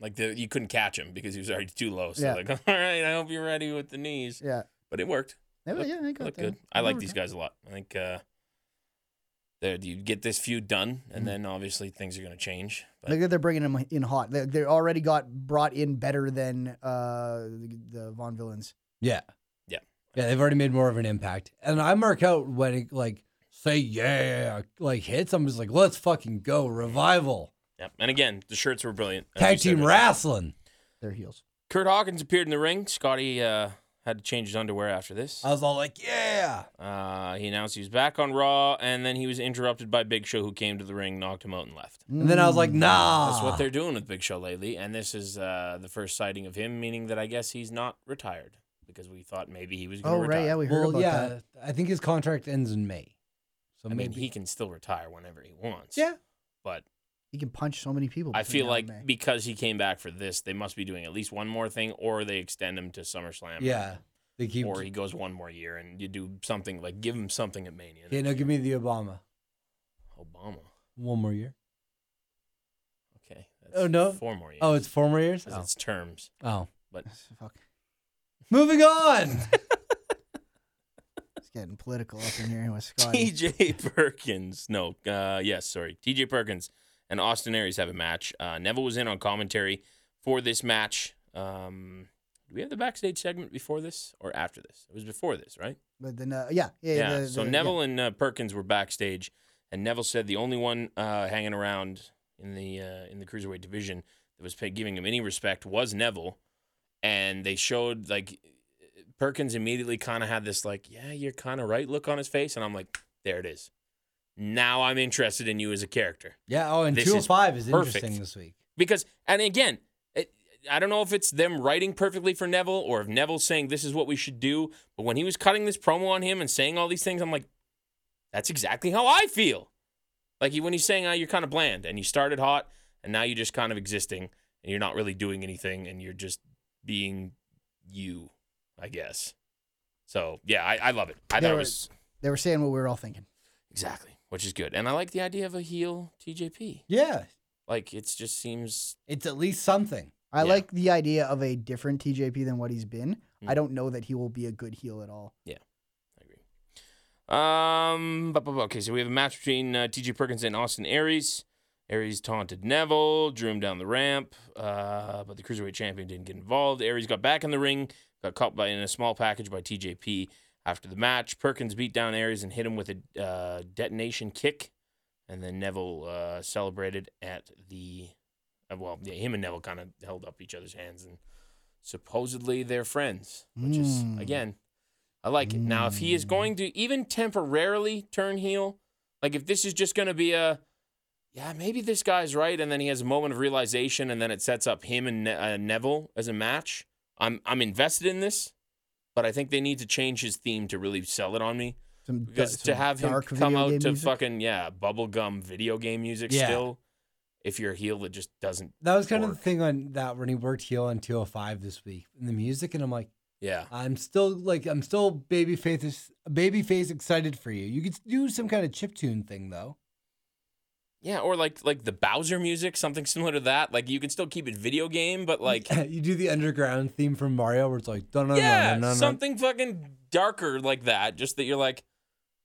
Speaker 1: like the, you couldn't catch him because he was already too low. So
Speaker 3: Yeah.
Speaker 1: like, (laughs) all right, I hope you're ready with the knees.
Speaker 3: Yeah.
Speaker 1: But it worked.
Speaker 3: Yeah,
Speaker 1: Look-
Speaker 3: yeah, I got
Speaker 1: look
Speaker 3: that. Oh,
Speaker 1: good. I like
Speaker 3: Alright.
Speaker 1: these guys a lot. I think uh, that you get this feud done,
Speaker 3: Mm-hmm.
Speaker 1: and then obviously things are going to change. But
Speaker 3: Look at they're bringing them in hot. They, they already got brought in better than uh, the, the Von Villains.
Speaker 2: Yeah.
Speaker 1: Yeah.
Speaker 2: Yeah, they've already made more of an impact. And I mark out when it like say yeah, like hits. I'm just like, let's fucking go. Revival.
Speaker 1: yeah. and again, the shirts were brilliant. as we
Speaker 2: Tag
Speaker 1: said
Speaker 2: team
Speaker 1: earlier.
Speaker 2: wrestling.
Speaker 3: They're heels.
Speaker 1: Kurt Hawkins appeared in the ring. Scotty uh, had to change his underwear after this.
Speaker 3: Uh.
Speaker 2: I was all like, yeah.
Speaker 1: Uh, he announced he was back on Raw, and then he was interrupted by Big Show, who came to the ring, knocked him out, and left.
Speaker 2: And then I was
Speaker 3: Mm.
Speaker 2: like, nah.
Speaker 1: That's what they're doing with Big Show lately, and this is uh, the first sighting of him, meaning that I guess he's not retired because we thought maybe he was going
Speaker 3: Oh
Speaker 1: to retire.
Speaker 3: right, yeah, we heard
Speaker 2: Well,
Speaker 3: about
Speaker 2: yeah,
Speaker 3: that.
Speaker 2: I think his contract ends in May.
Speaker 1: I
Speaker 2: So
Speaker 1: mean,
Speaker 2: maybe
Speaker 1: he can still retire whenever he wants.
Speaker 2: Yeah.
Speaker 1: but
Speaker 3: He can punch so many people.
Speaker 1: I
Speaker 3: between
Speaker 1: feel
Speaker 3: now and
Speaker 1: like
Speaker 3: May.
Speaker 1: because he came back for this, they must be doing at least one more thing, or they extend him to SummerSlam.
Speaker 2: Yeah. They keep
Speaker 1: or he goes one more year, and you do something like give him something at Mania.
Speaker 2: Yeah, no, give me the Obama.
Speaker 1: Obama.
Speaker 2: One more year.
Speaker 1: Okay. That's
Speaker 2: Oh, no.
Speaker 1: four more years.
Speaker 2: Oh, it's four more years?
Speaker 1: 'Cause
Speaker 2: Oh.
Speaker 1: it's terms.
Speaker 2: Oh.
Speaker 3: (laughs) fuck,
Speaker 1: (laughs)
Speaker 2: Moving on.
Speaker 3: it's getting political up
Speaker 1: (laughs)
Speaker 3: in here with Scotty.
Speaker 1: T.J. Perkins. No, uh, yes, sorry. T.J. Perkins and Austin Aries have a match. Uh, Neville was in on commentary for this match. Um, do we have the backstage segment before this or after this? It was before this, right?
Speaker 3: But then, uh, yeah, yeah.
Speaker 1: Yeah.
Speaker 3: the-
Speaker 1: so
Speaker 3: the-
Speaker 1: Neville and uh, Perkins were backstage, and Neville said the only one uh, hanging around in the uh, in the cruiserweight division that was pay- giving him any respect was Neville, and they showed like Perkins immediately kind of had this like, yeah, you're kind of right look on his face, and I'm like, there it is. Now I'm interested in you as a character
Speaker 2: Yeah. Oh, and
Speaker 1: This is
Speaker 2: 205 is,
Speaker 1: perfect.
Speaker 2: interesting this week.
Speaker 1: because, and again. It, I don't know if it's them writing perfectly for Neville or if Neville's saying this is what we should do, but when he was cutting this promo on him and saying all these things, I'm like, that's exactly how I feel. Like he- when he's saying, oh, you're kind of bland and you started hot and now you're just kind of existing and you're not really doing anything and you're just being you, I guess. So, yeah, I, I love it. I
Speaker 3: There
Speaker 1: thought it
Speaker 3: were-
Speaker 1: was
Speaker 3: They were saying what we were all thinking.
Speaker 1: exactly, which is good. And I like the idea of a heel TJP.
Speaker 2: Yeah.
Speaker 1: Like it just seems
Speaker 2: It's at least something.
Speaker 3: I
Speaker 1: Yeah.
Speaker 3: like the idea of a different TJP than what he's been.
Speaker 1: Mm.
Speaker 3: I don't know that he will be a good heel at all.
Speaker 1: I agree. Um, but, but, but, okay, so we have a match between uh, T.J. Perkins and Austin Aries. Aries taunted Neville, drew him down the ramp, uh, but the cruiserweight champion didn't get involved. Aries got back in the ring, got caught by in a small package by TJP. After the match, Perkins beat down Aries and hit him with a uh, detonation kick, and then Neville uh, celebrated at the. Uh, well, yeah, him and Neville kind of held up each other's hands, and supposedly they're friends, which is
Speaker 3: Mm.
Speaker 1: again I like it. Now, if he is going to even temporarily turn heel, like if this is just going to be a, yeah, maybe this guy's right, and then he has a moment of realization, and then it sets up him and ne- uh, Neville as a match. I'm I'm invested in this, but I think they need to change his theme to really sell it on me
Speaker 3: Some da-
Speaker 1: because to
Speaker 3: some
Speaker 1: have him
Speaker 3: dark
Speaker 1: come
Speaker 3: video
Speaker 1: out
Speaker 3: game
Speaker 1: to
Speaker 3: music.
Speaker 1: fucking yeah bubblegum video game music
Speaker 2: Yeah.
Speaker 1: still, if you're a heel that just doesn't
Speaker 2: That was kind of the
Speaker 1: work.
Speaker 2: thing on that when he worked heel on 205 this week and the music. And I'm like,
Speaker 1: yeah
Speaker 2: I'm still like, I'm still baby face, baby face excited for you. You could do some kind of chiptune thing though.
Speaker 1: yeah or like like the Bowser music something (laughs) similar to that like you can still keep it video game but like.
Speaker 2: (laughs) you do the underground theme from Mario where it's like, dun, dun,
Speaker 1: Yeah,
Speaker 2: dun, dun, dun, dun.
Speaker 1: something fucking darker like that. Just that you're like,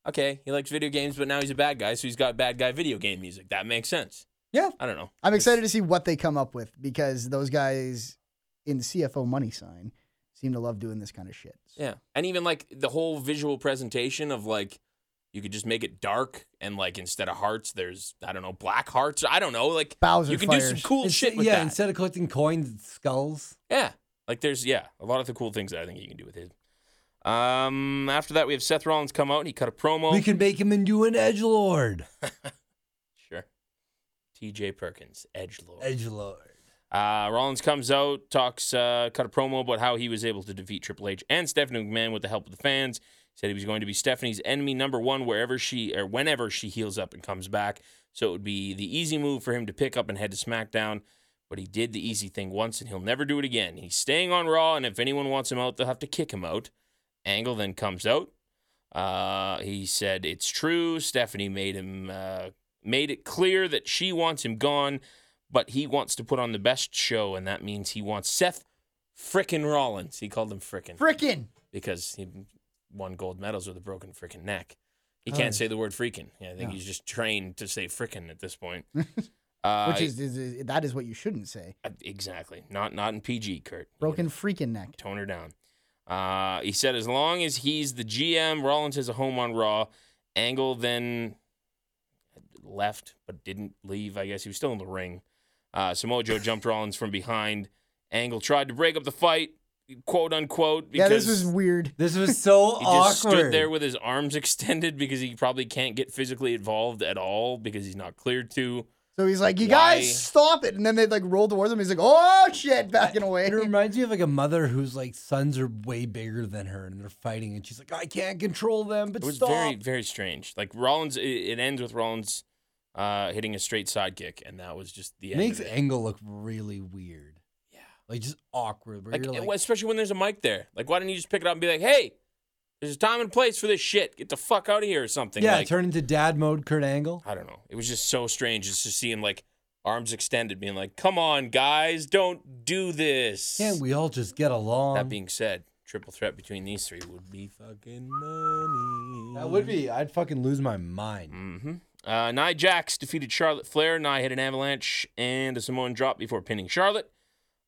Speaker 1: okay, he likes video games, but now he's a bad guy, so he's got bad guy video game music. That makes sense.
Speaker 2: Yeah.
Speaker 1: I don't know.
Speaker 3: I'm excited to see what they come up with because those guys in CFO Money Sign seem to love doing this kind of shit.
Speaker 1: Yeah, and even like the whole visual presentation of like, you could just make it dark and like instead of hearts, there's I don't know black hearts. I don't know. Like
Speaker 3: Bowser
Speaker 1: you can do some
Speaker 3: fires.
Speaker 1: cool
Speaker 2: Instead-
Speaker 1: shit with
Speaker 2: yeah,
Speaker 1: that.
Speaker 2: instead of collecting coins, it's skulls.
Speaker 1: Yeah. Like there's yeah, a lot of the cool things that I think you can do with it. Um after that we have Seth Rollins come out and he cut a promo.
Speaker 2: We can make him into an edge lord.
Speaker 1: sure. TJ Perkins, Edge Lord.
Speaker 2: Edge lord.
Speaker 1: Uh, Rollins comes out, talks, uh, cut a promo about how he was able to defeat Triple H and Stephanie McMahon with the help of the fans. Said he was going to be Stephanie's enemy number one wherever she or whenever she heals up and comes back. So it would be the easy move for him to pick up and head to SmackDown. But he did the easy thing once and he'll never do it again. He's staying on Raw, and if anyone wants him out, they'll have to kick him out. Angle then comes out. Uh, he said it's true. Stephanie made him uh, made it clear that she wants him gone but he wants to put on the best show, and that means he wants Seth frickin' Rollins. He called him frickin'
Speaker 3: Frickin'!
Speaker 1: because he won gold medals with a broken frickin' neck. He can't say the word freaking. Yeah, I think he's just trained to say frickin' at this point. uh,
Speaker 3: Which is, is, is- that is what you shouldn't say.
Speaker 1: exactly not not in PG, Kurt. You
Speaker 3: Broken freaking neck.
Speaker 1: tone her down. Uh, he said as long as he's the GM, Rollins has a home on Raw. Angle then left but didn't leave. I guess he was still in the ring. Uh, Samoa Joe jumped Rollins from behind. Angle tried to break up the fight, quote unquote.
Speaker 3: Yeah,
Speaker 1: Because
Speaker 3: this was weird.
Speaker 2: This was so
Speaker 1: he just
Speaker 2: awkward.
Speaker 1: stood there with his arms (laughs) extended because he probably can't get physically involved at all because he's not cleared to.
Speaker 3: So he's like, "You
Speaker 1: Why?
Speaker 3: guys stop it!" And then they like roll towards him. He's like, "Oh shit!" Backing
Speaker 1: (laughs)
Speaker 3: away.
Speaker 2: It reminds me of like a mother whose like sons are way bigger than her and they're fighting and she's like, I can't control them, but
Speaker 1: It was
Speaker 2: stop.
Speaker 1: very, very strange. Like Rollins, it, it ends with Rollins uh, hitting a straight sidekick, and that was just the end.
Speaker 2: Makes
Speaker 1: of it.
Speaker 2: Angle look really weird.
Speaker 1: Yeah.
Speaker 2: Like just awkward. Where
Speaker 1: Like,
Speaker 2: you're
Speaker 1: and
Speaker 2: like,
Speaker 1: especially when there's a mic there. Like, why didn't you just pick it up and be like, "Hey, there's a time and place for this shit. Get the fuck out of here" or something.
Speaker 2: yeah,
Speaker 1: like,
Speaker 2: turn into dad mode Kurt Angle.
Speaker 1: I don't know. It was just so strange just to see him like arms extended, being like, "Come on, guys, don't do this."
Speaker 2: Can't we um, all just get along?
Speaker 1: That being said, triple threat between these three would be fucking money.
Speaker 2: that would be, I'd fucking lose my mind.
Speaker 1: Mm-hmm. Uh, Nia Jax defeated Charlotte Flair. Nia hit an avalanche and a Samoan drop before pinning Charlotte.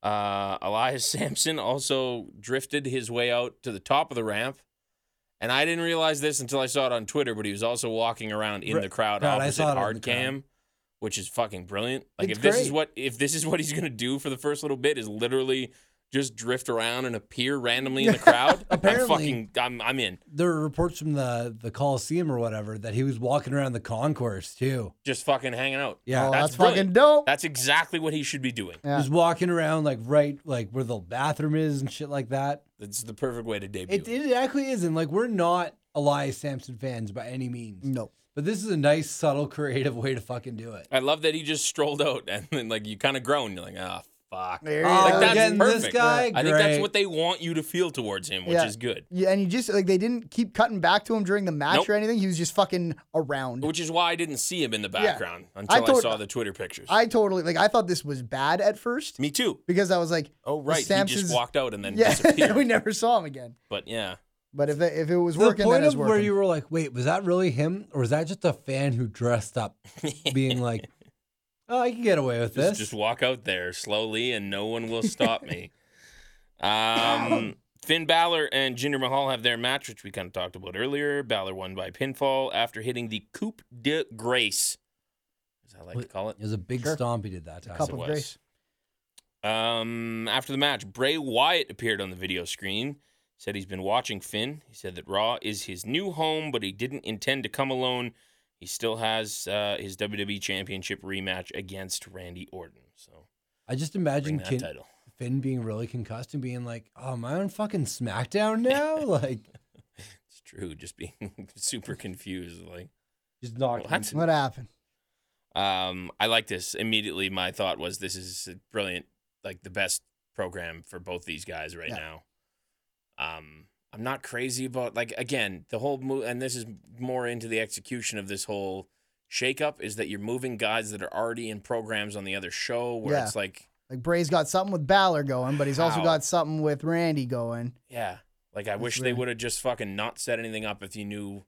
Speaker 1: Uh, Elias (laughs) Sampson also drifted his way out to the top of the ramp. And I didn't realize this until I saw it on Twitter, but he was also walking around in
Speaker 2: Right.
Speaker 1: the crowd
Speaker 2: Right, I
Speaker 1: opposite
Speaker 2: saw it in the
Speaker 1: hard
Speaker 2: crowd.
Speaker 1: cam, which is fucking brilliant. Like
Speaker 2: It's
Speaker 1: if this is
Speaker 2: great.
Speaker 1: what if this is what he's gonna do for the first little bit is literally just drift around and appear randomly in
Speaker 2: (laughs)
Speaker 1: the crowd. I'm
Speaker 2: Apparently.
Speaker 1: fucking I'm I'm in.
Speaker 2: There were reports from the the Coliseum or whatever that he was walking around the concourse too.
Speaker 1: Just fucking hanging out.
Speaker 2: Yeah.
Speaker 3: (laughs) Oh,
Speaker 1: That's
Speaker 3: that's,
Speaker 1: brilliant.
Speaker 3: fucking dope.
Speaker 1: That's exactly what he should be doing.
Speaker 3: Yeah.
Speaker 2: Just walking around like right like where the bathroom is and shit like that.
Speaker 1: That's the perfect way to debut.
Speaker 2: It, it actually isn't. Like we're not Elias Sampson fans by any means.
Speaker 3: no.
Speaker 2: But this is a nice, subtle, creative way to fucking do it.
Speaker 1: I love that he just strolled out and then like you kind of groan. You're like, ah, fuck.
Speaker 3: There
Speaker 2: Oh,
Speaker 3: you
Speaker 1: Like
Speaker 3: go.
Speaker 2: we're
Speaker 1: that's
Speaker 2: getting this
Speaker 1: perfect.
Speaker 2: guy.
Speaker 1: I think that's
Speaker 2: Great.
Speaker 1: what they want you to feel towards him, which
Speaker 3: Yeah.
Speaker 1: is good.
Speaker 3: Yeah, and you just like they didn't keep cutting back to him during the match
Speaker 1: Nope.
Speaker 3: or anything. He was just fucking around.
Speaker 1: Which is why I didn't see him in the background until
Speaker 3: I
Speaker 1: I,
Speaker 3: told-
Speaker 1: saw the Twitter pictures.
Speaker 3: I totally like. I thought this was bad at first
Speaker 1: Me too.
Speaker 3: because I was like,
Speaker 1: Oh right, he
Speaker 3: Samson's-
Speaker 1: just walked out and then
Speaker 3: yeah, (laughs)
Speaker 1: disappeared.
Speaker 3: we never saw him again.
Speaker 1: But yeah,
Speaker 3: But if it, if it was
Speaker 2: To the
Speaker 3: working, then
Speaker 2: point
Speaker 3: it was
Speaker 2: of where
Speaker 3: working.
Speaker 2: you were like, wait, was that really him, or was that just a fan who dressed
Speaker 1: (laughs)
Speaker 2: up, being like, oh, I can get away with
Speaker 1: just,
Speaker 2: this?
Speaker 1: just walk out there slowly, and no one
Speaker 2: (laughs)
Speaker 1: will stop me. Um, Finn Balor and Jinder Mahal have their match, which we kind of talked about earlier. Balor won by pinfall after hitting the Coupe de Grace, as I like to call it.
Speaker 2: It was a big
Speaker 3: Sure.
Speaker 2: stomp he did that time.
Speaker 3: Cup
Speaker 1: it
Speaker 3: of
Speaker 1: was.
Speaker 3: grace.
Speaker 1: Um, after the match, Bray Wyatt appeared on the video screen. Said he's been watching Finn. He said that Raw is his new home, but he didn't intend to come alone. He still has uh, his WWE Championship rematch against Randy Orton. So
Speaker 2: I just
Speaker 1: bring
Speaker 2: imagine
Speaker 1: that
Speaker 2: Kin-
Speaker 1: title.
Speaker 2: Finn being really concussed and being like, "Oh, am I on fucking SmackDown
Speaker 3: (laughs)
Speaker 2: now?" like,
Speaker 1: It's true. Just being (laughs) super confused. Like,
Speaker 2: just knocked.
Speaker 1: What?
Speaker 3: What happened?
Speaker 1: um, I like this immediately. My thought was this is a brilliant, like the best program for both these guys right
Speaker 3: Yeah.
Speaker 1: now. Um, I'm not crazy about like again the whole move, and this is more into the execution of this whole shakeup is that you're moving guys that are already in programs on the other show where
Speaker 3: Yeah.
Speaker 1: it's like,
Speaker 3: Like Bray's got something with Balor going, but he's also
Speaker 1: How?
Speaker 3: got something with Randy going.
Speaker 1: yeah, like I wish they
Speaker 3: weird.
Speaker 1: would have just fucking not set anything up if you knew.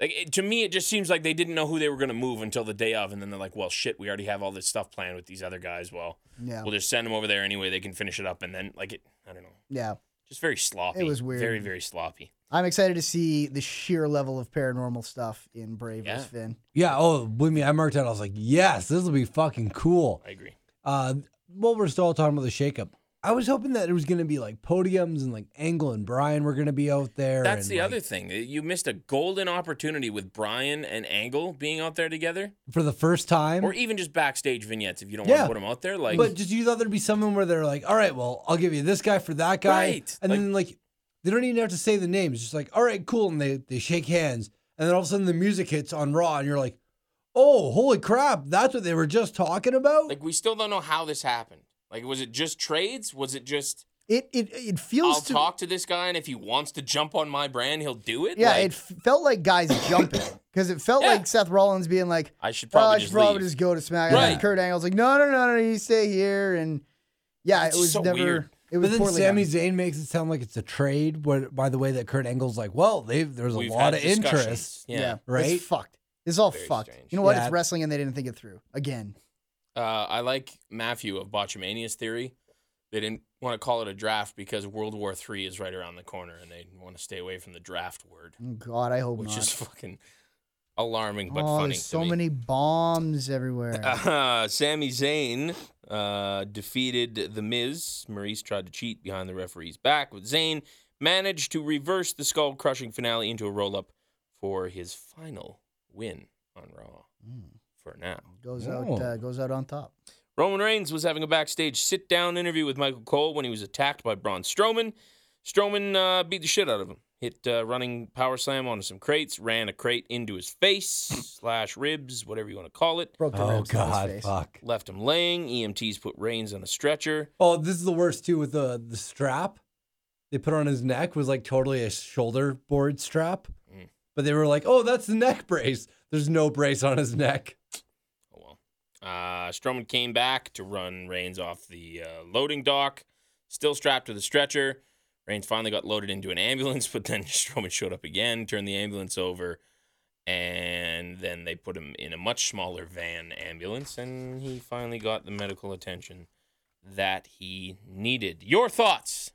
Speaker 1: Like it, to me, it just seems like they didn't know who they were gonna move until the day of, and then they're like, "Well, shit, we already have all this stuff planned with these other guys." Well,
Speaker 3: Yeah,
Speaker 1: we'll just send them over there anyway. They can finish it up, and then like it, I don't know,
Speaker 3: yeah.
Speaker 1: just very sloppy.
Speaker 3: It was weird.
Speaker 1: Very very sloppy.
Speaker 3: I'm excited to see the sheer level of paranormal stuff in Bray versus
Speaker 1: Yeah.
Speaker 3: Finn.
Speaker 2: Yeah. Oh, believe me, I marked out. I was like, "Yes, this will be fucking cool."
Speaker 1: I agree.
Speaker 2: Uh, well, we're still talking about the shakeup. I was hoping that it was going to be like podiums and like Angle and Brian were going to be out there.
Speaker 1: That's
Speaker 2: and,
Speaker 1: the
Speaker 2: like,
Speaker 1: other thing. You missed a golden opportunity with Brian and Angle being out there together,
Speaker 2: for the first
Speaker 3: Mm-hmm.
Speaker 2: time.
Speaker 1: or even just backstage vignettes if you don't
Speaker 2: Yeah.
Speaker 1: want to put them out there. Like,
Speaker 2: but just you thought there'd be someone where they're like, "All right, well, I'll give you this guy for that guy,"
Speaker 1: Right,
Speaker 2: and
Speaker 1: like-
Speaker 2: then like they don't even have to say the names. Just like, "All right, cool," and they they shake hands, and then all of a sudden the music hits on Raw, and you're like, "Oh, holy crap! That's what they were just talking about."
Speaker 1: like we still don't know how this happened. Like, was it just trades? Was it just
Speaker 3: It it it feels
Speaker 1: I'll
Speaker 3: to
Speaker 1: talk to this guy, and if he wants to jump on my brand, he'll do it?
Speaker 3: yeah.
Speaker 1: Like,
Speaker 3: it f- felt
Speaker 1: (coughs)
Speaker 3: like guys jumping because it felt
Speaker 1: Yeah.
Speaker 3: like Seth Rollins being like,
Speaker 1: I should
Speaker 3: "Oh,
Speaker 1: probably
Speaker 3: I should
Speaker 1: just
Speaker 3: probably
Speaker 1: leave.
Speaker 3: just go to SmackDown."
Speaker 1: Right.
Speaker 3: And Kurt Angle's like, "No, no, no, no, you stay here." And yeah,
Speaker 1: It's
Speaker 3: it
Speaker 1: just
Speaker 3: was
Speaker 1: so
Speaker 3: never.
Speaker 1: weird.
Speaker 3: It was
Speaker 2: But then
Speaker 3: poorly
Speaker 2: Sami
Speaker 3: done.
Speaker 2: Zayn makes it sound like it's a trade. What by the way that Kurt Angle's like, well, they there's a
Speaker 1: We've
Speaker 2: lot
Speaker 1: had
Speaker 2: of
Speaker 1: discussions.
Speaker 2: interest.
Speaker 1: Yeah.
Speaker 2: right?
Speaker 3: It's fucked. It's all
Speaker 1: Very
Speaker 3: fucked.
Speaker 1: strange.
Speaker 3: You know what?
Speaker 2: Yeah.
Speaker 3: It's wrestling, and they didn't think it through again.
Speaker 1: Uh, I like Matthew of Botchamania's theory. They didn't want to call it a draft because World War III is right around the corner, and they want to stay away from the draft word,
Speaker 3: Oh, God, I hope
Speaker 1: which
Speaker 3: not.
Speaker 1: is (laughs) fucking alarming but
Speaker 3: oh,
Speaker 1: funny.
Speaker 3: there's
Speaker 1: to
Speaker 3: so
Speaker 1: me.
Speaker 3: many bombs everywhere.
Speaker 1: (laughs) Uh, Sami Zayn uh, defeated The Miz. Maurice tried to cheat behind the referee's back, but Zayn managed to reverse the skull crushing finale into a roll up for his final win on Raw for now.
Speaker 3: goes
Speaker 2: Oh.
Speaker 3: out. Uh, goes out on top.
Speaker 1: Roman Reigns was having a backstage sit down interview with Michael Cole when he was attacked by Braun Strowman. Strowman uh, beat the shit out of him, hit uh, running power slam onto some crates, ran a crate into his face, slash ribs, whatever you want to call it.
Speaker 3: Broke the
Speaker 2: Oh
Speaker 3: ribs on his
Speaker 2: God,
Speaker 3: face.
Speaker 2: fuck.
Speaker 1: Left him laying. EMTs put Reigns on a stretcher.
Speaker 2: Oh, this is the worst too with the the strap they put on his neck was like totally a shoulder board strap.
Speaker 1: Mm.
Speaker 2: But they were like, "Oh, that's the neck brace. There's no brace on his neck."
Speaker 1: Oh well. Uh, Strowman came back to run Reigns off the uh, loading dock, still strapped to the stretcher. Reigns finally got loaded into an (laughs) ambulance, but then Strowman showed up again, turned the ambulance over, and then they put him in a much smaller van ambulance, and he finally got the medical attention that he needed. Your thoughts?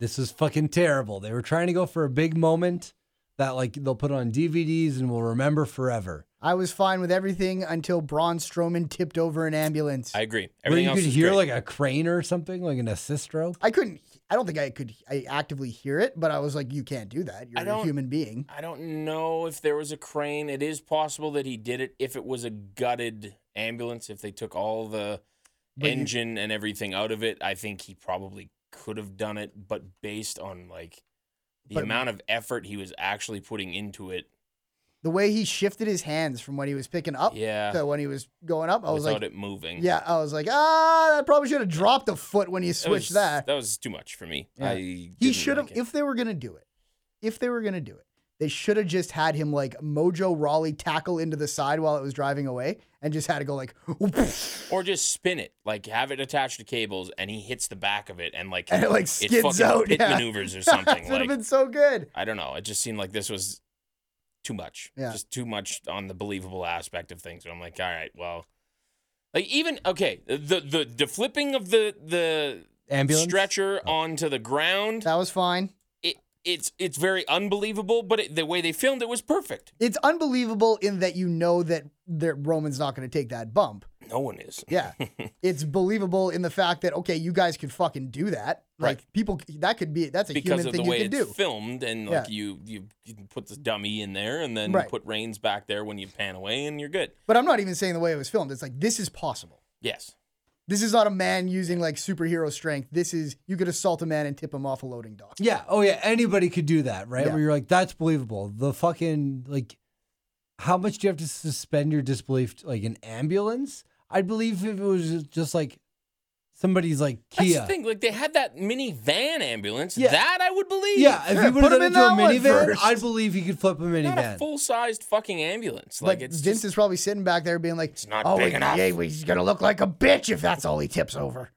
Speaker 2: This is fucking terrible. They were trying to go for a big moment that like they'll put on DVDs and we'll remember forever.
Speaker 3: I was fine with everything until Braun Strowman tipped over an ambulance.
Speaker 1: I agree.
Speaker 2: Where
Speaker 1: Everything
Speaker 2: you
Speaker 1: else
Speaker 2: could
Speaker 1: is
Speaker 2: hear
Speaker 1: great.
Speaker 2: like a crane or something, like an assist stroke.
Speaker 3: I couldn't. I don't think I could. I actively hear it, but I was like, "You can't do that.
Speaker 1: I
Speaker 3: You're a
Speaker 1: don't-
Speaker 3: human being."
Speaker 1: I don't know if there was a crane. It is possible that he did it if it was a gutted ambulance, if they took all the
Speaker 3: But you-
Speaker 1: engine and everything out of it. I think he probably could have done it, but based on like the
Speaker 3: But-
Speaker 1: amount of effort he was actually putting into it,
Speaker 3: The way he shifted his hands from when he was picking up
Speaker 1: Yeah.
Speaker 3: to when he was going up, I was
Speaker 1: without
Speaker 3: like,
Speaker 1: it moving.
Speaker 3: yeah, I was like, ah, I probably should have dropped a foot when you
Speaker 1: That was-
Speaker 3: switched that.
Speaker 1: That was too much for me. I
Speaker 3: He
Speaker 1: didn't
Speaker 3: should have,
Speaker 1: like it.
Speaker 3: if they were gonna do it, if they were gonna do it, they should have just had him like Mojo Raleigh tackle into the side while it was driving away, and just had to go like, (laughs)
Speaker 1: or just spin it, like have it attached to cables, and he hits the back of it, and like
Speaker 3: (laughs) and it like skids
Speaker 1: fucking
Speaker 3: out.
Speaker 1: pit
Speaker 3: yeah.
Speaker 1: maneuvers or something.
Speaker 3: (laughs) That would
Speaker 1: like
Speaker 3: have been so good.
Speaker 1: I don't know. It just seemed like this was too much.
Speaker 3: Yeah.
Speaker 1: Just too much on the believable aspect of things. And I'm like, all right, well, like even okay, the the the flipping of the the
Speaker 2: Ambulance.
Speaker 1: stretcher onto the ground,
Speaker 3: That was fine.
Speaker 1: it it's it's very unbelievable, but it, the way they filmed it was perfect.
Speaker 3: It's unbelievable in that you know that that Roman's not going to take that bump.
Speaker 1: No one is. (laughs)
Speaker 3: Yeah, it's believable in the fact that okay, you guys could fucking do that. Like
Speaker 1: Right.
Speaker 3: people, that could be that's a
Speaker 1: because
Speaker 3: human
Speaker 1: of the
Speaker 3: thing you
Speaker 1: way
Speaker 3: could
Speaker 1: it's
Speaker 3: do.
Speaker 1: filmed and like you, you you can put the dummy in there and then
Speaker 3: Right.
Speaker 1: put reins back there when you pan away and you're good.
Speaker 3: but I'm not even saying the way it was filmed. It's like this is possible.
Speaker 1: Yes.
Speaker 3: This is not a man using like superhero strength. This is you could assault a man and tip him off a loading dock.
Speaker 2: Yeah. Oh yeah. Anybody could do that, right?
Speaker 3: Yeah.
Speaker 2: Where you're like, that's believable. The fucking like, how much do you have to suspend your disbelief? Like an ambulance? I'd believe if it was just like somebody's like
Speaker 1: That's
Speaker 2: Kia.
Speaker 1: the thing. Like they had that mini van ambulance.
Speaker 2: Yeah.
Speaker 1: That I would believe.
Speaker 2: Yeah, if
Speaker 3: Yeah,
Speaker 2: you would have
Speaker 3: put
Speaker 2: done
Speaker 3: him
Speaker 2: it to a
Speaker 3: in that one
Speaker 2: minivan,
Speaker 3: first.
Speaker 2: I'd believe you could flip a
Speaker 1: not
Speaker 2: minivan.
Speaker 1: a full sized fucking ambulance.
Speaker 3: Like
Speaker 1: Like it's
Speaker 3: Vince
Speaker 1: just,
Speaker 3: is probably sitting back there being like,
Speaker 1: It's not
Speaker 3: oh,
Speaker 1: big
Speaker 3: he-
Speaker 1: enough."
Speaker 3: yeah, he's gonna look like a bitch if that's all he tips over.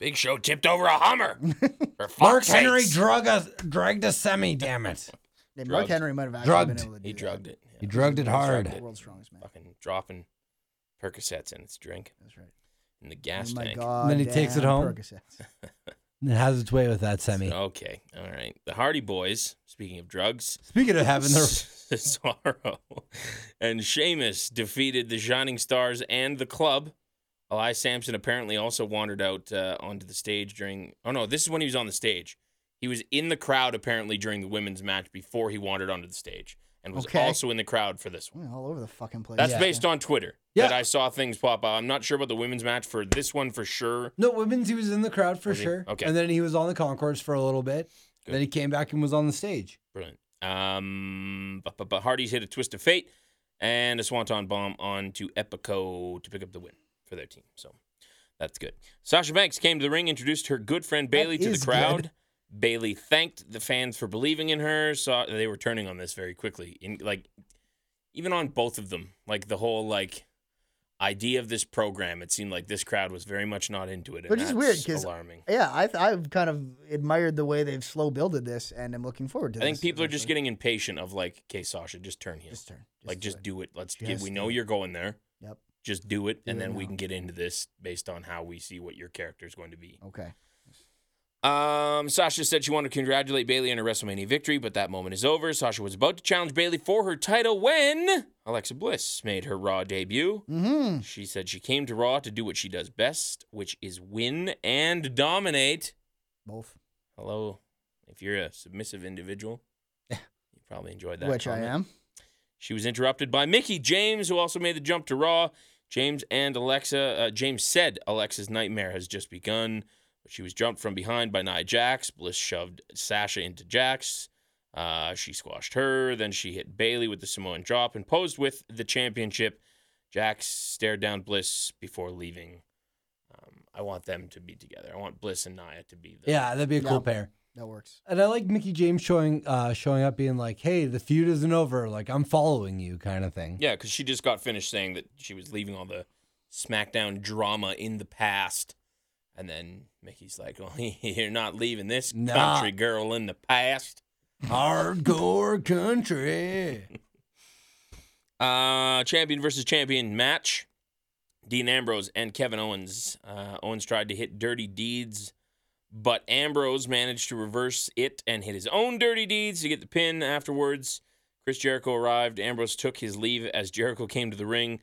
Speaker 1: Big Show tipped over a Hummer.
Speaker 2: (laughs)
Speaker 1: For fuck's
Speaker 2: Mark Henry
Speaker 1: sakes.
Speaker 2: drug us, dragged a semi. Damn it!
Speaker 3: Yeah, Mark
Speaker 1: Drugged.
Speaker 3: Henry might have actually
Speaker 2: Drugged.
Speaker 3: been able to do
Speaker 1: he
Speaker 3: that.
Speaker 1: drugged it.
Speaker 2: He
Speaker 1: Yeah.
Speaker 2: drugged it
Speaker 1: drugged
Speaker 2: hard.
Speaker 1: it.
Speaker 3: World's strongest man.
Speaker 1: Fucking dropping Percocets in its drink
Speaker 3: That's right.
Speaker 1: in the gas
Speaker 3: oh my
Speaker 1: tank.
Speaker 3: god.
Speaker 2: then he takes it home? And it has its way with that semi.
Speaker 1: Okay, all right. The Hardy Boys. Speaking of drugs,
Speaker 2: Speaking of having
Speaker 1: (laughs)
Speaker 2: their
Speaker 1: Cesaro and Sheamus defeated the Shining Stars and the club. Eli Sampson apparently also wandered out uh, onto the stage during. Oh no, this is when he was on the stage. He was in the crowd apparently during the women's match before he wandered onto the stage, and was
Speaker 3: Okay.
Speaker 1: also in the crowd for this one.
Speaker 3: All over the fucking place.
Speaker 1: That's
Speaker 2: Yeah.
Speaker 1: based on Twitter that
Speaker 2: Yeah.
Speaker 1: I saw things pop up. I'm not sure about the women's match for this one for sure.
Speaker 2: (laughs) no women's, he was in the crowd for
Speaker 1: Was he?
Speaker 2: sure.
Speaker 1: Okay.
Speaker 2: And then he was on the concourse for a little bit.
Speaker 1: Good.
Speaker 2: Then he came back and was on the stage.
Speaker 1: Brilliant. Um, but, but, but Hardy's hit a twist of fate and a swanton bomb onto Epico to pick up the win for their team. So that's good. Sasha Banks came to the ring, introduced her good friend Bailey to the
Speaker 3: is
Speaker 1: crowd. Bailey thanked the fans for believing in her. Saw they were turning on this very quickly. In like even on both of them, like the whole like idea of this program, it seemed like this crowd was very much not into it. and
Speaker 3: Which is weird,
Speaker 1: that's
Speaker 3: 'cause
Speaker 1: alarming.
Speaker 3: Yeah, I th- I've kind of admired the way they've slow builded this, and I'm looking forward
Speaker 1: I
Speaker 3: to this.
Speaker 1: think people are just
Speaker 3: eventually.
Speaker 1: getting impatient of like, okay, Sasha, just turn here.
Speaker 3: Just turn.
Speaker 1: like
Speaker 3: do
Speaker 1: just
Speaker 3: it.
Speaker 1: do it. Let's get.
Speaker 3: Just
Speaker 1: We
Speaker 3: do
Speaker 1: know
Speaker 3: it.
Speaker 1: you're going there.
Speaker 3: Yep.
Speaker 1: Just do it, and
Speaker 3: it
Speaker 1: then we
Speaker 3: now.
Speaker 1: can get into this based on how we see what your character is going to be.
Speaker 3: Okay.
Speaker 1: Um, Sasha said she wanted to congratulate Bailey on her WrestleMania victory, but that moment is over. Sasha was about to challenge Bailey for her title when Alexa Bliss made her Raw debut.
Speaker 3: Mm-hmm.
Speaker 1: She said she came to Raw to do what she does best, which is win and dominate.
Speaker 3: Both.
Speaker 1: Hello, if you're a submissive
Speaker 3: (laughs)
Speaker 1: individual, you probably enjoyed that.
Speaker 3: Which I
Speaker 1: comment.
Speaker 3: am.
Speaker 1: She was interrupted by Mickey James, who also made the jump to Raw. James and Alexa, uh, James said Alexa's nightmare has just begun. But she was jumped from behind by Nia Jax. Bliss shoved Sasha into Jax. Uh, she squashed her. Then she hit Bailey with the Samoan drop and posed with the championship. Jax stared down Bliss before leaving. Um, I want them to be together. I want Bliss and Nia to be the
Speaker 2: Yeah, that'd be a
Speaker 3: Yeah.
Speaker 2: cool pair.
Speaker 3: That works.
Speaker 2: And I like Mickey James showing uh, showing up, being like, "Hey, the feud isn't over. Like I'm following you," kind of thing.
Speaker 1: Yeah, because she just got finished saying that she was leaving all the SmackDown drama in the past. And then Mickey's like, well, (laughs) you're not leaving this
Speaker 2: Nah.
Speaker 1: country girl in the past.
Speaker 2: Hardcore country.
Speaker 1: Uh, champion versus champion match. Dean Ambrose and Kevin Owens. Uh, Owens tried to hit dirty deeds, but Ambrose managed to reverse it and hit his own dirty deeds to get the pin afterwards. Chris Jericho arrived. Ambrose took his leave as Jericho came to the ring.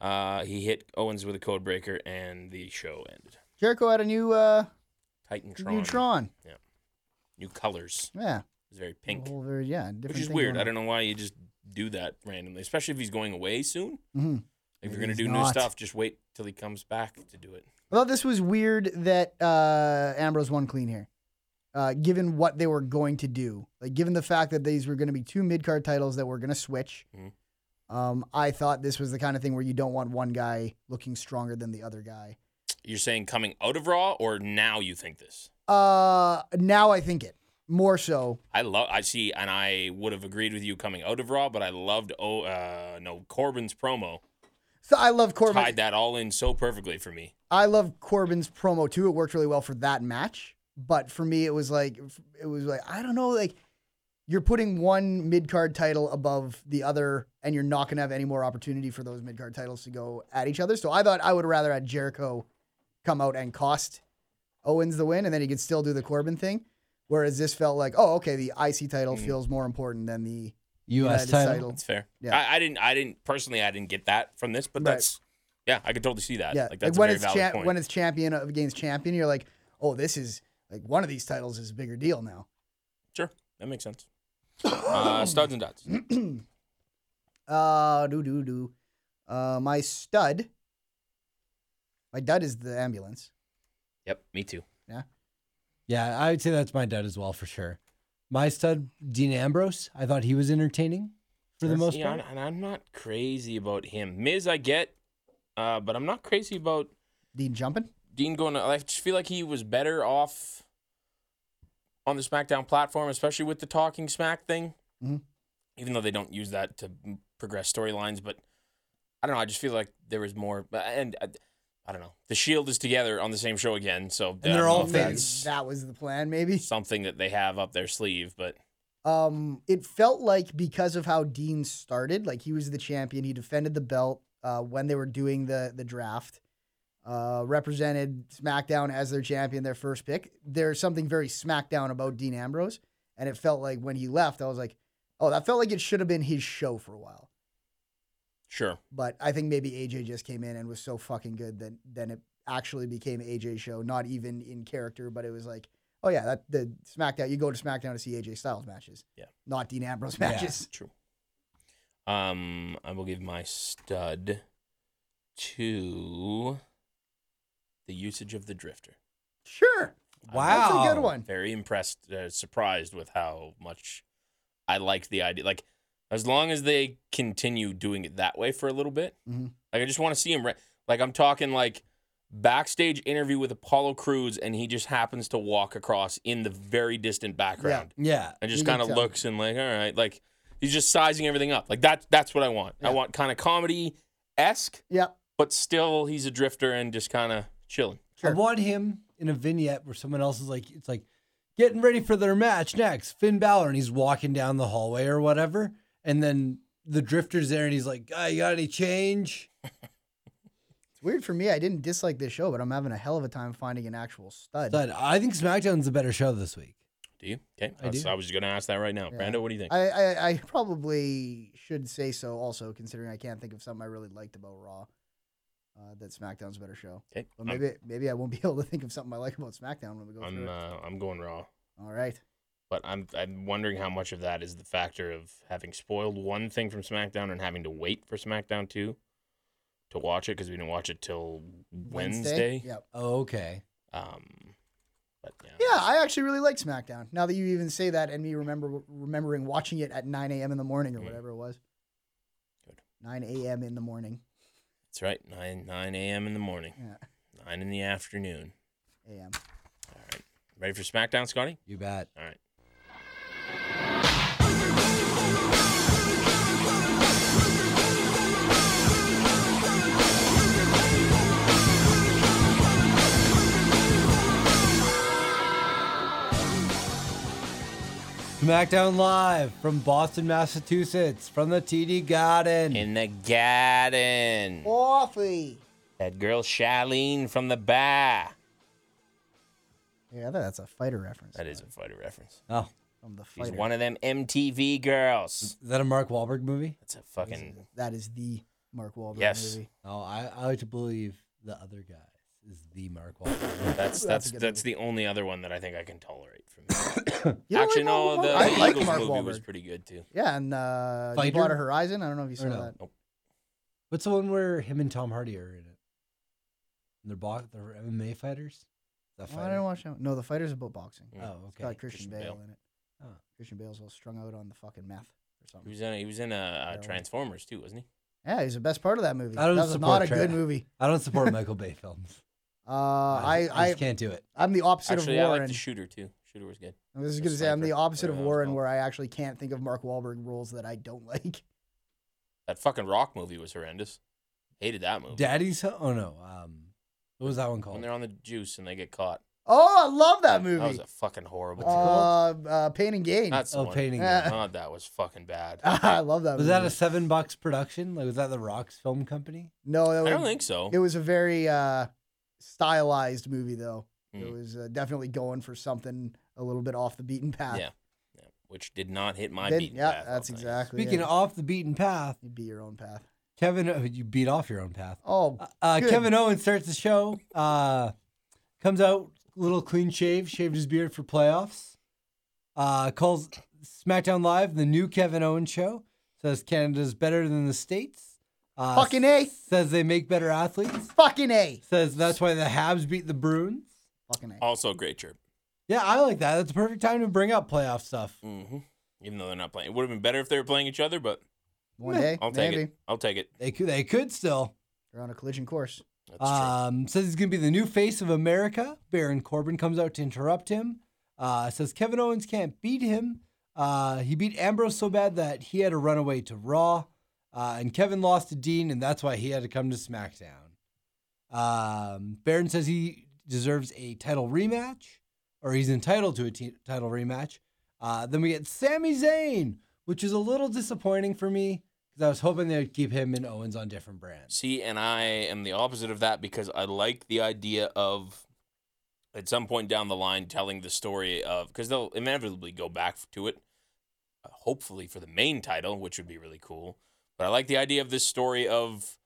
Speaker 1: Uh, he hit Owens with a code breaker, and the show ended.
Speaker 3: Jericho had a new uh
Speaker 1: Titan Tron.
Speaker 3: new Tron.
Speaker 1: New colors.
Speaker 3: Yeah.
Speaker 1: It was very pink,
Speaker 3: Whole very- yeah. Different
Speaker 1: which is
Speaker 3: thing
Speaker 1: weird.
Speaker 3: going
Speaker 1: I
Speaker 3: on.
Speaker 1: don't know why you just do that randomly, especially if he's going away soon.
Speaker 3: Mhm.
Speaker 1: If you're
Speaker 3: Maybe
Speaker 1: gonna
Speaker 3: he's
Speaker 1: do new
Speaker 3: not.
Speaker 1: stuff, just wait till he comes back to do it.
Speaker 3: I thought this was weird that uh, Ambrose won clean here, uh, given what they were going to do. Like, given the fact that these were going to be two mid card titles that were going to switch.
Speaker 1: Mhm.
Speaker 3: Um, I thought this was the kind of thing where you don't want one guy looking stronger than the other guy.
Speaker 1: You're saying coming out of Raw, or now you think this?
Speaker 3: Uh, now I think it more so.
Speaker 1: I love. I see, and I would have agreed with you coming out of Raw, but I loved. Oh, uh, no, Corbin's promo
Speaker 3: So I love
Speaker 1: tied
Speaker 3: Corbin.
Speaker 1: that all in so perfectly for me.
Speaker 3: I love Corbin's promo too. It worked really well for that match, but for me, it was like it was like I don't know, like you're putting one mid card title above the other, and you're not gonna have any more opportunity for those mid card titles to go at each other. So I thought I would rather had Jericho come out and cost Owens the win, and then he could still do the Corbin thing. Whereas this felt like, oh, okay, the IC title feels more important than the
Speaker 2: U.S.
Speaker 3: United
Speaker 2: title.
Speaker 3: title.
Speaker 1: That's fair.
Speaker 3: Yeah.
Speaker 1: I, I didn't. I didn't personally. I didn't get that from this, but
Speaker 3: Right.
Speaker 1: that's. Yeah, I could totally see that.
Speaker 3: Yeah,
Speaker 1: like that's
Speaker 3: when
Speaker 1: a very
Speaker 3: it's
Speaker 1: valid
Speaker 3: cha-
Speaker 1: point.
Speaker 3: when it's champion against champion, you're like, oh, this is like one of these titles is a bigger deal now. (clears throat)
Speaker 1: sure, that makes
Speaker 3: (coughs)
Speaker 1: sense. uh, studs and dots.
Speaker 3: Uh, do do do. Uh, my stud. My dud is the ambulance.
Speaker 1: Yep, me too.
Speaker 2: Yeah, I would say that's my dud as well for sure. My stud, Dean Ambrose. I thought he was entertaining for the most
Speaker 1: See,
Speaker 2: part.
Speaker 1: I'm- and I'm not crazy about him. Miz, I get, uh, but I'm not crazy about
Speaker 3: Dean jumping.
Speaker 1: Dean going. To, I just feel like he was better off on the SmackDown platform, especially with the talking smack thing.
Speaker 3: Mhm.
Speaker 1: Even though they don't use that to m- progress storylines, but I don't know. I just feel like there was more. but- And uh, I don't know. The Shield is together on the same show again, so I don't
Speaker 2: they're
Speaker 1: know
Speaker 2: all
Speaker 1: if
Speaker 3: Maybe
Speaker 1: that's
Speaker 3: That was the plan, maybe.
Speaker 1: Something that they have up their sleeve, but
Speaker 3: Um, it felt like because of how Dean started, like he was the champion. He defended the belt uh, when they were doing the the draft. Uh, represented SmackDown as their champion, their first pick. There's something very SmackDown about Dean Ambrose, and it felt like when he left, I was like, oh, that felt like it should have been his show for a while.
Speaker 1: sure.
Speaker 3: but I think maybe AJ just came in and was so fucking good that then it actually became AJ show, not even in character, but it was like, oh yeah, that the SmackDown. You go to SmackDown to see AJ Styles matches,
Speaker 1: Yeah.
Speaker 3: not Dean Ambrose
Speaker 2: Yeah.
Speaker 3: matches. (laughs)
Speaker 1: True. Um, I will give my stud to the usage of the drifter.
Speaker 3: Sure,
Speaker 2: wow,
Speaker 3: that's a good one.
Speaker 1: Very impressed, uh, surprised with how much I liked the idea. Like, as long as they continue doing it that way for a little bit,
Speaker 3: Mhm.
Speaker 1: like I just want to see him. Re- like I'm talking like backstage interview with Apollo Cruz, and he just happens to walk across in the very distant background
Speaker 2: Yeah,
Speaker 1: and
Speaker 3: You
Speaker 1: just
Speaker 3: can
Speaker 1: kind of
Speaker 3: tell.
Speaker 1: looks and like, all right, like he's just sizing everything up. Like that, that's what I want. I
Speaker 3: Yeah.
Speaker 1: want kind of comedy esque,
Speaker 3: Yep.
Speaker 1: but still he's a drifter and just kind of chilling.
Speaker 3: Sure.
Speaker 2: I want him in a vignette where someone else is like, it's like getting ready for their match next, Finn Balor, and he's walking down the hallway or whatever, and then the drifter's there, and he's like, "Guy, you got any change?"
Speaker 3: It's weird for me. I didn't dislike this show, but I'm having a hell of a time finding an actual stud.
Speaker 2: But I think SmackDown's the better show this week.
Speaker 1: Do you? Okay,
Speaker 2: I
Speaker 1: That's-
Speaker 2: do.
Speaker 1: I was going to ask that right now.
Speaker 3: Yeah.
Speaker 1: Brando, what do you think?
Speaker 3: I, I I probably should say so also, considering I can't think of something I really liked about Raw. Uh, that SmackDown's a better show.
Speaker 1: okay,
Speaker 3: But
Speaker 1: I'm-
Speaker 3: maybe maybe I won't be (laughs) able to think of something I like about SmackDown when we go
Speaker 1: I'm
Speaker 3: through. it.
Speaker 1: uh, I'm going raw,
Speaker 3: All right.
Speaker 1: but I'm I'm wondering how much of that is the factor of having spoiled one thing from SmackDown and having to wait for SmackDown two to watch it because we didn't watch it till Wednesday.
Speaker 3: Yep.
Speaker 2: Oh, okay.
Speaker 1: Um, but yeah,
Speaker 3: Yeah, I actually really like SmackDown. Now that you even say that, and me remember remembering watching it at 9 a.m. in the morning or
Speaker 1: Mm.
Speaker 3: whatever it was.
Speaker 1: Good.
Speaker 3: 9 a.m. in the morning.
Speaker 1: that's right. Nine nine a.m. in the morning,
Speaker 3: Yeah.
Speaker 1: nine in the afternoon.
Speaker 3: A.m.
Speaker 1: All right, ready for SmackDown, Scotty?
Speaker 2: You bet.
Speaker 1: All right.
Speaker 2: SmackDown Live from Boston, Massachusetts, from the TD Garden.
Speaker 1: In the garden,
Speaker 3: Coffee.
Speaker 1: that girl Charlene from the bar.
Speaker 3: Yeah, that- that's a fighter reference.
Speaker 1: That is a fighter reference.
Speaker 2: oh,
Speaker 3: From the
Speaker 1: She's
Speaker 3: fighter.
Speaker 1: one of them MTV girls.
Speaker 2: is that a Mark Wahlberg movie?
Speaker 1: That's a fucking
Speaker 3: That is the Mark Wahlberg
Speaker 1: Yes.
Speaker 3: movie.
Speaker 2: Oh, I, I like to believe the other guy is the Mark Wahlberg.
Speaker 1: That's
Speaker 3: That's
Speaker 1: that's
Speaker 3: a good
Speaker 1: that's the only other one that I think I can tolerate from. him.
Speaker 3: You don't
Speaker 1: Actually,
Speaker 3: like Mark
Speaker 1: no, the,
Speaker 3: Wahlberg?
Speaker 1: the
Speaker 3: I like
Speaker 1: Eagles
Speaker 3: Mark
Speaker 1: movie
Speaker 3: Wahlberg.
Speaker 1: was pretty good too.
Speaker 3: Yeah, and uh,
Speaker 2: Fighter?
Speaker 3: Deepwater Horizon. I don't know if you saw
Speaker 2: Or no.
Speaker 3: that.
Speaker 2: (laughs) What's the one where him and Tom Hardy are in it? And they're bo- they're MMA fighters. That
Speaker 3: Oh, I
Speaker 2: fighter?
Speaker 3: didn't watch that. one. No, the fighter's about boxing.
Speaker 1: Yeah.
Speaker 2: Oh,
Speaker 3: It's got
Speaker 2: okay.
Speaker 3: Christian,
Speaker 1: Mm, Christian
Speaker 3: Bale,
Speaker 1: Bale.
Speaker 3: in it.
Speaker 2: Oh.
Speaker 3: Christian Bale's all strung out on the fucking meth or
Speaker 1: He
Speaker 3: something.
Speaker 1: was in. He was in uh, uh, Transformers too, wasn't he?
Speaker 3: Yeah, he's the best part of that movie.
Speaker 2: I don't
Speaker 3: that was
Speaker 2: support
Speaker 3: not a
Speaker 2: Tra-
Speaker 3: good movie.
Speaker 2: I don't support Michael Bay films.
Speaker 3: (laughs) Uh, I,
Speaker 2: I
Speaker 3: I,
Speaker 2: just can't do it.
Speaker 3: I'm the opposite
Speaker 1: Actually,
Speaker 3: of
Speaker 1: I
Speaker 3: Warren.
Speaker 1: like the shooter too. Shooter was good.
Speaker 3: I was
Speaker 1: The
Speaker 3: going to say I'm the
Speaker 1: sniper,
Speaker 3: opposite
Speaker 1: whatever
Speaker 3: of
Speaker 1: that was
Speaker 3: Warren,
Speaker 1: called.
Speaker 3: where I actually can't think of Mark Wahlberg roles that I don't like. (laughs)
Speaker 1: That fucking rock movie was horrendous. Hated that movie.
Speaker 2: Daddy's. Ho- Oh no. Um, what was that one
Speaker 1: When
Speaker 2: called?
Speaker 1: they're on the juice and they get caught.
Speaker 3: Oh, I love that movie.
Speaker 1: That was a fucking horrible.
Speaker 2: What's it called?
Speaker 3: (laughs) uh, uh, Pain and Gain.
Speaker 1: That's the
Speaker 2: Oh,
Speaker 1: one.
Speaker 2: painting.
Speaker 3: Uh,
Speaker 2: Game.
Speaker 1: God, that was fucking bad.
Speaker 3: (laughs) I love that.
Speaker 2: was
Speaker 3: movie.
Speaker 2: that a seven bucks production? Like was that the Rocks Film Company?
Speaker 3: no? That
Speaker 1: I
Speaker 3: was,
Speaker 1: don't think so.
Speaker 3: It was a very uh, stylized movie, though. It
Speaker 1: Mm.
Speaker 3: was uh, definitely going for something a little bit off the beaten path.
Speaker 1: Yeah. Yeah. Which did not hit my
Speaker 3: Then-
Speaker 1: beat.
Speaker 3: yeah, that's exactly.
Speaker 2: Speaking
Speaker 3: it.
Speaker 2: of off the beaten path,
Speaker 3: You'd be your own path.
Speaker 2: Kevin, oh, you beat off your own path.
Speaker 3: Oh,
Speaker 2: Uh,
Speaker 3: Good.
Speaker 2: Kevin Owens starts the show. Uh, comes out little clean shave, shaved his beard for playoffs. Uh, calls SmackDown Live the new Kevin Owens show. Says Canada's better than the states. Uh,
Speaker 3: Fucking A.
Speaker 2: Says they make better athletes.
Speaker 3: fucking a.
Speaker 2: Says that's why the Habs beat the Bruins.
Speaker 3: Fucking a.
Speaker 1: Also, a great chirp.
Speaker 2: Yeah, I like that. That's the perfect time to bring up playoff stuff.
Speaker 1: hmm Even though they're not playing, it would have been better if they were playing each other. But
Speaker 3: One day,
Speaker 1: I'll take
Speaker 3: maybe
Speaker 1: it. I'll take it.
Speaker 2: They could, they could still.
Speaker 3: they're on a collision course.
Speaker 1: That's
Speaker 3: Uh,
Speaker 2: Um, says he's going to be the new face of America. Baron Corbin comes out to interrupt him. Uh, says Kevin Owens can't beat him. Uh, he beat Ambrose so bad that he had to run away to Raw. Uh, and Kevin lost to Dean, and that's why he had to come to SmackDown. Um, Baron says he deserves a title rematch, or he's entitled to a t- title rematch. Uh, then we get Sami Zayn, which is a little disappointing for me because I was hoping they would keep him and Owens on different
Speaker 1: true.
Speaker 2: brands.
Speaker 1: See, and I am the opposite of that because I like the idea of at some point down the line telling the story of because they'll inevitably go back to it, uh, hopefully for the main title, which would be really cool. But I like the idea of this story of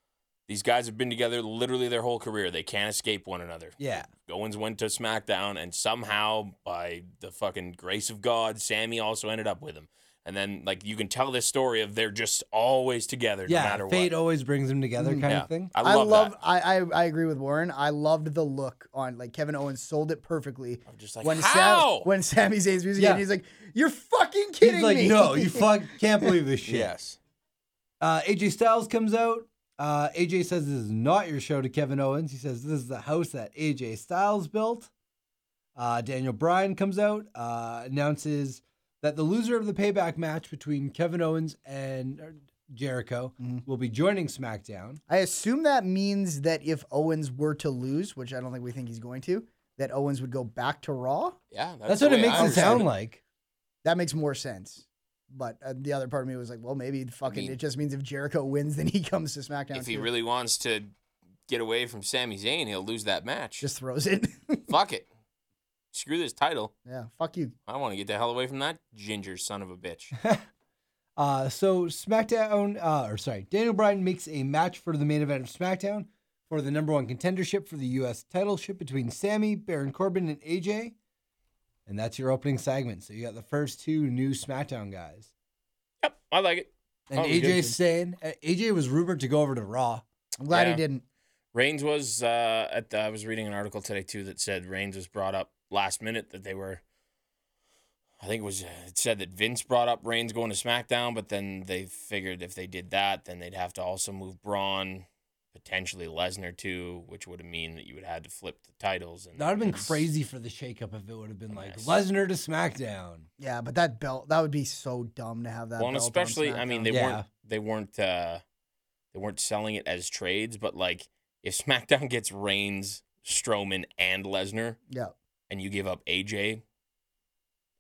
Speaker 1: these guys have been together literally their whole career. They can't escape one another.
Speaker 2: Yeah.
Speaker 1: Owens went to SmackDown, and somehow, by the fucking grace of God, Sammy also ended up with him. And then, like, you can tell this story of they're just always together,
Speaker 2: yeah,
Speaker 1: no matter
Speaker 2: fate
Speaker 1: what.
Speaker 2: always brings them together,
Speaker 3: Mm.
Speaker 2: kind
Speaker 1: yeah.
Speaker 2: of thing.
Speaker 1: I
Speaker 3: I
Speaker 1: love,
Speaker 3: love.
Speaker 1: that.
Speaker 3: I, I I agree with Warren. I loved the look on like Kevin Owens sold it perfectly.
Speaker 1: I'm just like,
Speaker 3: when
Speaker 1: how?
Speaker 3: Sam, when Sami Zayn's music,
Speaker 2: Yeah.
Speaker 3: and he's like, "You're fucking kidding
Speaker 2: He's like,
Speaker 3: me!"
Speaker 1: (laughs)
Speaker 2: no,
Speaker 3: (laughs)
Speaker 2: you fuck, can't believe this shit.
Speaker 1: yes.
Speaker 2: Uh, AJ Styles comes out. Uh, AJ says this is not your show to Kevin Owens. He says this is the house that AJ Styles built. Uh, Daniel Bryan comes out, uh, announces that the loser of the payback match between Kevin Owens and uh, Jericho
Speaker 1: Mm-hmm.
Speaker 2: will be joining SmackDown.
Speaker 3: I assume that means that if Owens were to lose, which I don't think we think he's going to, that Owens would go back to Raw.
Speaker 1: Yeah.
Speaker 2: That's,
Speaker 1: the
Speaker 2: what it
Speaker 1: way
Speaker 2: makes
Speaker 1: I
Speaker 2: it
Speaker 1: understood
Speaker 2: sound like.
Speaker 3: That makes more sense. But uh, the other part of me was like, well, maybe fucking
Speaker 1: mean-
Speaker 3: it just means if Jericho wins, then he comes to SmackDown.
Speaker 1: If he
Speaker 3: too.
Speaker 1: really wants to get away from Sami Zayn, he'll lose that match.
Speaker 3: just throws it, (laughs)
Speaker 1: fuck it. Screw this title.
Speaker 3: yeah, fuck you.
Speaker 1: I want to get the hell away from that ginger son of a bitch.
Speaker 2: Uh, so SmackDown, uh, or sorry, Daniel Bryan makes a match for the main event of SmackDown for the number one contendership for the U.S. title ship between Sammy, Baron Corbin, and AJ. And that's your opening segment. So you got the first two new SmackDown guys.
Speaker 1: (laughs) yep. I like it.
Speaker 2: And
Speaker 1: Oh,
Speaker 2: AJ's
Speaker 1: good.
Speaker 2: saying, uh, AJ was rumored to go over to Raw.
Speaker 3: I'm glad
Speaker 1: Yeah.
Speaker 3: he didn't.
Speaker 1: Reigns was uh, at the, I was reading an article today too that said Reigns was brought up last minute that they were I think it was it said that Vince brought up Reigns going to SmackDown, but then they figured if they did that, then they'd have to also move Braun, potentially Lesnar too, which would mean that you would have to flip the titles. And
Speaker 2: That would have been
Speaker 1: it's-
Speaker 2: crazy for the shakeup if it would have been like
Speaker 1: Yes.
Speaker 2: Lesnar to SmackDown.
Speaker 3: Yeah, but that belt, that would be so dumb to have that.
Speaker 1: Well, and
Speaker 3: belt on
Speaker 1: especially I mean
Speaker 3: SmackDown.
Speaker 1: they
Speaker 2: Yeah.
Speaker 1: weren't they weren't uh, they weren't selling it as trades, but like if (laughs) SmackDown gets Reigns, Strowman, and Lesnar,
Speaker 3: yeah.
Speaker 1: and you give up AJ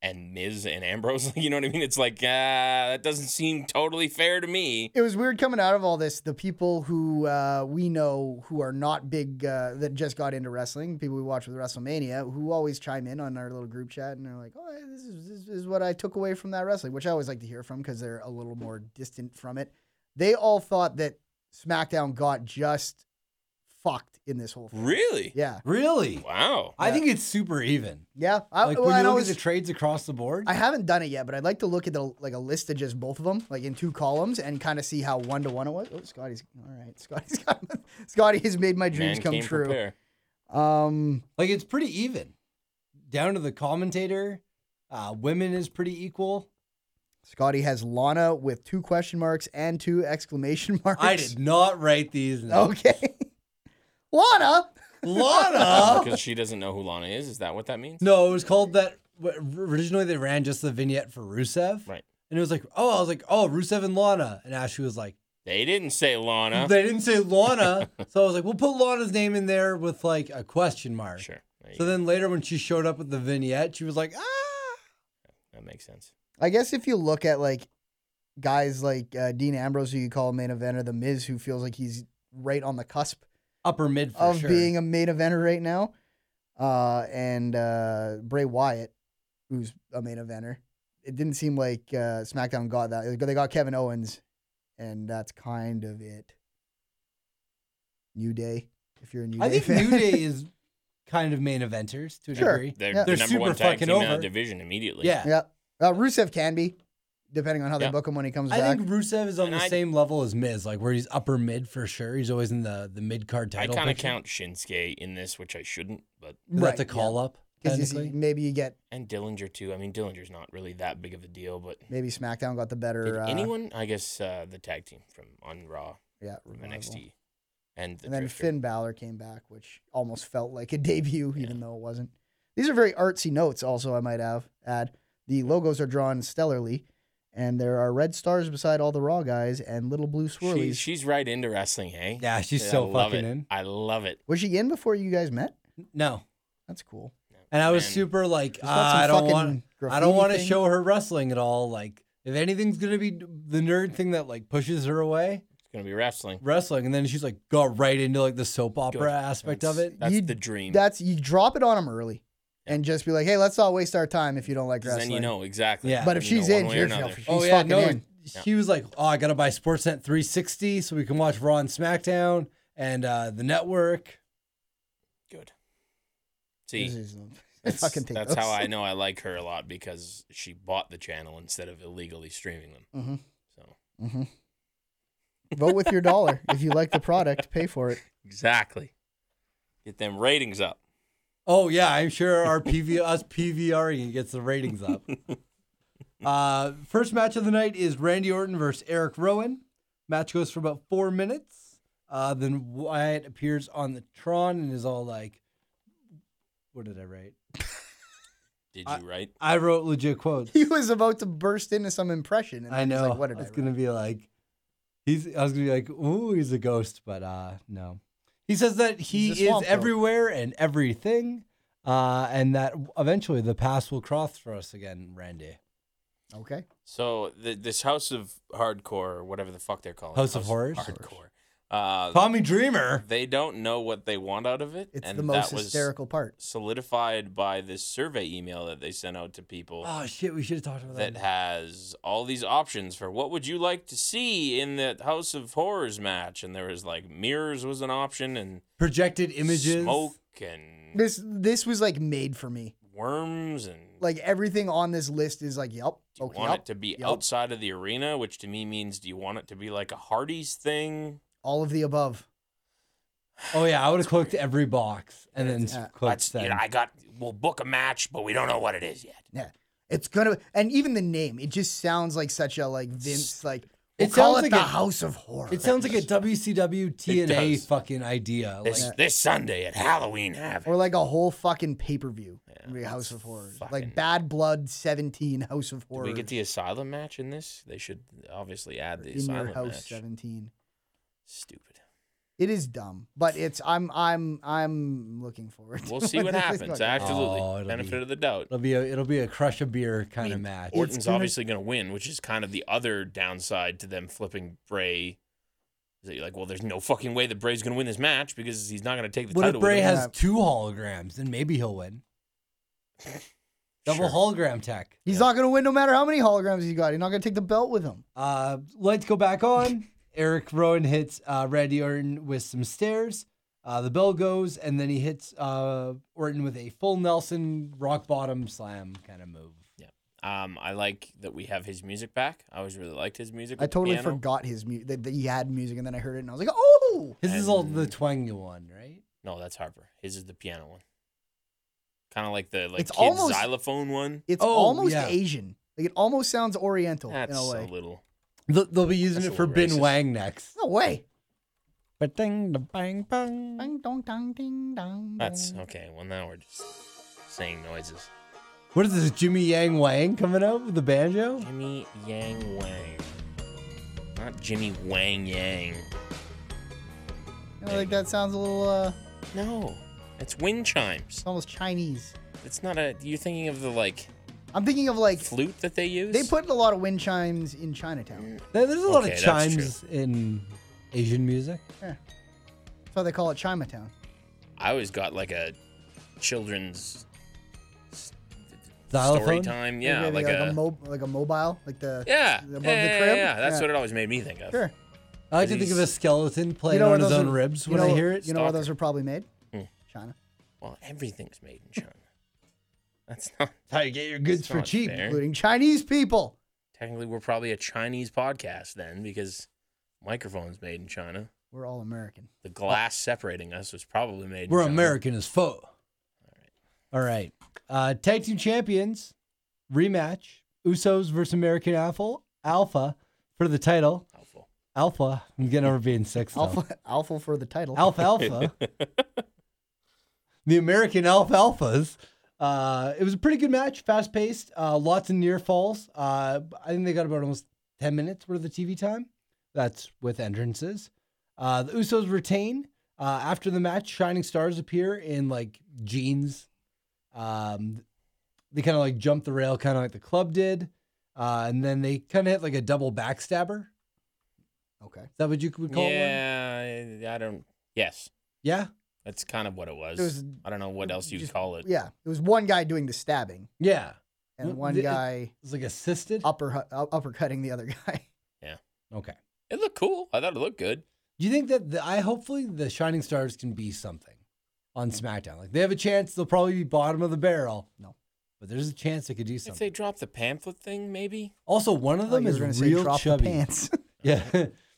Speaker 1: and Miz and Ambrose. (laughs) you know what I mean? It's like, uh, that doesn't seem totally fair to me.
Speaker 3: it was weird coming out of all this. The people who uh, we know who are not big uh, that just got into wrestling, people we watch with WrestleMania, who always chime in on our little group chat and they're like, "Oh, this is this is what I took away from that wrestling," which I always like to hear from because they're a little more distant from it. They all thought that SmackDown got just fucked in this whole thing.
Speaker 1: Really?
Speaker 3: Yeah,
Speaker 2: Really?
Speaker 1: Wow.
Speaker 2: I think it's super even.
Speaker 3: yeah. I,
Speaker 2: Like
Speaker 3: Uh, well,
Speaker 2: when
Speaker 3: and
Speaker 2: you
Speaker 3: I
Speaker 2: look
Speaker 3: was-
Speaker 2: at the trades across the board.
Speaker 3: I haven't done it yet, but I'd like to look at the like a list of just both of them, like in two columns, and kind of see how one to one it was. Oh, Scotty's all right. Scotty's (laughs) got Scotty has made my dreams
Speaker 1: Man
Speaker 3: come
Speaker 1: came
Speaker 3: true.
Speaker 1: prepared.
Speaker 3: Um,
Speaker 2: Like it's pretty even, down to the commentator. Uh, women is pretty equal.
Speaker 3: Scotty has Lana with two question marks and two exclamation (laughs) marks.
Speaker 2: I did not write these. notes.
Speaker 3: (laughs) Okay. Lana.
Speaker 2: Lana.
Speaker 1: Because she doesn't know who Lana is. Is that what that means?
Speaker 2: No, it was called that. w- Originally, they ran just the vignette for Rusev.
Speaker 1: Right.
Speaker 2: And it was like, oh, I was like, oh, Rusev and Lana. And Ashley was like,
Speaker 1: They didn't say Lana.
Speaker 2: they didn't say
Speaker 3: (laughs)
Speaker 2: Lana. so I was like, we'll put Lana's name in there with like a question mark.
Speaker 1: Sure. There you
Speaker 2: So
Speaker 1: go.
Speaker 2: then later, when she showed up with the vignette, she was like, ah.
Speaker 1: that makes sense.
Speaker 3: I guess if you look at like guys like uh, Dean Ambrose, who you call a main eventer, The Miz, who feels like he's right on the cusp
Speaker 2: Upper mid for
Speaker 3: of
Speaker 2: sure.
Speaker 3: being a main eventer right now, uh, and uh, Bray Wyatt, who's a main eventer. It didn't seem like uh, SmackDown got that. They got Kevin Owens, and that's kind of it. New Day, if you're a New
Speaker 2: I
Speaker 3: Day
Speaker 2: think
Speaker 3: fan.
Speaker 2: New
Speaker 3: (laughs)
Speaker 2: Day is kind of main eventers to a
Speaker 3: Sure.
Speaker 2: degree.
Speaker 1: They're
Speaker 3: Yeah.
Speaker 1: the
Speaker 2: They're
Speaker 1: number
Speaker 2: super
Speaker 1: one tag
Speaker 2: fucking
Speaker 1: team in
Speaker 2: over.
Speaker 1: the division immediately.
Speaker 2: Yeah.
Speaker 3: yeah, uh, Rusev can be, depending on how they
Speaker 1: Yeah.
Speaker 3: book him when he comes
Speaker 2: I
Speaker 3: back.
Speaker 2: think Rusev is on
Speaker 1: And
Speaker 2: the
Speaker 1: I-
Speaker 2: same level as Miz, like where he's upper mid for sure. He's always in the, the mid card
Speaker 1: I
Speaker 2: title.
Speaker 1: kind of
Speaker 2: picture.
Speaker 1: count Shinsuke in this, which I shouldn't, but
Speaker 2: But That's a
Speaker 3: Right, yeah.
Speaker 2: call up.
Speaker 3: 'Cause you see,
Speaker 2: Technically.
Speaker 3: maybe you get
Speaker 1: and Dillinger too. I mean, Dillinger's not really that big of a deal, but
Speaker 3: maybe SmackDown got the
Speaker 1: did
Speaker 3: better. Uh,
Speaker 1: anyone? I guess uh, the tag team from on Raw
Speaker 3: yeah,
Speaker 1: from
Speaker 3: revival.
Speaker 1: NXT, and the
Speaker 3: and then
Speaker 1: Drifter.
Speaker 3: Finn Balor came back, which almost felt like a (laughs) debut, even though it wasn't. These are very artsy notes, also, I might have add. The logos are drawn stellarly, and there are red stars beside all the Raw guys and little blue swirlies.
Speaker 1: She, she's right into wrestling, hey?
Speaker 2: Yeah, she's
Speaker 1: I
Speaker 2: so
Speaker 1: love
Speaker 2: fucking
Speaker 1: it.
Speaker 2: in.
Speaker 1: I love it.
Speaker 3: Was she in before you guys met?
Speaker 2: No.
Speaker 3: That's cool.
Speaker 2: And I was
Speaker 1: Man.
Speaker 2: super like,
Speaker 3: She's got
Speaker 2: "Ah,
Speaker 3: some
Speaker 2: I don't
Speaker 3: fucking
Speaker 2: want, I
Speaker 3: graffiti
Speaker 2: don't want to
Speaker 3: thing."
Speaker 2: show her wrestling at all. Like, if anything's gonna be the nerd thing that like pushes her away,
Speaker 1: It's gonna be wrestling.
Speaker 2: wrestling, and then she's like got right into like the soap opera
Speaker 1: Good.
Speaker 2: aspect
Speaker 1: That's-
Speaker 2: of it.
Speaker 1: That's
Speaker 3: You-
Speaker 1: the dream.
Speaker 3: That's you drop it on them early, and just be like, "Hey, let's not waste our time if you don't like
Speaker 1: 'Cause
Speaker 3: wrestling."
Speaker 1: then you know exactly.
Speaker 2: Yeah.
Speaker 3: But if
Speaker 1: Then you
Speaker 3: she's
Speaker 1: know
Speaker 3: in,
Speaker 1: one way or
Speaker 3: you're
Speaker 1: another.
Speaker 3: she's
Speaker 2: oh yeah,
Speaker 3: fucking
Speaker 2: no,
Speaker 3: in.
Speaker 2: she was like, oh, I gotta buy Sportsnet 360 so we can watch Raw and SmackDown and uh, the network.
Speaker 1: Good. See,
Speaker 3: This is- um,
Speaker 1: (laughs) that's,
Speaker 3: fucking take
Speaker 1: that's how
Speaker 3: those.
Speaker 1: I know I like her a lot because she bought the channel instead of illegally streaming them.
Speaker 3: Mhm.
Speaker 1: So
Speaker 3: (laughs) Vote with your dollar
Speaker 1: (laughs)
Speaker 3: if you like the product. Pay for it.
Speaker 1: exactly, get them ratings up.
Speaker 2: Oh yeah, I'm sure our PV us PVRing gets the ratings up. Uh, first match of the night is Randy Orton versus Eric Rowan. Match goes for about four minutes. Uh, then Wyatt appears on the Tron and is all like, "What did I write?
Speaker 1: Did you write?
Speaker 2: I wrote legit quotes.
Speaker 3: (laughs) He was about to burst into some impression. And
Speaker 2: I
Speaker 3: then he's
Speaker 2: know.
Speaker 3: Like, what did
Speaker 2: I was
Speaker 3: write?"
Speaker 2: gonna be like, he's. I was gonna be like, ooh, he's a ghost, but uh, no. He says that he
Speaker 3: He's a
Speaker 2: is
Speaker 3: swamp goat.
Speaker 2: everywhere and everything, uh, and that eventually the paths will cross for us again, Randy.
Speaker 3: Okay.
Speaker 1: So the, this House of Hardcore, or whatever the fuck they're calling it,
Speaker 2: House of Horrors?
Speaker 1: Hardcore. Uh,
Speaker 2: Tommy Dreamer.
Speaker 1: they don't know what they want out of it,
Speaker 3: It's
Speaker 1: and
Speaker 3: the most
Speaker 1: that was
Speaker 3: hysterical part.
Speaker 1: solidified by this survey email that they sent out to people.
Speaker 2: Oh shit, we should have talked about that.
Speaker 1: that has all these options for what would you like to see in that House of Horrors match, and there was like mirrors was an option, and
Speaker 2: Projected images.
Speaker 1: smoke, and
Speaker 3: This this was like made for me.
Speaker 1: worms, and
Speaker 3: Like everything on this list is like, yep.
Speaker 1: do you
Speaker 3: okay,
Speaker 1: want
Speaker 3: yep,
Speaker 1: it to be
Speaker 3: yep,
Speaker 1: outside of the arena, which to me means do you want it to be like a Hardy's thing?
Speaker 3: All of the above.
Speaker 2: Oh yeah, I would have clicked every box and then
Speaker 3: Yeah.
Speaker 1: That's
Speaker 2: clicked
Speaker 1: you
Speaker 2: that.
Speaker 1: know, I got. We'll book a match, but we don't know what it is yet.
Speaker 3: Yeah. It's gonna and even the name, it just sounds like such a like Vince like
Speaker 2: It
Speaker 3: we'll call
Speaker 2: sounds
Speaker 3: it
Speaker 2: like
Speaker 3: the
Speaker 2: a-
Speaker 3: House of Horror.
Speaker 2: It
Speaker 1: (laughs)
Speaker 2: sounds like a WCW TNA
Speaker 1: does.
Speaker 2: fucking idea. Like,
Speaker 1: This this Sunday at Halloween have
Speaker 3: (laughs) or
Speaker 1: it.
Speaker 3: like a whole fucking pay per view. House of Horrors.
Speaker 1: fucking-
Speaker 3: Like Bad Blood 17 House of
Speaker 1: Did
Speaker 3: Horrors.
Speaker 1: we get the asylum match in this? They should obviously add the
Speaker 3: in
Speaker 1: asylum
Speaker 3: your house
Speaker 1: match.
Speaker 3: 17.
Speaker 1: Stupid.
Speaker 3: It is dumb, but it's I'm I'm I'm looking forward. to
Speaker 1: We'll see
Speaker 3: when (laughs)
Speaker 1: what
Speaker 3: this is
Speaker 1: happens.
Speaker 3: fucking-
Speaker 1: Absolutely.
Speaker 2: Oh, it'll
Speaker 1: Benefit
Speaker 2: be-
Speaker 1: of the doubt.
Speaker 2: it'll be a it'll be a crush a beer kind of match.
Speaker 1: Orton's
Speaker 3: gonna-
Speaker 1: obviously going to win, which is kind of the other downside to them flipping Bray. Is that you're like, well, there's no fucking way that Bray's going to win this match because he's not going to take the
Speaker 2: What
Speaker 1: title.
Speaker 2: if Bray
Speaker 1: with him.
Speaker 2: has
Speaker 3: Yeah.
Speaker 2: two holograms? Then maybe he'll
Speaker 1: (laughs)
Speaker 2: win.
Speaker 1: Sure.
Speaker 2: Double hologram tech.
Speaker 3: He's not going to win no matter how many holograms he got. He's not going to take the belt with him.
Speaker 2: Uh, lights go back
Speaker 1: (laughs)
Speaker 2: on. Eric Rowan hits uh, Randy Orton with some stairs. Uh, the bell goes, and then he hits uh, Orton with a full Nelson rock bottom slam kind of move.
Speaker 1: Um, I like that we have his music back. I always really liked his music.
Speaker 3: I
Speaker 1: with the
Speaker 3: totally
Speaker 1: piano.
Speaker 3: forgot his mu- that, that he had music, and then I heard it, and I was like, oh,
Speaker 2: His is all
Speaker 1: And-
Speaker 2: the twangy one, right?
Speaker 1: No, that's Harper. His is the piano one. Kind of like the like
Speaker 3: It's
Speaker 1: kid's
Speaker 3: almost-
Speaker 1: xylophone one.
Speaker 3: it's
Speaker 2: Oh,
Speaker 3: almost
Speaker 2: yeah.
Speaker 3: Asian. Like it almost sounds Oriental
Speaker 1: That's
Speaker 3: in a
Speaker 1: so
Speaker 3: way.
Speaker 1: little.
Speaker 2: They'll, they'll be using
Speaker 1: That's a
Speaker 2: it for
Speaker 1: little
Speaker 2: Bin
Speaker 1: racist.
Speaker 2: Wang next.
Speaker 3: No way.
Speaker 2: But ding, the bang, bang.
Speaker 3: Ding dong dong ding dong.
Speaker 1: That's
Speaker 3: dong.
Speaker 1: okay. Well, now we're just saying noises.
Speaker 2: What is this, Jimmy Yang Wang coming out with the banjo?
Speaker 1: Jimmy Yang Wang. Not Jimmy Wang Yang.
Speaker 3: You know, like that sounds a little. uh
Speaker 1: No. It's wind chimes.
Speaker 3: It's almost Chinese.
Speaker 1: It's not a. You're thinking of the like
Speaker 3: I'm thinking of like
Speaker 1: flute that they use?
Speaker 3: they put a lot of wind chimes in Chinatown.
Speaker 2: There- There's a lot of
Speaker 1: Okay, that's true.
Speaker 2: chimes in Asian music.
Speaker 3: That's why they call it Chinatown.
Speaker 1: I always got like a children's story
Speaker 2: Xylophone?
Speaker 1: time. Yeah.
Speaker 3: Maybe
Speaker 1: Like, a.
Speaker 3: mo- like a mobile, like the
Speaker 1: yeah.
Speaker 3: above the crib.
Speaker 1: yeah, yeah, yeah, yeah. That's what it always made me think of.
Speaker 3: Sure.
Speaker 2: I like to think of a
Speaker 1: These-
Speaker 2: skeleton playing
Speaker 3: where
Speaker 2: on his
Speaker 3: those
Speaker 2: own
Speaker 3: are-
Speaker 2: ribs
Speaker 3: you
Speaker 2: when I
Speaker 3: know-
Speaker 2: hear it.
Speaker 3: You know where
Speaker 1: Stalker.
Speaker 3: those were probably made?
Speaker 1: Mm.
Speaker 3: China,
Speaker 1: Well, everything's made in China. That's not.
Speaker 2: That's how you get your goods
Speaker 1: It's
Speaker 2: for
Speaker 1: not
Speaker 2: cheap.
Speaker 1: fair.
Speaker 3: including Chinese people.
Speaker 1: Technically, we're probably a Chinese podcast then because microphones made in China.
Speaker 3: We're all American.
Speaker 1: The glass separating us was probably made.
Speaker 2: We're
Speaker 1: in China.
Speaker 2: American as foe. All right. Uh, tag team champions rematch: Usos versus American Alpha Alpha for the title.
Speaker 1: Helpful.
Speaker 2: Alpha. I'm getting over being six. Alpha.
Speaker 3: Alpha, (laughs) alpha for the title.
Speaker 2: Alpha. Alpha. the American Alpha Alphas. Uh, it was a pretty good match, fast paced, uh, lots of near falls. Uh, I think they got about almost 10 minutes worth of TV time. That's with entrances. Uh, the Usos retain. Uh, after the match, Shining Stars appear in like jeans. Um, they kind of like jump the rail, kind of like the club did. Uh, and then they kind of hit like a double backstabber.
Speaker 3: Okay.
Speaker 2: Is that what you would call it?
Speaker 1: Yeah, I I don't. Yes,
Speaker 2: Yeah.
Speaker 1: that's kind of what it was.
Speaker 3: It was-
Speaker 1: I don't know what else you'd
Speaker 3: Just-
Speaker 1: call it.
Speaker 3: Yeah, it was one guy doing the stabbing
Speaker 2: Yeah.
Speaker 3: and
Speaker 2: Well,
Speaker 3: one
Speaker 2: the- it-
Speaker 3: guy
Speaker 2: It's like assisted.
Speaker 3: upper uppercutting the other guy.
Speaker 2: Okay.
Speaker 1: It looked cool. I thought it looked good.
Speaker 2: Do you think that the, I hopefully the Shining Stars can be something on SmackDown? Like they have a chance; they'll probably be bottom of the barrel.
Speaker 3: No.
Speaker 2: but there's a chance they could do
Speaker 1: If
Speaker 2: something.
Speaker 1: they dropped the pamphlet thing, maybe.
Speaker 2: also, one of
Speaker 3: (laughs) Oh,
Speaker 2: them
Speaker 3: you were
Speaker 2: is
Speaker 3: gonna say
Speaker 2: real
Speaker 3: drop the
Speaker 2: chubby.
Speaker 3: pants.
Speaker 2: (laughs)
Speaker 3: (laughs)
Speaker 2: Yeah,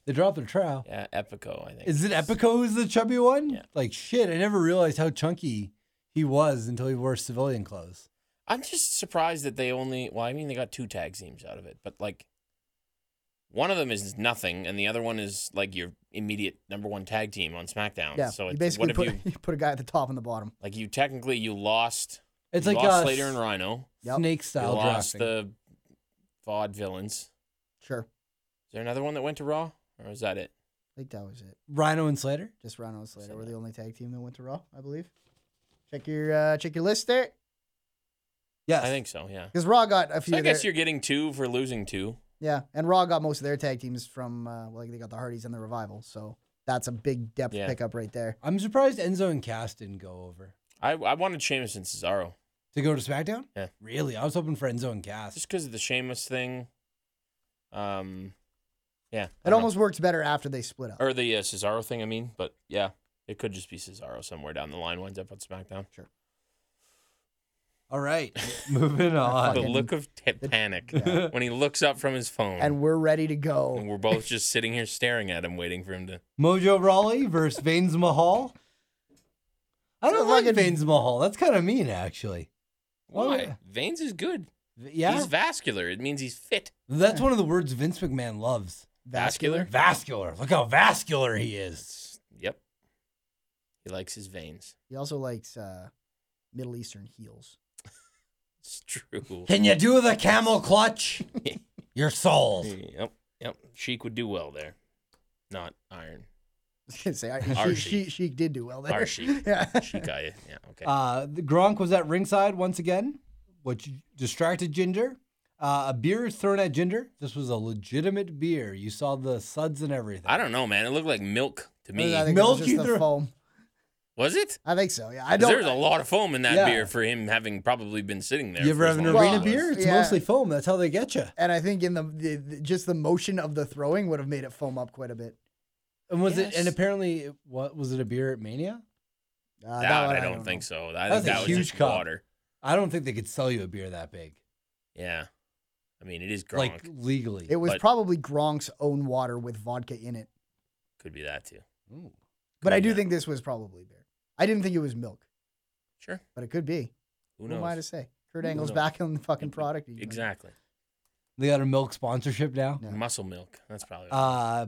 Speaker 2: they dropped their trowel.
Speaker 1: Yeah, Epico. I think.
Speaker 2: Is it Epico who's the chubby one?
Speaker 1: Yeah.
Speaker 2: Like shit, I never realized how chunky he was until he wore civilian clothes.
Speaker 1: I'm just surprised that they only. Well, I mean, they got two tag teams out of it, but like, one of them is nothing, and the other one is like your immediate number one tag team on SmackDown.
Speaker 3: yeah,
Speaker 1: So
Speaker 3: you
Speaker 1: it's,
Speaker 3: basically
Speaker 1: what if
Speaker 3: put,
Speaker 1: you
Speaker 3: you put a guy at the top and the bottom.
Speaker 1: like? You technically you lost.
Speaker 2: It's
Speaker 1: you
Speaker 2: like
Speaker 1: lost
Speaker 2: a
Speaker 1: Slater and Rhino.
Speaker 3: Yep.
Speaker 2: snake
Speaker 1: You
Speaker 2: style
Speaker 1: lost
Speaker 2: drafting.
Speaker 1: the Vaude villains. Is
Speaker 3: Sure,
Speaker 1: there another one that went to Raw, or is that it?
Speaker 3: I think that was it.
Speaker 2: Rhino and Slater.
Speaker 3: Just Rhino and Slater
Speaker 1: Said
Speaker 3: were
Speaker 1: that.
Speaker 3: the only tag team that went to Raw, I believe. Check your uh, check your list there,
Speaker 2: Yes.
Speaker 1: I think so. Yeah.
Speaker 3: because Raw got a few.
Speaker 1: So I
Speaker 3: of their-
Speaker 1: guess you're getting two for losing two.
Speaker 3: Yeah, and Raw got most of their tag teams from uh, well, like they got the Hardys and the Revival, so that's a big depth
Speaker 1: Yeah.
Speaker 3: pickup right there.
Speaker 2: I'm surprised Enzo and Cass didn't go over
Speaker 1: I, I wanted Sheamus and Cesaro
Speaker 2: to go to SmackDown.
Speaker 1: Yeah.
Speaker 2: Really, I was hoping for Enzo and Cass.
Speaker 1: just because of the Sheamus thing. Um, yeah. I
Speaker 3: It
Speaker 1: don't know.
Speaker 3: almost works better after they split up.
Speaker 1: or the uh, Cesaro thing. I mean, but yeah, it could just be Cesaro somewhere down the line winds up on SmackDown. Sure.
Speaker 2: All right, (laughs) moving
Speaker 1: The
Speaker 2: on.
Speaker 3: fucking-
Speaker 1: look of t- panic
Speaker 3: Yeah.
Speaker 1: when he looks up from his phone,
Speaker 3: And
Speaker 1: and,
Speaker 3: we're ready to go.
Speaker 1: we're both just sitting here staring at him, waiting for him to.
Speaker 2: Mojo Rawley versus Veins Mahal. I don't
Speaker 3: So
Speaker 2: like
Speaker 3: fucking-
Speaker 2: Veins Mahal. That's kind of mean, actually. Well,
Speaker 1: Why?
Speaker 2: yeah.
Speaker 1: Veins is good.
Speaker 2: V- Yeah,
Speaker 1: He's vascular. It means he's fit.
Speaker 2: that's one of the words Vince McMahon loves.
Speaker 1: Vascular.
Speaker 2: Vascular. Look how vascular he is.
Speaker 1: Yep. He likes his veins.
Speaker 3: He also likes uh, Middle Eastern heels. (laughs)
Speaker 1: It's true.
Speaker 2: Can you do the camel
Speaker 1: (laughs)
Speaker 2: clutch? Your soul.
Speaker 1: yep. Yep. Sheik would do well there. Not iron.
Speaker 3: I was gonna say,
Speaker 1: Our
Speaker 3: I, she,
Speaker 1: Sheik.
Speaker 3: she, she did do well there.
Speaker 1: Our Sheik.
Speaker 3: (laughs) yeah.
Speaker 1: Sheik, I, yeah. Okay.
Speaker 2: Uh, the Gronk was at ringside once again, which distracted Ginger. Uh, a beer is thrown at Ginger. This was a legitimate beer. You saw the suds and everything.
Speaker 1: I don't know, man. It looked like milk to me.
Speaker 3: (laughs) I think it
Speaker 2: Milk
Speaker 3: was just
Speaker 2: you
Speaker 3: the
Speaker 2: threw-
Speaker 3: foam.
Speaker 1: Was it?
Speaker 3: I think so. Yeah, I
Speaker 1: There's
Speaker 3: don't.
Speaker 1: there was a lot of foam in that
Speaker 2: Yeah.
Speaker 1: beer for him having probably been sitting there.
Speaker 2: You
Speaker 1: for
Speaker 2: ever
Speaker 1: as
Speaker 2: have an
Speaker 1: long as
Speaker 2: arena
Speaker 1: he was.
Speaker 2: beer? It's
Speaker 3: Yeah.
Speaker 2: mostly foam. That's how they get you.
Speaker 3: and I think in the, the, the just the motion of the throwing would have made it foam up quite a bit.
Speaker 2: And was it?
Speaker 1: Yes.
Speaker 2: And apparently, it- what was it? A beer at Mania?
Speaker 3: Uh,
Speaker 1: That,
Speaker 3: one
Speaker 1: I don't think
Speaker 3: know.
Speaker 1: so. I
Speaker 2: That's
Speaker 1: think
Speaker 2: a
Speaker 1: that was
Speaker 2: huge
Speaker 1: just
Speaker 2: cup.
Speaker 1: water.
Speaker 2: I don't think they could sell you a beer that big,
Speaker 1: Yeah. I mean, it is Gronk.
Speaker 2: like legally.
Speaker 3: It was
Speaker 1: But-
Speaker 3: probably Gronk's own water with vodka in it.
Speaker 1: Could be that too.
Speaker 2: Ooh.
Speaker 3: But I do
Speaker 1: Yeah.
Speaker 3: think this was probably beer. I didn't think it was milk,
Speaker 1: Sure.
Speaker 3: but it could be.
Speaker 1: Who
Speaker 3: Who am I to
Speaker 1: knows?
Speaker 3: say? Kurt
Speaker 1: Who
Speaker 3: Angle's
Speaker 1: knows?
Speaker 3: back on the fucking product. you know.
Speaker 1: Exactly.
Speaker 2: They got a milk sponsorship now.
Speaker 1: Muscle milk. That's probably.
Speaker 2: Uh,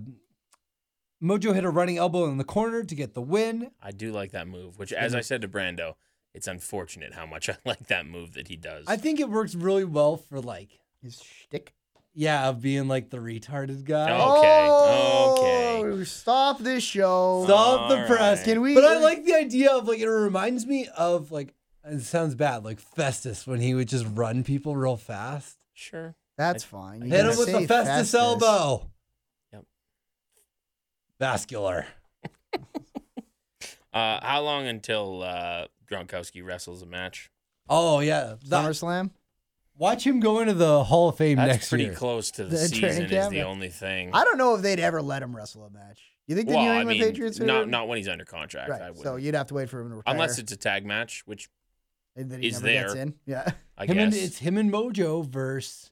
Speaker 2: Mojo hit a running elbow in the corner to get the win.
Speaker 1: I do like that move, which, as I said to Brando, it's unfortunate how much (laughs) I like that move that he does.
Speaker 2: I think it works really well for like,
Speaker 3: His shtick.
Speaker 2: yeah, of being like the retarded guy.
Speaker 1: Oh, Okay, okay.
Speaker 3: Stop this show.
Speaker 2: Stop the
Speaker 1: Oh, all
Speaker 2: press.
Speaker 1: right.
Speaker 3: Can we?
Speaker 2: But I like the idea of like it reminds me of like it sounds bad like Festus when he would just run people real fast.
Speaker 1: sure.
Speaker 3: That's fine. You
Speaker 2: Hit
Speaker 3: can
Speaker 2: him with the
Speaker 3: say
Speaker 2: Festus, elbow.
Speaker 1: Yep.
Speaker 2: Vascular.
Speaker 1: Uh, how long until uh, Gronkowski wrestles a match?
Speaker 2: Oh yeah. That-
Speaker 3: SummerSlam.
Speaker 2: watch him go into the Hall of Fame
Speaker 1: That's
Speaker 2: next
Speaker 1: pretty
Speaker 2: year.
Speaker 1: close to the,
Speaker 3: The training
Speaker 1: season. Is
Speaker 3: camp,
Speaker 1: the
Speaker 3: yeah.
Speaker 1: only thing.
Speaker 3: I don't know if they'd ever let him wrestle a match. You think the
Speaker 1: Mm. well,
Speaker 3: New
Speaker 1: I
Speaker 3: England
Speaker 1: mean,
Speaker 3: Patriots? would-
Speaker 1: not not when he's under contract. I
Speaker 3: right.
Speaker 1: would.
Speaker 3: So you'd have to wait for him to retire.
Speaker 1: Unless it's a tag match, which
Speaker 3: and then he
Speaker 1: is
Speaker 3: never
Speaker 1: there.
Speaker 3: gets in. (laughs) Yeah.
Speaker 1: I
Speaker 2: him and
Speaker 1: guess
Speaker 2: it's him and Mojo versus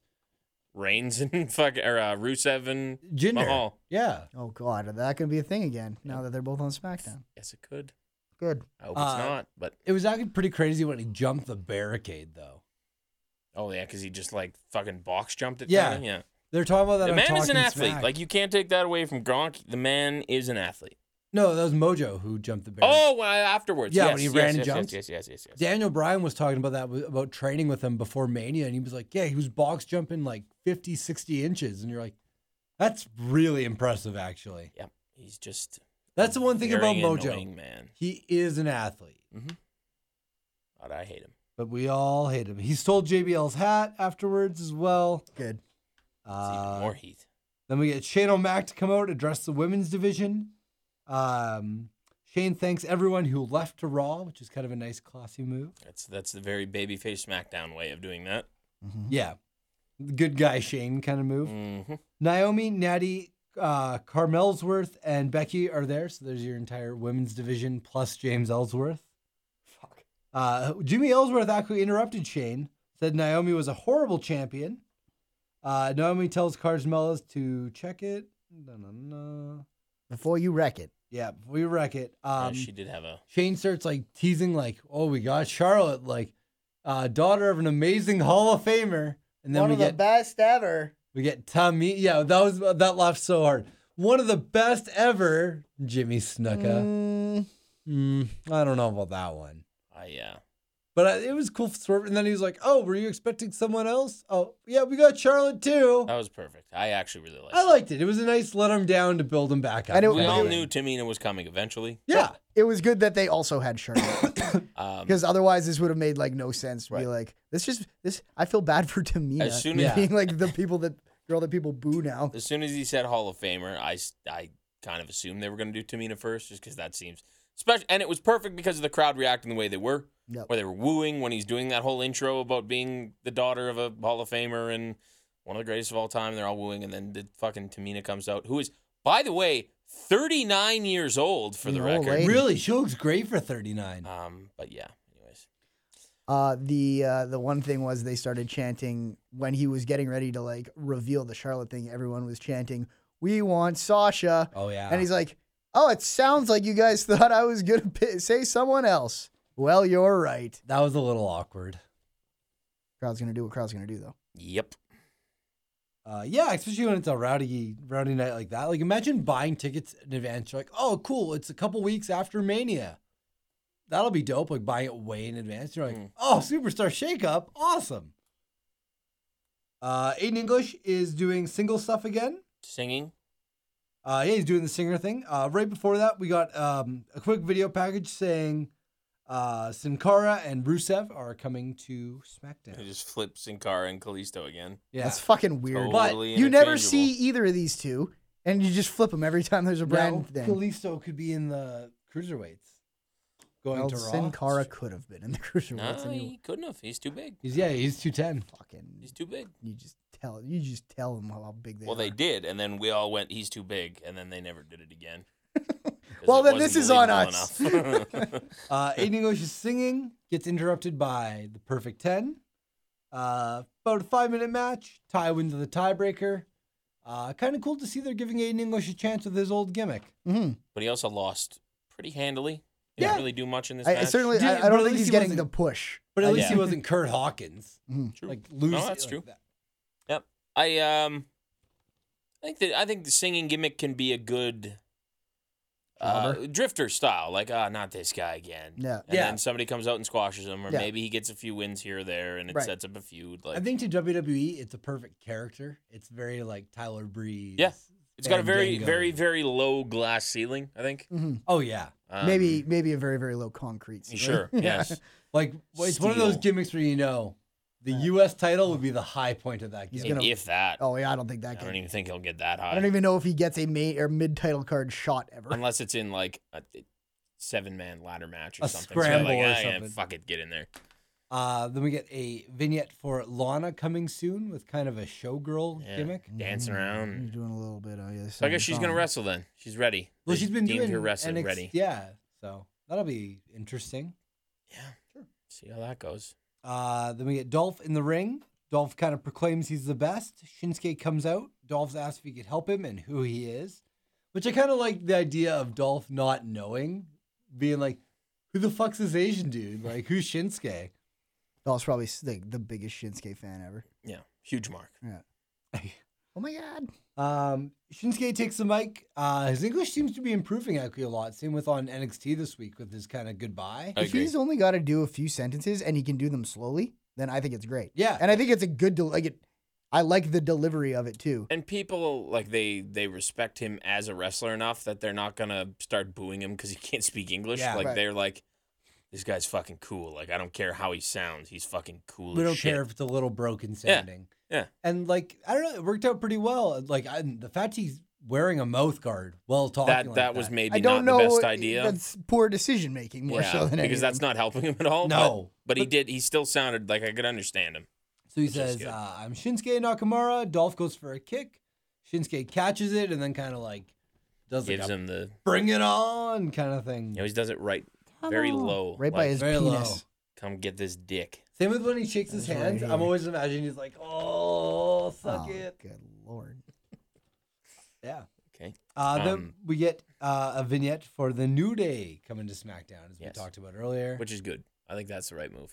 Speaker 1: Reigns (laughs) and fuck or uh, Rusev and
Speaker 2: Jinder.
Speaker 1: Mahal.
Speaker 2: Yeah.
Speaker 3: Oh God, that could be a thing again. Now that they're both on SmackDown.
Speaker 1: Yes, it could.
Speaker 3: Good.
Speaker 1: I hope
Speaker 2: Uh,
Speaker 1: it's not. But
Speaker 2: It was actually pretty crazy when he jumped the barricade though.
Speaker 1: oh yeah, because he just like fucking box jumped it.
Speaker 2: Yeah.
Speaker 1: kinda, yeah.
Speaker 2: They're talking about that.
Speaker 1: The
Speaker 2: on
Speaker 1: man is an
Speaker 2: Talking
Speaker 1: athlete.
Speaker 2: Smack.
Speaker 1: Like you can't take that away from Gronk. The man is an athlete.
Speaker 2: no, that was Mojo who jumped the barricade.
Speaker 1: Oh, well, afterwards.
Speaker 2: Yeah,
Speaker 1: yes,
Speaker 2: when he
Speaker 1: yes,
Speaker 2: ran and
Speaker 1: yes,
Speaker 2: jumped.
Speaker 1: Yes, yes, yes, yes. yes.
Speaker 2: Daniel Bryan was talking about that about training with him before Mania, and he was like, "Yeah, he was box jumping like 50, 60 inches," and you're like, "That's really impressive, actually."
Speaker 1: Yep. He's just.
Speaker 2: That's the one thing
Speaker 1: very
Speaker 2: about Mojo.
Speaker 1: annoying, man.
Speaker 2: He is an athlete,
Speaker 1: God, I hate him.
Speaker 2: but we all hate him. He stole JBL's hat afterwards as well.
Speaker 3: Good.
Speaker 1: It's
Speaker 2: Uh,
Speaker 1: even more heat.
Speaker 2: Then we get Shane O'Mac to come out address the women's division. Um, Shane thanks everyone who left to Raw, which is kind of a nice, classy move.
Speaker 1: That's that's the very babyface SmackDown way of doing that.
Speaker 2: Yeah, good guy Shane kind of move.
Speaker 1: Mm-hmm.
Speaker 2: Naomi, Natty, uh, Carmelsworth, and Becky are there. So there's your entire women's division plus James Ellsworth. Fuck. Uh, Jimmy Ellsworth actually interrupted Shane, said Naomi was a horrible champion. Uh, Naomi tells Carmella to check it. No, no, no.
Speaker 3: Before you wreck it.
Speaker 2: Yeah, we wreck it. Um,
Speaker 1: she did have a.
Speaker 2: Shane starts like teasing, like, "Oh, we got Charlotte, like, uh, daughter of an amazing Hall of Famer," and then we get
Speaker 3: best ever.
Speaker 2: we get Tommy. Yeah, that was that laughed so hard. One of the best ever, Jimmy Snuka.
Speaker 3: Mm,
Speaker 2: Mm, I don't know about that one,
Speaker 1: I yeah.
Speaker 2: but I, it was cool. Swerve, and then he was like, "Oh, were you expecting someone else? Oh, yeah, we got Charlotte too.
Speaker 1: That was perfect. I actually really liked.
Speaker 2: I
Speaker 1: it.
Speaker 2: liked it. It was a nice let him down to build him back up.
Speaker 3: I know-
Speaker 1: We
Speaker 3: Yeah.
Speaker 1: all knew Tamina was coming eventually.
Speaker 2: yeah,
Speaker 3: it was good that they also had Charlotte
Speaker 1: Um,
Speaker 3: because otherwise this would have made like no sense to be
Speaker 1: Right.
Speaker 3: like this. Just this, I feel bad (laughs) for Tamina
Speaker 1: As soon
Speaker 2: as-
Speaker 3: (laughs) being like the people that girl that people boo now.
Speaker 1: as soon as he said Hall of Famer, I, s- I kind of assumed they were going to do Tamina first, just because that seems special. And it was perfect because of the crowd reacting the way they were,
Speaker 3: Yep.
Speaker 1: where they were wooing when he's doing that whole intro about being the daughter of a Hall of Famer and one of the greatest of all time. They're all wooing, and then the fucking Tamina comes out, who is, by the way, 39 years old for the
Speaker 3: An old
Speaker 1: record.
Speaker 3: lady.
Speaker 2: really, she looks great for 39.
Speaker 1: Um, but yeah, anyways,
Speaker 3: Uh, the uh, the one thing was they started chanting when he was getting ready to like reveal the Charlotte thing. Everyone was chanting, "We want Sasha,"
Speaker 2: Oh yeah,
Speaker 3: and he's like, "Oh, it sounds like you guys (laughs) thought I was gonna p- say someone else." Well, you're right.
Speaker 2: that was a little awkward.
Speaker 3: Crowd's gonna do what crowd's gonna do though.
Speaker 1: yep.
Speaker 2: Uh, yeah, especially when it's a rowdy, rowdy night like that. Like, imagine buying tickets in advance. You're like, oh, cool. It's a couple weeks after Mania. That'll be dope. Like, buying it way in advance. You're like,
Speaker 1: Mm.
Speaker 2: oh, Superstar Shakeup. Awesome. Uh, Aiden English is doing single stuff again.
Speaker 1: Singing.
Speaker 2: Uh, yeah, he's doing the singer thing. Uh, right before that, we got um, a quick video package saying uh, Sin Cara and Rusev are coming to
Speaker 1: It
Speaker 2: SmackDown.
Speaker 1: just flips in car and Kalisto again.
Speaker 2: Yeah.
Speaker 3: That's fucking weird.
Speaker 2: But
Speaker 1: Totally
Speaker 3: you never
Speaker 1: interchangeable.
Speaker 3: see either of these two, and you just flip them every time there's a brand
Speaker 2: now,
Speaker 3: thing.
Speaker 2: Kalisto could be in the cruiserweights going
Speaker 3: Well,
Speaker 2: to Raw.
Speaker 3: Sin Cara could have been in the cruiserweights,
Speaker 1: No,
Speaker 3: and you
Speaker 1: he couldn't have. He's too big.
Speaker 2: He's yeah, he's two ten.
Speaker 3: fucking
Speaker 1: He's too big.
Speaker 3: you just tell you just tell them how big they
Speaker 1: well,
Speaker 3: are.
Speaker 1: they did, and then we all went, "He's too big," and then they never did it again. 'Cause
Speaker 3: (laughs) Well,
Speaker 1: it
Speaker 3: then
Speaker 1: wasn't
Speaker 3: this is on
Speaker 1: believable
Speaker 3: (laughs)
Speaker 1: enough.
Speaker 2: Uh, Aiden English is singing, gets interrupted by the perfect ten. Uh, about a five minute match. Ty wins the tiebreaker. Uh, kind of cool to see they're giving Aiden English a chance with his old gimmick.
Speaker 3: Mhm.
Speaker 1: but he also lost pretty handily. He didn't
Speaker 2: Yeah.
Speaker 1: really do much in this
Speaker 3: I, I
Speaker 1: match.
Speaker 3: certainly,
Speaker 2: Did-
Speaker 3: I,
Speaker 2: but
Speaker 3: I
Speaker 2: at
Speaker 3: don't think
Speaker 2: least
Speaker 3: he's
Speaker 2: he
Speaker 3: getting
Speaker 2: wasn't-
Speaker 3: the push.
Speaker 2: But at
Speaker 3: I
Speaker 2: least he
Speaker 1: Yeah.
Speaker 3: (laughs)
Speaker 2: wasn't Kurt Hawkins,
Speaker 3: Mm-hmm.
Speaker 1: True.
Speaker 2: like losing.
Speaker 1: No, that's
Speaker 2: like
Speaker 1: true.
Speaker 2: that.
Speaker 1: Yep. I um, I think that I think the singing gimmick can be a good uh, drifter style, like ah, not this guy again.
Speaker 3: Yeah.
Speaker 1: and
Speaker 2: Yeah.
Speaker 1: then somebody comes out and squashes him, or
Speaker 3: Yeah.
Speaker 1: maybe he gets a few wins here or there, and it
Speaker 3: Right.
Speaker 1: sets up a feud. Like
Speaker 2: I think to WWE, it's a perfect character. It's very like Tyler Breeze.
Speaker 1: Yeah. it's got a very,
Speaker 2: Fandango.
Speaker 1: very, very low glass ceiling. I think.
Speaker 3: hmm
Speaker 2: Oh yeah,
Speaker 1: Um,
Speaker 3: maybe maybe a very very low concrete. ceiling. (laughs)
Speaker 1: Sure. Yes.
Speaker 2: like well, it's one of those
Speaker 1: Steel.
Speaker 2: gimmicks where you know the U.S. title would be the high point of that
Speaker 3: He's
Speaker 2: gimmick.
Speaker 3: gonna-
Speaker 1: if that.
Speaker 3: Oh yeah, I don't think
Speaker 1: I
Speaker 3: that.
Speaker 1: don't
Speaker 3: Can,
Speaker 1: even think he'll get that high.
Speaker 3: I don't even know if he gets a main or mid title card shot ever.
Speaker 1: (laughs) unless it's in like a seven man ladder match or
Speaker 2: A
Speaker 1: something. So
Speaker 2: scramble
Speaker 1: like,
Speaker 2: or
Speaker 1: "Ah, yeah,
Speaker 2: something."
Speaker 1: fuck it, get in there.
Speaker 2: Uh, then we get a vignette for Lana coming soon with kind of a showgirl
Speaker 1: Yeah.
Speaker 2: gimmick. Mm-hmm.
Speaker 1: Dancing
Speaker 3: He's
Speaker 1: around.
Speaker 3: doing a little bit. Oh yeah.
Speaker 1: So I guess she's gonna wrestle then. She's ready.
Speaker 2: Well,
Speaker 1: They
Speaker 2: she's been
Speaker 1: deemed
Speaker 2: doing
Speaker 1: her wrestling
Speaker 2: NXT
Speaker 1: ready.
Speaker 2: Yeah, so that'll be interesting.
Speaker 1: See how that goes.
Speaker 2: Uh, then we get Dolph in the ring. Dolph kind of proclaims he's the best. Shinsuke comes out. Dolph's asked if he could help him and who he is, which I kind of like the idea of Dolph not knowing, being like, "Who the fuck's this Asian dude? Like, who's Shinsuke?"
Speaker 3: Dolph's probably s- like the biggest Shinsuke fan ever.
Speaker 1: Yeah, huge mark.
Speaker 3: Oh my god.
Speaker 2: Um, Shinsuke takes the mic. Uh, his English seems to be improving actually a lot. Same with on NXT this week with his kind of goodbye.
Speaker 1: I
Speaker 3: if
Speaker 1: agree.
Speaker 3: he's only got to do a few sentences and he can do them slowly, then I think it's great.
Speaker 2: Yeah.
Speaker 3: and I think it's a good del like it. I like the delivery of it too.
Speaker 1: And people like they they respect him as a wrestler enough that they're not gonna start booing him because he (laughs) can't speak English.
Speaker 2: Yeah.
Speaker 1: like
Speaker 3: Right.
Speaker 1: they're like, this guy's fucking cool. Like I don't care how he sounds, he's fucking cool.
Speaker 2: We
Speaker 1: as
Speaker 2: don't
Speaker 1: shit.
Speaker 2: care if it's a little broken sounding.
Speaker 1: yeah.
Speaker 2: And like I don't know, it worked out pretty well. Like I, the fact he's wearing a mouth guard while talking.
Speaker 1: that
Speaker 2: like
Speaker 1: that was maybe
Speaker 3: I don't
Speaker 1: not
Speaker 3: know.
Speaker 1: the best
Speaker 3: what-
Speaker 1: idea.
Speaker 3: That's poor decision making more
Speaker 1: Yeah,
Speaker 3: so than
Speaker 1: because
Speaker 3: anything.
Speaker 1: that's not helping him at all. but-
Speaker 2: No.
Speaker 1: but, he did. He still sounded like I could understand him.
Speaker 2: So he
Speaker 1: Which is
Speaker 2: says,
Speaker 1: good.
Speaker 2: uh, I'm Shinsuke Nakamura. Dolph goes for a kick. Shinsuke catches it and then kind of like does like
Speaker 1: Gives
Speaker 2: a
Speaker 1: him the.
Speaker 2: bring it on kind of thing.
Speaker 1: He always does it right, very low.
Speaker 3: right by
Speaker 1: like,
Speaker 3: his
Speaker 2: very
Speaker 3: penis.
Speaker 2: low.
Speaker 1: Come get this dick.
Speaker 2: Same with when he shakes his
Speaker 3: That's right
Speaker 2: hands.
Speaker 3: here.
Speaker 2: I'm always imagining he's like, oh, suck
Speaker 3: Oh,
Speaker 2: it.
Speaker 3: good lord.
Speaker 2: Yeah.
Speaker 1: Okay.
Speaker 2: Uh, then
Speaker 1: Um,
Speaker 2: we get uh, a vignette for the New Day coming to SmackDown, as we
Speaker 1: Yes.
Speaker 2: talked about earlier.
Speaker 1: Which is good. I think that's the right move.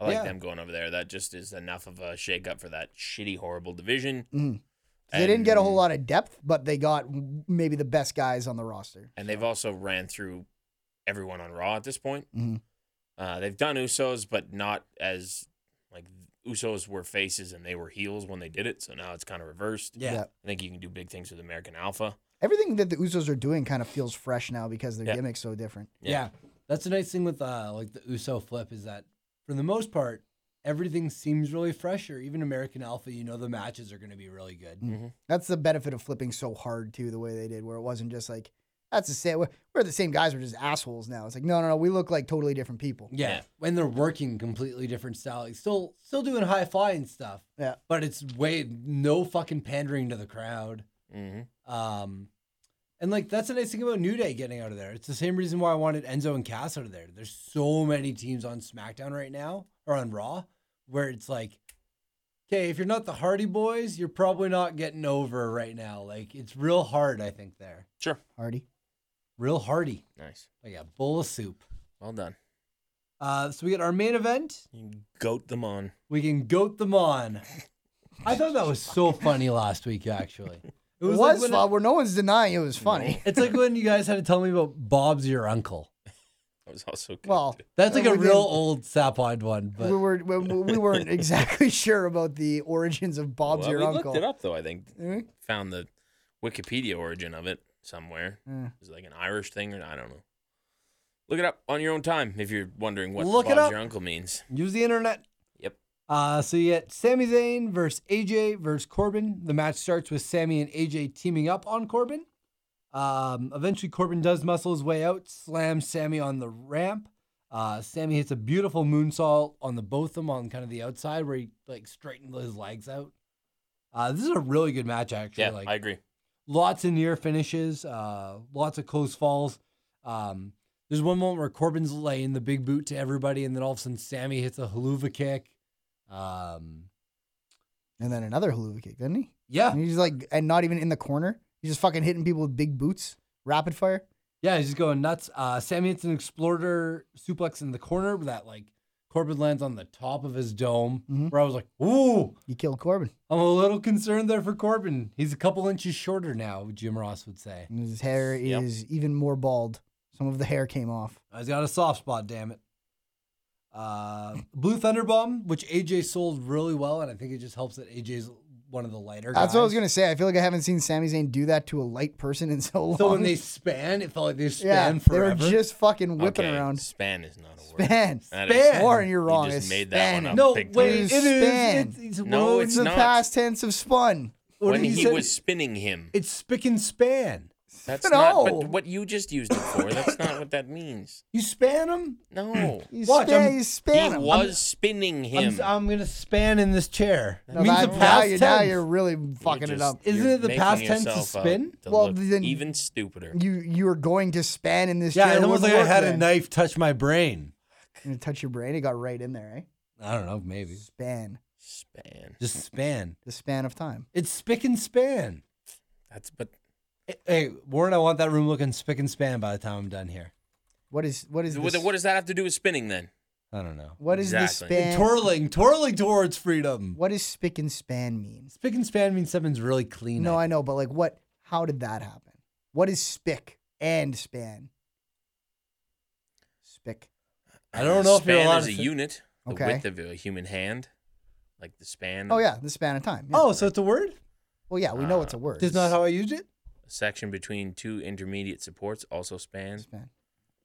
Speaker 1: I like
Speaker 2: Yeah.
Speaker 1: them going over there. That just is enough of a shakeup for that shitty, horrible division.
Speaker 3: Mm. They didn't get a whole
Speaker 1: And-
Speaker 3: lot of depth, but they got maybe the best guys on the roster.
Speaker 1: And they've also ran through everyone on Raw at this point.
Speaker 3: Mhm.
Speaker 1: Uh, they've done Usos, but not as like Usos were faces and they were heels when they did it. So now it's kind of reversed.
Speaker 2: yeah.
Speaker 3: Yeah.
Speaker 1: I think you can do big things with American Alpha.
Speaker 3: Everything that the Usos are doing kind of feels fresh now because their
Speaker 1: Yeah.
Speaker 3: gimmick's so different.
Speaker 2: Yeah. That's the nice thing with uh, like the Uso flip is that for the most part, everything seems really fresh or even American Alpha, you know the matches are gonna be really good.
Speaker 1: Mm-hmm.
Speaker 3: That's the benefit of flipping so hard too, the way they did, where it wasn't just like that's the same. We're, we're the same guys. We're just assholes now. It's like no, no, no. We look like totally different people.
Speaker 2: Yeah.
Speaker 1: Yeah.
Speaker 2: When they're working completely different style, like still still doing high flying stuff.
Speaker 3: Yeah.
Speaker 2: But it's way no fucking pandering to the crowd.
Speaker 1: Mm-hmm.
Speaker 2: Um and like that's the nice thing about New Day getting out of there. It's the same reason why I wanted Enzo and Cass out of there. There's so many teams on SmackDown right now or on Raw where it's like, okay, if you're not the Hardy Boys, you're probably not getting over right now. Like it's real hard, I think there.
Speaker 1: Sure.
Speaker 3: Hardy.
Speaker 2: Real hardy,
Speaker 1: Nice.
Speaker 2: like a bowl of soup.
Speaker 1: Well done.
Speaker 2: Uh, so we get our main event.
Speaker 1: You can goat them on.
Speaker 2: We can goat them on. I thought that was so funny last week. Actually,
Speaker 3: It was,
Speaker 2: like
Speaker 3: fun.
Speaker 2: when-
Speaker 3: where no one's denying it was funny. (laughs)
Speaker 2: it's like when you guys had to tell me about Bob's your uncle.
Speaker 1: That was also good.
Speaker 3: Well,
Speaker 2: That's like
Speaker 3: we
Speaker 2: a
Speaker 3: didn't-
Speaker 2: real old sapod one, but
Speaker 3: we were we, we weren't exactly (laughs) sure about the origins of Bob's
Speaker 1: Well,
Speaker 3: your
Speaker 1: we
Speaker 3: uncle.
Speaker 1: looked it up though. I think
Speaker 3: Mhm.
Speaker 1: found the Wikipedia origin of it somewhere.
Speaker 3: Mm.
Speaker 1: It was like an Irish thing, or I don't know. Look it up on your own time if you're wondering what
Speaker 2: Look it
Speaker 1: Bob's
Speaker 2: up.
Speaker 1: your uncle means.
Speaker 2: use the internet.
Speaker 1: Yep.
Speaker 2: Uh, so you get Sami Zayn versus AJ versus Corbin. The match starts with Sammy and AJ teaming up on Corbin. Um, eventually, Corbin does muscle his way out, slams Sammy on the ramp. Uh, Sammy hits a beautiful moonsault on the both of them on kind of the outside where he like straightened his legs out. Uh, this is a really good match, actually.
Speaker 1: Yeah,
Speaker 2: like,
Speaker 1: I agree.
Speaker 2: lots of near finishes, uh, lots of close falls. Um, there's one moment where Corbin's laying the big boot to everybody, and then all of a sudden Sammy hits a haluva kick. Um,
Speaker 3: And then another haluva kick, didn't he?
Speaker 2: yeah,
Speaker 3: And he's like, and not even in the corner. He's just fucking hitting people with big boots, rapid fire.
Speaker 2: yeah, he's just going nuts. Uh, Sammy hits an explorer suplex in the corner that like Corbin lands on the top of his dome, where I was like, ooh,
Speaker 3: You killed Corbin.
Speaker 2: I'm a little concerned there for Corbin. He's a couple inches shorter now, Jim Ross would say.
Speaker 3: And his hair
Speaker 1: Yep.
Speaker 3: is even more bald. Some of the hair came off.
Speaker 2: He's got a soft spot, damn it. Uh, Blue Thunderbomb, which AJ sold really well, and I think it just helps that AJ's one of the lighter guys.
Speaker 3: That's what I was gonna say. I feel like I haven't seen Sami Zayn do that to a light person in so long.
Speaker 2: So when they span, it felt like they
Speaker 3: (laughs) yeah,
Speaker 2: span
Speaker 3: they were
Speaker 2: forever.
Speaker 3: just fucking whipping
Speaker 1: okay,
Speaker 3: around. (laughs)
Speaker 1: Span is not a word.
Speaker 3: Span, (laughs)
Speaker 1: That is-
Speaker 2: Span.
Speaker 3: Warren, you're wrong.
Speaker 1: You just
Speaker 3: It's
Speaker 1: made that
Speaker 3: span.
Speaker 1: one up
Speaker 2: no,
Speaker 1: big
Speaker 2: wait,
Speaker 3: time.
Speaker 2: it is.
Speaker 3: Span.
Speaker 2: It's, it's,
Speaker 1: No,
Speaker 2: well,
Speaker 3: It's
Speaker 1: it's
Speaker 3: the
Speaker 1: not.
Speaker 3: past tense of spun.
Speaker 2: what
Speaker 1: when
Speaker 2: did
Speaker 1: he,
Speaker 2: say?
Speaker 1: was spinning him.
Speaker 2: It's spick and span.
Speaker 1: That's not
Speaker 3: No.
Speaker 1: but what you just used it for. That's not what that means.
Speaker 2: You span him?
Speaker 1: No.
Speaker 3: You
Speaker 2: Watch,
Speaker 3: span,
Speaker 2: I'm-
Speaker 3: you
Speaker 1: he
Speaker 3: span him.
Speaker 1: was spinning
Speaker 2: I'm,
Speaker 1: him.
Speaker 2: s- I'm gonna span in this chair.
Speaker 3: No,
Speaker 2: Means
Speaker 3: that-
Speaker 2: the
Speaker 3: now,
Speaker 2: past
Speaker 3: you're,
Speaker 2: tense.
Speaker 3: now you're really fucking it
Speaker 1: You're
Speaker 3: up.
Speaker 1: just-
Speaker 2: Isn't
Speaker 1: you're
Speaker 2: it the
Speaker 1: making
Speaker 2: past tense is
Speaker 1: yourself up
Speaker 2: spin?
Speaker 1: to
Speaker 3: Well,
Speaker 1: look
Speaker 3: then-
Speaker 1: even stupider.
Speaker 3: You you were going to span in this
Speaker 2: yeah,
Speaker 3: chair.
Speaker 2: it almost like
Speaker 3: wouldn't
Speaker 2: I
Speaker 3: work
Speaker 2: had a
Speaker 3: then.
Speaker 2: knife touch my brain.
Speaker 3: And it touched your brain. It got right in there, eh?
Speaker 2: I don't know, maybe
Speaker 3: Span.
Speaker 1: Span.
Speaker 2: just span.
Speaker 3: The span of time.
Speaker 2: It's spick and span.
Speaker 1: That's but
Speaker 2: Hey, Warren, I want that room looking spick and span by the time I'm done here.
Speaker 3: What is what is
Speaker 1: what,
Speaker 3: this?
Speaker 1: what does that have to do with spinning then?
Speaker 2: I don't know.
Speaker 3: what is
Speaker 1: Exactly.
Speaker 3: the span?
Speaker 2: Twirling, twirling towards freedom.
Speaker 3: what does spick and span mean?
Speaker 2: Spick and span means something's really clean.
Speaker 3: No,
Speaker 2: I
Speaker 3: I know, but like what how did that happen? What is spick and span? Spick.
Speaker 2: I don't know if you're
Speaker 1: span
Speaker 2: allowed
Speaker 1: is
Speaker 2: to
Speaker 1: a
Speaker 2: say-
Speaker 1: unit, the
Speaker 3: Okay.
Speaker 1: width of a human hand, like the span.
Speaker 3: Oh
Speaker 1: of
Speaker 3: yeah, the span of time. yeah.
Speaker 2: Oh, so it's a word?
Speaker 3: Well yeah, we know it's a word.
Speaker 2: That's not how I used it.
Speaker 1: A section between two intermediate supports also span.
Speaker 3: span.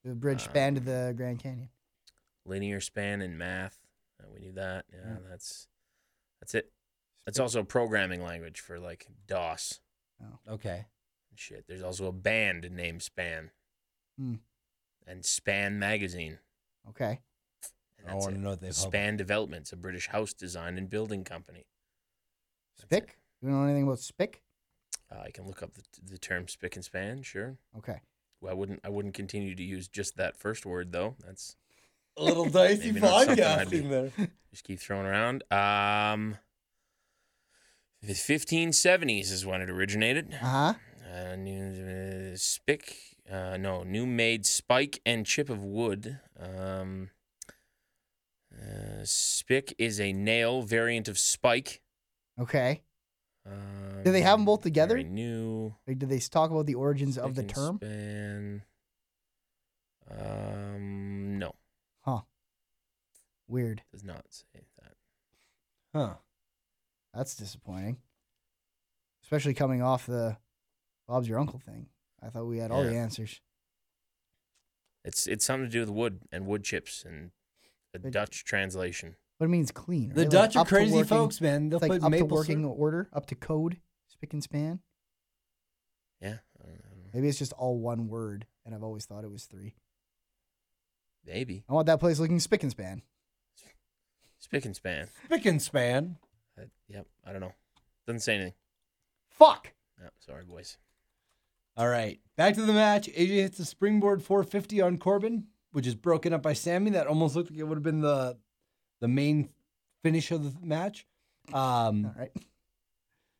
Speaker 3: The bridge
Speaker 2: Uh,
Speaker 3: spanned the Grand Canyon.
Speaker 1: Linear span in math. Uh, we knew that. Yeah,
Speaker 3: Hmm.
Speaker 1: that's that's it. It's also a programming language for like DOS
Speaker 3: Oh,
Speaker 2: Okay.
Speaker 1: and shit. There's also a band named Span.
Speaker 3: Hmm.
Speaker 1: And Span magazine.
Speaker 3: Okay.
Speaker 1: And
Speaker 2: I
Speaker 1: that's
Speaker 2: want
Speaker 1: it.
Speaker 2: to know what they've hoped.
Speaker 1: Span Developments, a British house design and building company. That's it.
Speaker 3: Spick? You know anything about spick?
Speaker 1: Uh, I can look up the, the term spick and span, sure.
Speaker 3: Okay.
Speaker 1: Well, I wouldn't I wouldn't continue to use just that first word though. That's
Speaker 2: A
Speaker 3: (laughs)
Speaker 2: little dicey
Speaker 1: Maybe not something I'd be-
Speaker 2: podcasting there.
Speaker 1: just keep throwing around. Um the 1570s is when it originated.
Speaker 3: Uh-huh.
Speaker 1: Uh, new uh, spick, uh, no, new made spike and chip of wood. Um, uh, spick is a nail variant of spike.
Speaker 3: Okay.
Speaker 1: Um,
Speaker 3: they have 'em both
Speaker 1: very
Speaker 3: together?
Speaker 1: New
Speaker 3: Like, did they talk about the origins of the
Speaker 1: spick
Speaker 3: term?
Speaker 1: and span. Um, no,
Speaker 3: Huh. Weird.
Speaker 1: does not say that.
Speaker 2: Huh.
Speaker 3: That's disappointing. Especially coming off the Bob's your uncle thing. I thought we had all the
Speaker 1: Yeah.
Speaker 3: answers.
Speaker 1: It's it's something to do with wood and wood chips and a
Speaker 3: They-
Speaker 1: Dutch translation.
Speaker 3: But it means clean.
Speaker 2: The
Speaker 3: right? Like,
Speaker 2: Dutch are
Speaker 3: up to
Speaker 2: crazy
Speaker 3: working-
Speaker 2: folks, man. They'll
Speaker 3: It's like
Speaker 2: put
Speaker 3: up to
Speaker 2: maple
Speaker 3: working
Speaker 2: syrup.
Speaker 3: order, up to code, spick and span.
Speaker 1: Yeah, I don't- I
Speaker 2: Mm-hmm.
Speaker 1: don't know.
Speaker 3: Maybe it's just all one word, and I've always thought it was three.
Speaker 1: maybe
Speaker 3: I want that place looking spick and span.
Speaker 1: spick and span.
Speaker 2: Spick and span.
Speaker 1: Uh, yep, I don't know. Doesn't say anything.
Speaker 3: Fuck.
Speaker 1: No, sorry, boys.
Speaker 2: All right, back to the match. AJ hits a springboard 450 on Corbin, which is broken up by Sammy. That almost looked like it would have been the the main finish of the match. Um,
Speaker 3: All right.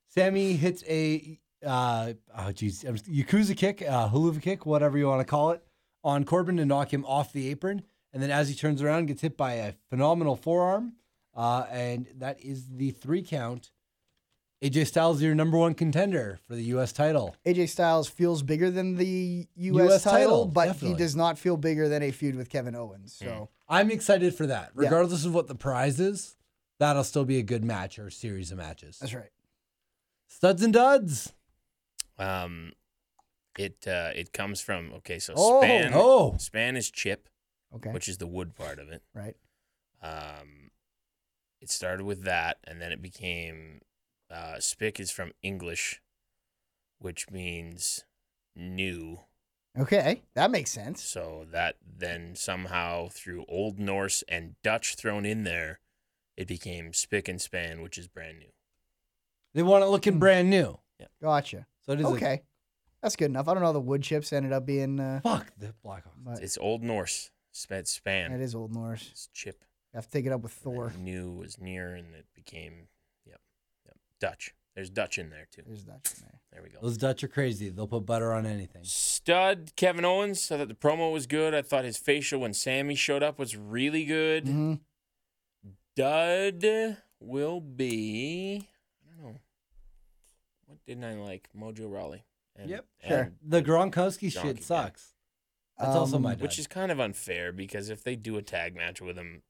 Speaker 2: Sammy hits a uh, oh geez, I'm just- Yakuza kick, uh, haluva kick, whatever you want to call it, on Corbin to knock him off the apron. And then as he turns around, gets hit by a phenomenal forearm, uh, and that is the three count. AJ Styles is your number one contender for the U.S. title.
Speaker 3: AJ Styles feels bigger than the U.S.
Speaker 2: US
Speaker 3: title,
Speaker 2: title,
Speaker 3: but
Speaker 2: definitely. Mm.
Speaker 3: he does not feel bigger than a feud with Kevin Owens. So
Speaker 2: I'm excited for that.
Speaker 3: Yeah.
Speaker 2: Regardless of what the prize is, that'll still be a good match or series of matches.
Speaker 3: that's right.
Speaker 2: Studs and duds.
Speaker 1: Um, it uh, it comes from okay, so
Speaker 3: Oh,
Speaker 1: span
Speaker 2: oh.
Speaker 1: span is chip,
Speaker 3: Okay.
Speaker 1: which is the wood part of it.
Speaker 3: right.
Speaker 1: Um, it started with that, and then it became uh, spick is from English, which means new.
Speaker 3: Okay. That makes sense.
Speaker 1: So that then somehow through Old Norse and Dutch thrown in there, it became spick and span, which is brand new.
Speaker 2: They want it looking brand new.
Speaker 3: Gotcha.
Speaker 2: So it is a-
Speaker 3: Hmm. okay. That's good enough. I don't know. how The wood chips ended up being. Uh,
Speaker 2: fuck the Blackhawks.
Speaker 3: but
Speaker 1: It's Old Norse, span,
Speaker 3: it
Speaker 1: span,
Speaker 3: is Old Norse.
Speaker 1: it's chip.
Speaker 3: I have to take it up with
Speaker 1: and
Speaker 3: Thor.
Speaker 1: then New was near, and it became yep, yep. Dutch. There's Dutch in there too.
Speaker 3: There's that in there.
Speaker 1: There we go.
Speaker 2: Those Dutch are crazy. They'll put butter on anything.
Speaker 1: Stud Kevin Owens. I thought the promo was good. I thought his facial when Sammy showed up was really good.
Speaker 3: Mhm.
Speaker 1: dud will be. I don't know. What didn't I like? Mojo Raleigh. And,
Speaker 2: Yep.
Speaker 3: Sure.
Speaker 1: and-
Speaker 2: The Gronkowski
Speaker 1: Gronk, yeah.
Speaker 2: shit sucks. That's also my
Speaker 3: Um,
Speaker 1: which is kind of unfair because if they do a tag match with him,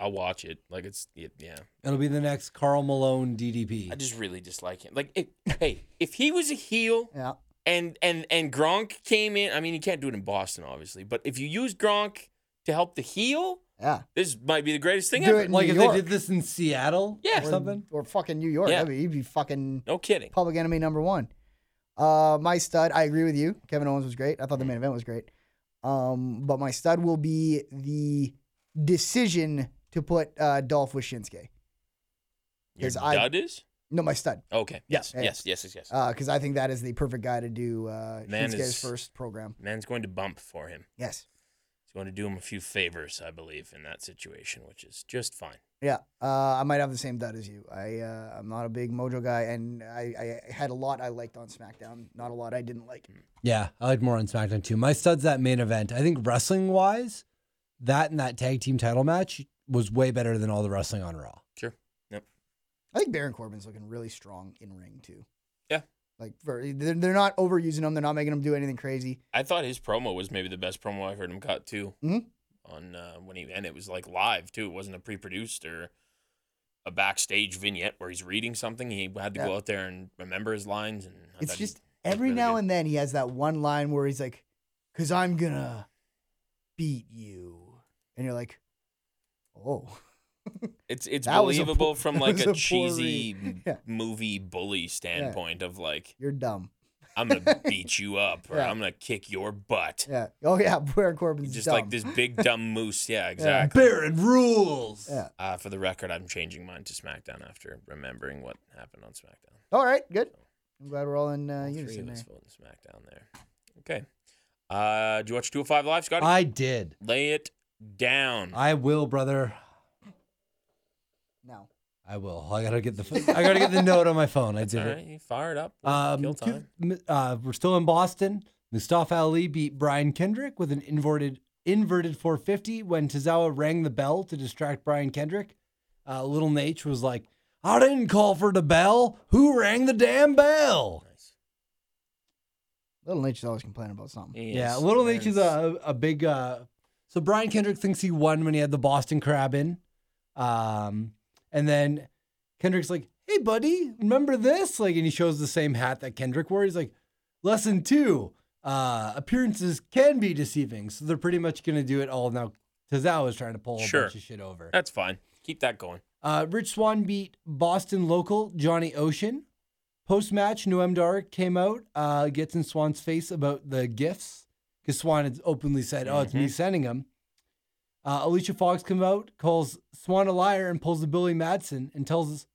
Speaker 1: I'll watch it. Like it's it, yeah.
Speaker 2: It'll be the next Carl Malone DDP.
Speaker 1: I just really dislike him. Like it, hey, if he was a heel
Speaker 3: Yeah.
Speaker 1: and and and Gronk came in, I mean you can't do it in Boston obviously, but if you use Gronk to help the heel,
Speaker 3: Yeah.
Speaker 1: this might be the greatest thing
Speaker 3: Do
Speaker 1: ever.
Speaker 3: it in
Speaker 2: like
Speaker 3: New
Speaker 2: if
Speaker 3: York.
Speaker 2: they did this in Seattle
Speaker 1: Yeah.
Speaker 2: or something.
Speaker 3: Or fucking New York.
Speaker 1: Yeah.
Speaker 3: That'd be, he'd be fucking
Speaker 1: No kidding.
Speaker 3: public enemy number one. Uh, my stud, I agree with you. Kevin Owens was great. I thought the
Speaker 2: Mm.
Speaker 3: main event was great. Um, but my stud will be the decision to put uh, Dolph with Shinsuke.
Speaker 1: Your
Speaker 3: 'Cause I-
Speaker 1: dud is
Speaker 3: No, my stud.
Speaker 1: okay. Yes,
Speaker 3: Yeah.
Speaker 1: yes, yes, yes, yes.
Speaker 3: Because I think that is the perfect guy to do uh,
Speaker 1: Man
Speaker 3: Shinsuke's
Speaker 1: is-
Speaker 3: first program.
Speaker 1: Man's going to bump for him.
Speaker 3: Yes.
Speaker 1: He's going to do him a few favors, I believe, in that situation, which is just fine.
Speaker 3: Yeah, uh, I might have the same dud as you. I uh, I'm not a big Mojo guy, and I, I had a lot I liked on SmackDown. Not a lot I didn't like.
Speaker 1: Mm.
Speaker 2: Yeah, I like more on SmackDown too. My stud's that main event. I think wrestling wise, that and that tag team title match was way better than all the wrestling on Raw.
Speaker 1: Sure. Yep.
Speaker 3: I think Baron Corbin's looking really strong in ring too.
Speaker 1: Yeah.
Speaker 3: Like very, they're, they're not overusing him. They're not making him do anything crazy.
Speaker 1: I thought his promo was maybe the best promo I've heard him cut too.
Speaker 3: Mhm.
Speaker 1: On uh, when he and it was like live too. It wasn't a pre-produced or a backstage vignette where he's reading something. He had to
Speaker 3: Yeah.
Speaker 1: go out there and remember his lines. And I
Speaker 3: it's
Speaker 1: thought he-
Speaker 3: just every
Speaker 1: really
Speaker 3: now
Speaker 1: good.
Speaker 3: and then he has that one line where he's like, "Cause I'm gonna beat you," and you're like, "Oh, (laughs)
Speaker 1: it's it's
Speaker 3: that was a
Speaker 1: believable
Speaker 3: poor-
Speaker 1: from
Speaker 3: (laughs) that
Speaker 1: like
Speaker 3: was
Speaker 1: a,
Speaker 3: a poor
Speaker 1: cheesy
Speaker 3: read. (laughs) Yeah.
Speaker 1: movie bully standpoint of like
Speaker 3: you're dumb."
Speaker 1: I'm
Speaker 2: (laughs)
Speaker 1: gonna beat you up or
Speaker 3: Yeah.
Speaker 1: I'm gonna kick your butt.
Speaker 3: Yeah. Oh yeah, (laughs) Baron Corbin's
Speaker 1: Just
Speaker 3: dumb.
Speaker 1: like this big dumb moose.
Speaker 2: (laughs)
Speaker 1: Yeah, exactly.
Speaker 2: Baron rules.
Speaker 3: Yeah.
Speaker 1: Uh, for the record, I'm changing mine to SmackDown after remembering what happened on SmackDown.
Speaker 3: All right, good. I'm glad we're all in
Speaker 1: All
Speaker 3: uh,
Speaker 1: three
Speaker 3: unison
Speaker 1: of
Speaker 3: there.
Speaker 1: us voting SmackDown there. Okay. Uh, do you watch 205 Live, Scotty?
Speaker 2: I did.
Speaker 1: Lay it down.
Speaker 2: I will, brother.
Speaker 3: No.
Speaker 2: I will. I gotta get the
Speaker 1: (laughs)
Speaker 2: I gotta get the note on my phone. I did
Speaker 1: All
Speaker 2: it.
Speaker 1: right, you fired up. We'll
Speaker 2: Um,
Speaker 1: kill
Speaker 2: two-
Speaker 1: time.
Speaker 2: m- uh, we're still in Boston. Mustafa Ali beat Brian Kendrick with an inverted inverted 450 when Tozawa rang the bell to distract Brian Kendrick. Uh, Little Nate was like, "I didn't call for the bell. Who rang the damn bell?"
Speaker 1: Nice.
Speaker 3: Little Nature's always complaining about something.
Speaker 2: Yeah,
Speaker 1: Yes,
Speaker 2: Little
Speaker 1: there
Speaker 2: Nate is
Speaker 1: it is.
Speaker 2: a a big. Uh, so Brian Kendrick thinks he won when he had the Boston Crab in, um, and then Kendrick's like, "Hey, buddy, remember this?" Like, and he shows the same hat that Kendrick wore. He's like, "Lesson two: uh, appearances can be deceiving." So they're pretty much gonna do it all now. Tozawa is trying to pull a
Speaker 1: Sure.
Speaker 2: bunch of shit over.
Speaker 1: That's fine. Keep that going.
Speaker 2: Uh, Rich Swan beat Boston local Johnny Ocean. Post match, Noam Dar came out, uh, gets in Swan's face about the gifts because Swan had openly said, "Oh, it's
Speaker 1: Mm-hmm.
Speaker 2: me sending them." Uh, Alicia Fox comes out, calls Swan a liar, and pulls the Billy Madsen and tells us,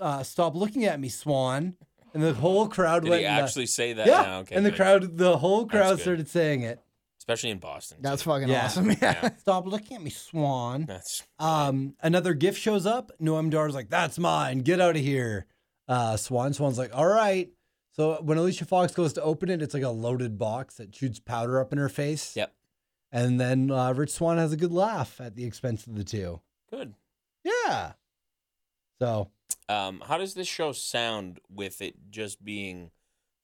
Speaker 2: uh, "Stop looking at me, Swan." And the whole crowd
Speaker 1: Did
Speaker 2: went
Speaker 1: he
Speaker 2: nuts.
Speaker 1: actually say that?
Speaker 2: yeah,
Speaker 1: Now? Okay,
Speaker 2: and the
Speaker 1: good.
Speaker 2: crowd, the whole crowd
Speaker 1: good.
Speaker 2: started saying it. (laughs)
Speaker 1: especially in Boston.
Speaker 3: That's
Speaker 1: too.
Speaker 3: fucking
Speaker 2: Yeah.
Speaker 3: awesome. (laughs) Yeah.
Speaker 2: Stop looking at me, Swan.
Speaker 1: That's
Speaker 2: Um, another gift shows up. Noam Dar's like, "That's mine. Get out of here." Uh, Swan. Swan's like, "All right." So when Alicia Fox goes to open it, it's like a loaded box that shoots powder up in her face.
Speaker 1: Yep.
Speaker 2: And then uh, Rich Swan has a good laugh at the expense of the two.
Speaker 1: good.
Speaker 2: Yeah. So
Speaker 1: Um, how does this show sound with it just being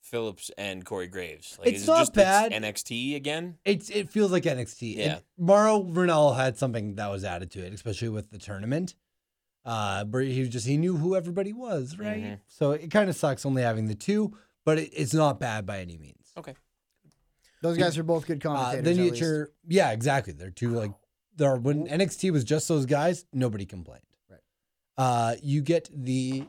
Speaker 1: Phillips and Corey Graves? Like,
Speaker 2: It's
Speaker 1: is
Speaker 2: not
Speaker 1: it just
Speaker 2: bad.
Speaker 1: NXT again?
Speaker 2: it's it feels like NXT.
Speaker 1: Yeah.
Speaker 2: And Mauro Ronaldo had something that was added to it, especially with the tournament. Uh, where he was just he knew who everybody was, right?
Speaker 3: Mm-hmm.
Speaker 1: Mhm.
Speaker 2: So it kind of sucks only having the two, but it, it's not bad by any means.
Speaker 1: Okay.
Speaker 3: Those guys are both good
Speaker 2: Uh,
Speaker 3: Oh, commentators.
Speaker 2: then you
Speaker 3: at
Speaker 2: get
Speaker 3: least.
Speaker 2: your yeah, exactly. They're two like there are when NXT was just those guys, nobody complained.
Speaker 3: Right.
Speaker 2: Uh, you get the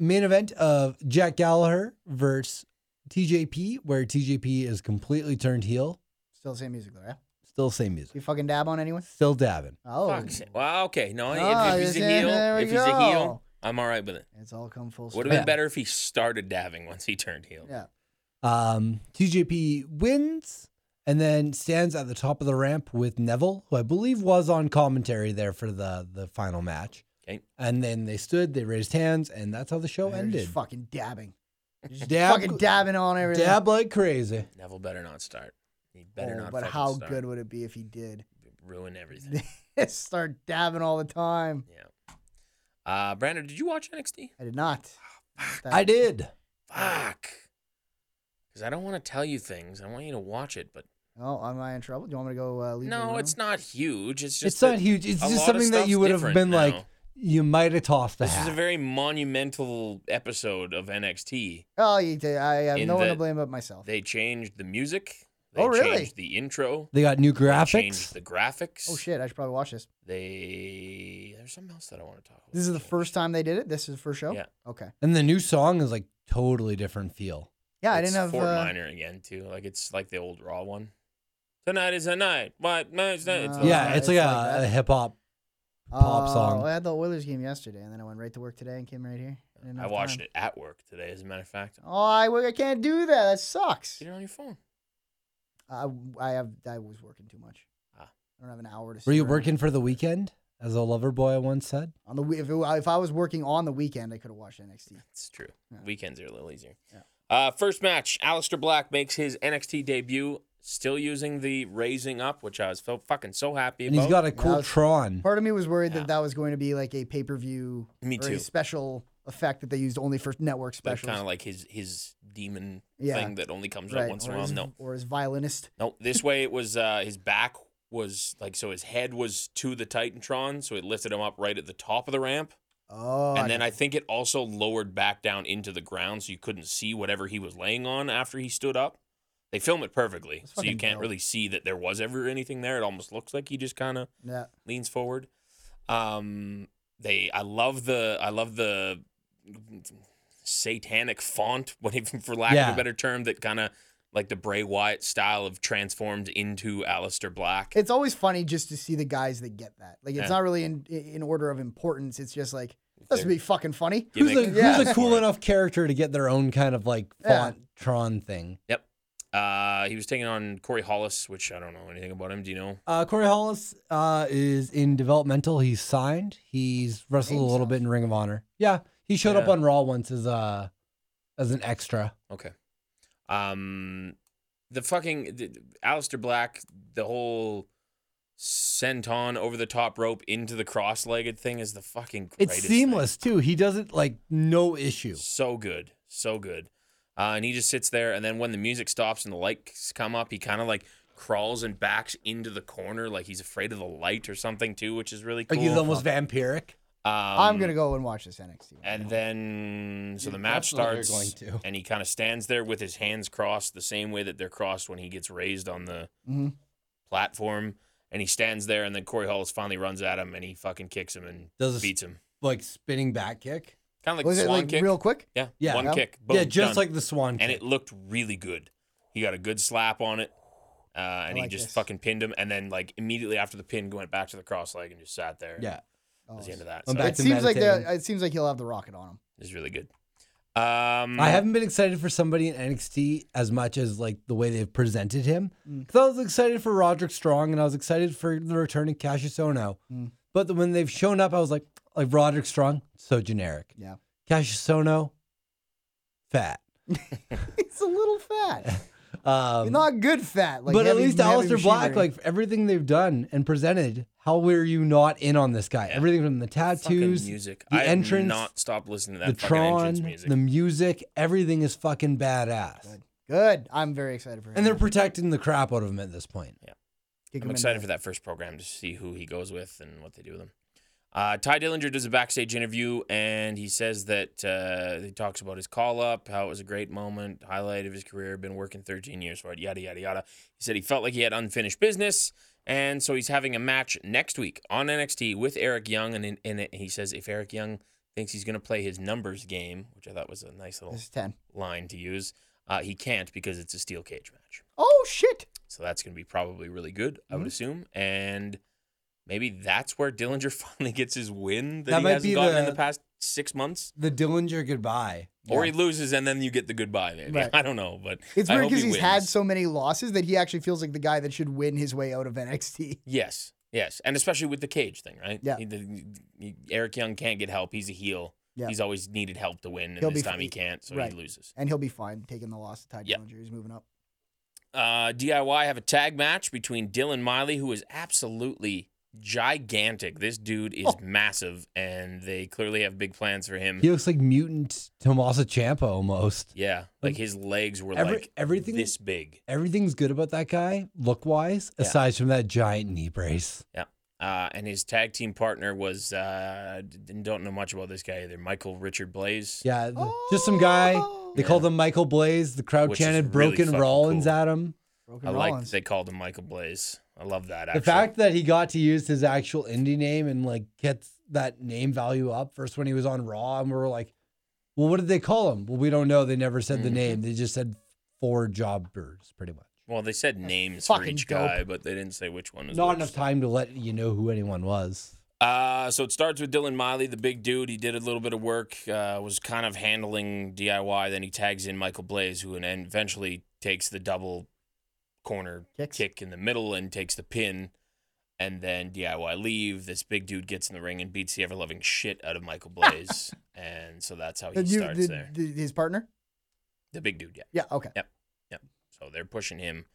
Speaker 2: main event of Jack Gallagher versus TJP, where TJP is completely turned heel.
Speaker 3: still the same music though, yeah?
Speaker 2: Still same
Speaker 3: Do
Speaker 2: music,
Speaker 3: you fucking dab on anyone?
Speaker 2: still dabbing.
Speaker 3: Oh.
Speaker 1: Fuck's sake. Well, okay. No, if-
Speaker 3: Ah,
Speaker 1: if, he's a
Speaker 3: yeah,
Speaker 1: heel,
Speaker 3: there we
Speaker 1: if he's a
Speaker 3: go.
Speaker 1: heel, I'm all right with it.
Speaker 3: It's all come full circle.
Speaker 1: Would have been
Speaker 2: Yeah.
Speaker 1: better if he started dabbing once he turned heel.
Speaker 3: Yeah.
Speaker 2: Um, TJP wins and then stands at the top of the ramp with Neville, who I believe was on commentary there for the the final match.
Speaker 1: Okay.
Speaker 2: And then they stood, they raised hands, and that's how the show
Speaker 3: They're
Speaker 2: ended.
Speaker 3: Just fucking dabbing. Just
Speaker 2: Dab-
Speaker 3: fucking dabbing on everything.
Speaker 2: Dab like crazy.
Speaker 1: Neville better not start. He
Speaker 3: Oh,
Speaker 1: better not.
Speaker 3: but
Speaker 1: fucking
Speaker 3: how
Speaker 1: start.
Speaker 3: good would it be if he did? (laughs)
Speaker 1: Ruin everything.
Speaker 3: Start dabbing all the time.
Speaker 1: Uh, Brandon, did you watch NXT?
Speaker 3: I did not.
Speaker 1: Oh,
Speaker 2: I did.
Speaker 1: Fuck. Because I don't want to tell you things. I want you to watch it, but
Speaker 3: Oh, am I in trouble? Do you want me to go uh, leave? the
Speaker 1: no,
Speaker 3: room?
Speaker 1: it's not huge. It's just
Speaker 2: it's not
Speaker 1: that
Speaker 2: huge. It's
Speaker 1: a lot
Speaker 2: just
Speaker 1: of
Speaker 2: something that
Speaker 1: stuff's
Speaker 2: you would have
Speaker 1: different
Speaker 2: been like,
Speaker 1: now.
Speaker 2: you might have tossed the
Speaker 1: This
Speaker 2: hat.
Speaker 1: is a very monumental episode of NXT.
Speaker 3: Oh, you did. I have
Speaker 1: In
Speaker 3: no one to
Speaker 1: that-
Speaker 3: blame but myself.
Speaker 1: They changed the music. They
Speaker 3: Oh, really?
Speaker 1: changed the intro.
Speaker 2: they got new
Speaker 1: They changed
Speaker 2: graphics.
Speaker 1: the graphics.
Speaker 3: oh shit! I should probably watch this.
Speaker 1: They there's something else that I want to talk about.
Speaker 3: This is the
Speaker 1: Change.
Speaker 3: first time they did it. This is the first show.
Speaker 1: Yeah.
Speaker 3: Okay.
Speaker 2: and the new song is like totally different feel.
Speaker 3: Yeah, I
Speaker 1: It's
Speaker 3: didn't have.
Speaker 1: Fort
Speaker 3: uh,
Speaker 1: Minor again too. Like it's like the old Raw one. Tonight is a night. What? No, it's not. It's
Speaker 3: Uh,
Speaker 1: a-
Speaker 2: yeah,
Speaker 3: it's
Speaker 2: it's like,
Speaker 3: like
Speaker 2: a,
Speaker 3: that.
Speaker 2: a hip hop. pop
Speaker 3: uh,
Speaker 2: song.
Speaker 3: I had the Oilers game yesterday, and then I went right to work today and came right here. didn't
Speaker 1: I
Speaker 3: have
Speaker 1: watched
Speaker 3: time.
Speaker 1: it at work today, as a matter of fact.
Speaker 3: Oh, I, I can't do that. That sucks.
Speaker 1: Get it on your phone.
Speaker 3: I, I have. I was working too much.
Speaker 1: Ah.
Speaker 3: I don't have an hour to. sit
Speaker 2: Were you
Speaker 3: around.
Speaker 2: working for the weekend? As a lover boy once said.
Speaker 3: on the? we- If, it, if I was working on the weekend, I could have
Speaker 2: (laughs)
Speaker 3: watched NXT.
Speaker 1: It's true.
Speaker 3: Yeah.
Speaker 1: Weekends are a little easier.
Speaker 3: Yeah.
Speaker 1: Uh, first match, Aleister Black makes his NXT debut, still using the raising up, which I was so fucking so happy
Speaker 2: And
Speaker 1: about.
Speaker 2: he's got a cool
Speaker 3: was-
Speaker 2: Tron.
Speaker 3: Part of me was worried
Speaker 1: Yeah.
Speaker 3: that that was going to be like a pay per view.
Speaker 1: Me
Speaker 3: Or
Speaker 1: too.
Speaker 3: a special effect that they used only for network
Speaker 1: but
Speaker 3: specials.
Speaker 1: kind of like his his demon
Speaker 3: Yeah.
Speaker 1: thing that only comes up once in
Speaker 3: or
Speaker 1: a while.
Speaker 3: as-
Speaker 1: No,
Speaker 3: Or as violinist.
Speaker 1: no. This way, it was uh, his back was like so. His head was to the Titantron, so it lifted him up right at the top of the ramp,
Speaker 3: Oh.
Speaker 1: and then I think it also lowered back down into the ground, so you couldn't see whatever he was laying on after he stood up. They film it perfectly,
Speaker 3: That's
Speaker 1: so you
Speaker 3: fucking
Speaker 1: can't
Speaker 3: dope.
Speaker 1: really see that there was ever anything there. It almost looks like he just kind of
Speaker 3: Yeah.
Speaker 1: leans forward. Um, they, I love the, I love the satanic font, (laughs) what if- for lack of
Speaker 2: Yeah.
Speaker 1: a better term, that kind of like the Bray Wyatt style of transformed into Alistair Black.
Speaker 3: It's always funny just to see the guys that get that. Like, it's
Speaker 1: Yeah.
Speaker 3: not really in, in order of importance. It's just like, this would be fucking funny.
Speaker 2: Who's a,
Speaker 1: gimmick.
Speaker 3: Yeah.
Speaker 2: who's a cool
Speaker 1: For it.
Speaker 2: enough character to get their own kind of like
Speaker 3: Yeah.
Speaker 2: font Tron thing?
Speaker 1: Uh, he was taking on Corey Hollis, which I don't know anything about him. Do you know?
Speaker 2: Uh, Corey Hollis uh, is in developmental. He's signed. He's wrestled a
Speaker 3: Name's
Speaker 2: little bit
Speaker 3: off.
Speaker 2: in Ring of Honor. Yeah, he showed up
Speaker 1: Yeah.
Speaker 2: on Raw once as uh as an extra.
Speaker 1: Okay. Um, the fucking the, Alistair Black, the whole sent on over the top rope into the cross legged thing is the fucking
Speaker 2: It's
Speaker 1: greatest thing.
Speaker 2: seamless too. He does it like no issue.
Speaker 1: So good, so good. Uh, and he just sits there, and then when the music stops and the lights come up, he kind of like crawls and backs into the corner, like he's afraid of the light or something too, which is really cool.
Speaker 2: Like he's almost vampiric.
Speaker 1: Um,
Speaker 3: I'm going to go and watch this NXT.
Speaker 1: And then, so
Speaker 2: You-
Speaker 1: the match
Speaker 2: that's what you're
Speaker 1: starts,
Speaker 2: going to.
Speaker 1: and he kind of stands there with his hands crossed, the same way that they're crossed when he gets raised on the
Speaker 2: Mm-hmm.
Speaker 3: Mhm.
Speaker 1: platform. And he stands there, and then Corey Hollis finally runs at him, and he fucking kicks him and
Speaker 2: Does a
Speaker 1: beats him,
Speaker 2: like spinning back kick.
Speaker 1: kind of like
Speaker 3: was
Speaker 1: the
Speaker 3: it
Speaker 1: swan
Speaker 3: like
Speaker 1: kick.
Speaker 3: real quick?
Speaker 1: yeah,
Speaker 2: Yeah.
Speaker 1: one
Speaker 3: Yeah.
Speaker 1: kick. Boom,
Speaker 2: yeah, just
Speaker 1: done.
Speaker 2: like the swan kick.
Speaker 1: and it looked really good. He got a good slap on it, uh, and he
Speaker 3: like
Speaker 1: just
Speaker 3: this.
Speaker 1: fucking pinned him. And then, like immediately after the pin, went back to the cross leg and just sat there.
Speaker 2: yeah. Oh,
Speaker 1: that was the end of that. So
Speaker 2: I'm
Speaker 3: Oh, It
Speaker 2: back to
Speaker 3: seems like
Speaker 2: meditating.
Speaker 3: the, it seems like he'll have the rocket on him.
Speaker 1: it was really good. Um,
Speaker 2: I haven't been excited for somebody in NXT as much as like the way they've presented him.
Speaker 1: Mm.
Speaker 2: Because I was excited for Roderick Strong and I was excited for the return of Cassius Ohno.
Speaker 1: Mm.
Speaker 2: But the, when they've shown up, I was like, like Roderick Strong, so generic.
Speaker 3: (laughs) Yeah.
Speaker 2: Cassius Ohno, fat.
Speaker 3: It's a little fat.
Speaker 2: (laughs) Um,
Speaker 3: not good fat. Like
Speaker 2: but at
Speaker 3: heavy-
Speaker 2: least
Speaker 3: heavy
Speaker 2: Aleister Black,
Speaker 3: machinery.
Speaker 2: like everything they've done and presented, how were you not in on this guy? Everything from the
Speaker 1: fucking
Speaker 2: tattoos,
Speaker 1: music.
Speaker 2: the
Speaker 1: I have
Speaker 2: entrance,
Speaker 1: not stopped listening to
Speaker 2: the
Speaker 1: that fucking entrance
Speaker 2: Tron,
Speaker 1: music.
Speaker 2: the music, everything is fucking badass.
Speaker 3: Good. I'm very excited for him.
Speaker 2: And they're protecting the crap out of him at this point.
Speaker 3: Kick him
Speaker 1: I'm
Speaker 3: in
Speaker 1: excited
Speaker 3: there.
Speaker 1: for that first program to see who he goes with and what they do with him. Uh, Ty Dillinger does a backstage interview, and he says that uh, he talks about his call up, how it was a great moment, highlight of his career, been working 13 years for it, yada, yada, yada. He said he felt like he had unfinished business, and so he's having a match next week on NXT with Eric Young. And, in, in it, he says if Eric Young thinks he's going to play his numbers game, which I thought was a nice little
Speaker 3: This is ten.
Speaker 1: line to use, uh, he can't because it's a steel cage match.
Speaker 3: Oh shit.
Speaker 1: So that's going to be probably really good, I
Speaker 3: Mm-hmm.
Speaker 1: would assume. And maybe that's where Dillinger (laughs) finally gets his win that,
Speaker 2: That
Speaker 1: he
Speaker 2: might
Speaker 1: hasn't
Speaker 2: be
Speaker 1: gotten in
Speaker 2: the-
Speaker 1: the past six months.
Speaker 2: The Dillinger goodbye.
Speaker 1: Or he loses and then you get the goodbye, maybe.
Speaker 3: Right.
Speaker 1: (laughs) I don't know, but
Speaker 3: It's
Speaker 1: I
Speaker 3: weird
Speaker 1: hope he
Speaker 3: because he's had
Speaker 1: wins.
Speaker 3: so many losses that he actually feels like the guy that should win his way out of NXT.
Speaker 1: Yes, yes, and especially with the cage thing, right?
Speaker 3: Yeah.
Speaker 1: He- the- he- Eric Young can't get help. He's a heel.
Speaker 3: Yeah.
Speaker 1: He's always needed help to win, and
Speaker 3: He'll
Speaker 1: this
Speaker 3: be-
Speaker 1: time he can't, so
Speaker 3: right.
Speaker 1: he loses.
Speaker 3: (laughs) And he'll be fine taking the loss to Ty
Speaker 1: Yeah.
Speaker 3: Dillinger. He's moving up.
Speaker 1: Uh, DIY have a tag match between Dylan Miley, who is absolutely gigantic. This dude is massive, and they clearly have big plans for him.
Speaker 2: Oh. He looks like mutant Tomasa Champa almost.
Speaker 1: yeah, like his legs were
Speaker 2: Every-
Speaker 1: like
Speaker 2: everything-
Speaker 1: this big.
Speaker 2: Everything's good about that guy, look wise,
Speaker 1: Yeah.
Speaker 2: aside from that giant knee brace.
Speaker 1: Yeah. Uh, and his tag team partner was uh, d- don't know much about this guy either. Michael Richard Blaze.
Speaker 2: Yeah, th- just some guy. They called him Michael Blaze. The crowd
Speaker 1: Oh! Which is
Speaker 2: chanted
Speaker 1: really
Speaker 2: "Broken
Speaker 1: fucking
Speaker 2: Rollins"
Speaker 1: cool.
Speaker 2: at him.
Speaker 3: Broken
Speaker 1: I like that
Speaker 3: Rollins.
Speaker 1: they called him Michael Blaze. I love that. Actually.
Speaker 2: The fact that he got to use his actual indie name and like gets that name value up first when he was on Raw, and we were like, "Well, what did they call him?" Well, we don't know. They never said
Speaker 1: Mm-hmm.
Speaker 2: the name. They just said four jobbers, pretty much.
Speaker 1: Well, they said names for
Speaker 3: fucking
Speaker 1: each
Speaker 3: dope.
Speaker 1: guy, but they didn't say which one was
Speaker 2: Not
Speaker 1: which.
Speaker 2: enough time to let you know who anyone was.
Speaker 1: Uh, so it starts with Dylan Miley, the big dude. He did a little bit of work, uh, was kind of handling DIY. Then he tags in Michael Blaze, who and eventually takes the double corner
Speaker 3: Kicks.
Speaker 1: kick in the middle and takes the pin. And then DIY leave. This big dude gets in the ring and beats the ever loving shit out of Michael Blaze. and so that's how he
Speaker 3: The new-
Speaker 1: starts
Speaker 3: the-
Speaker 1: there.
Speaker 3: the- his partner?
Speaker 1: The big dude, yeah.
Speaker 3: Yeah, okay.
Speaker 1: So they're pushing him.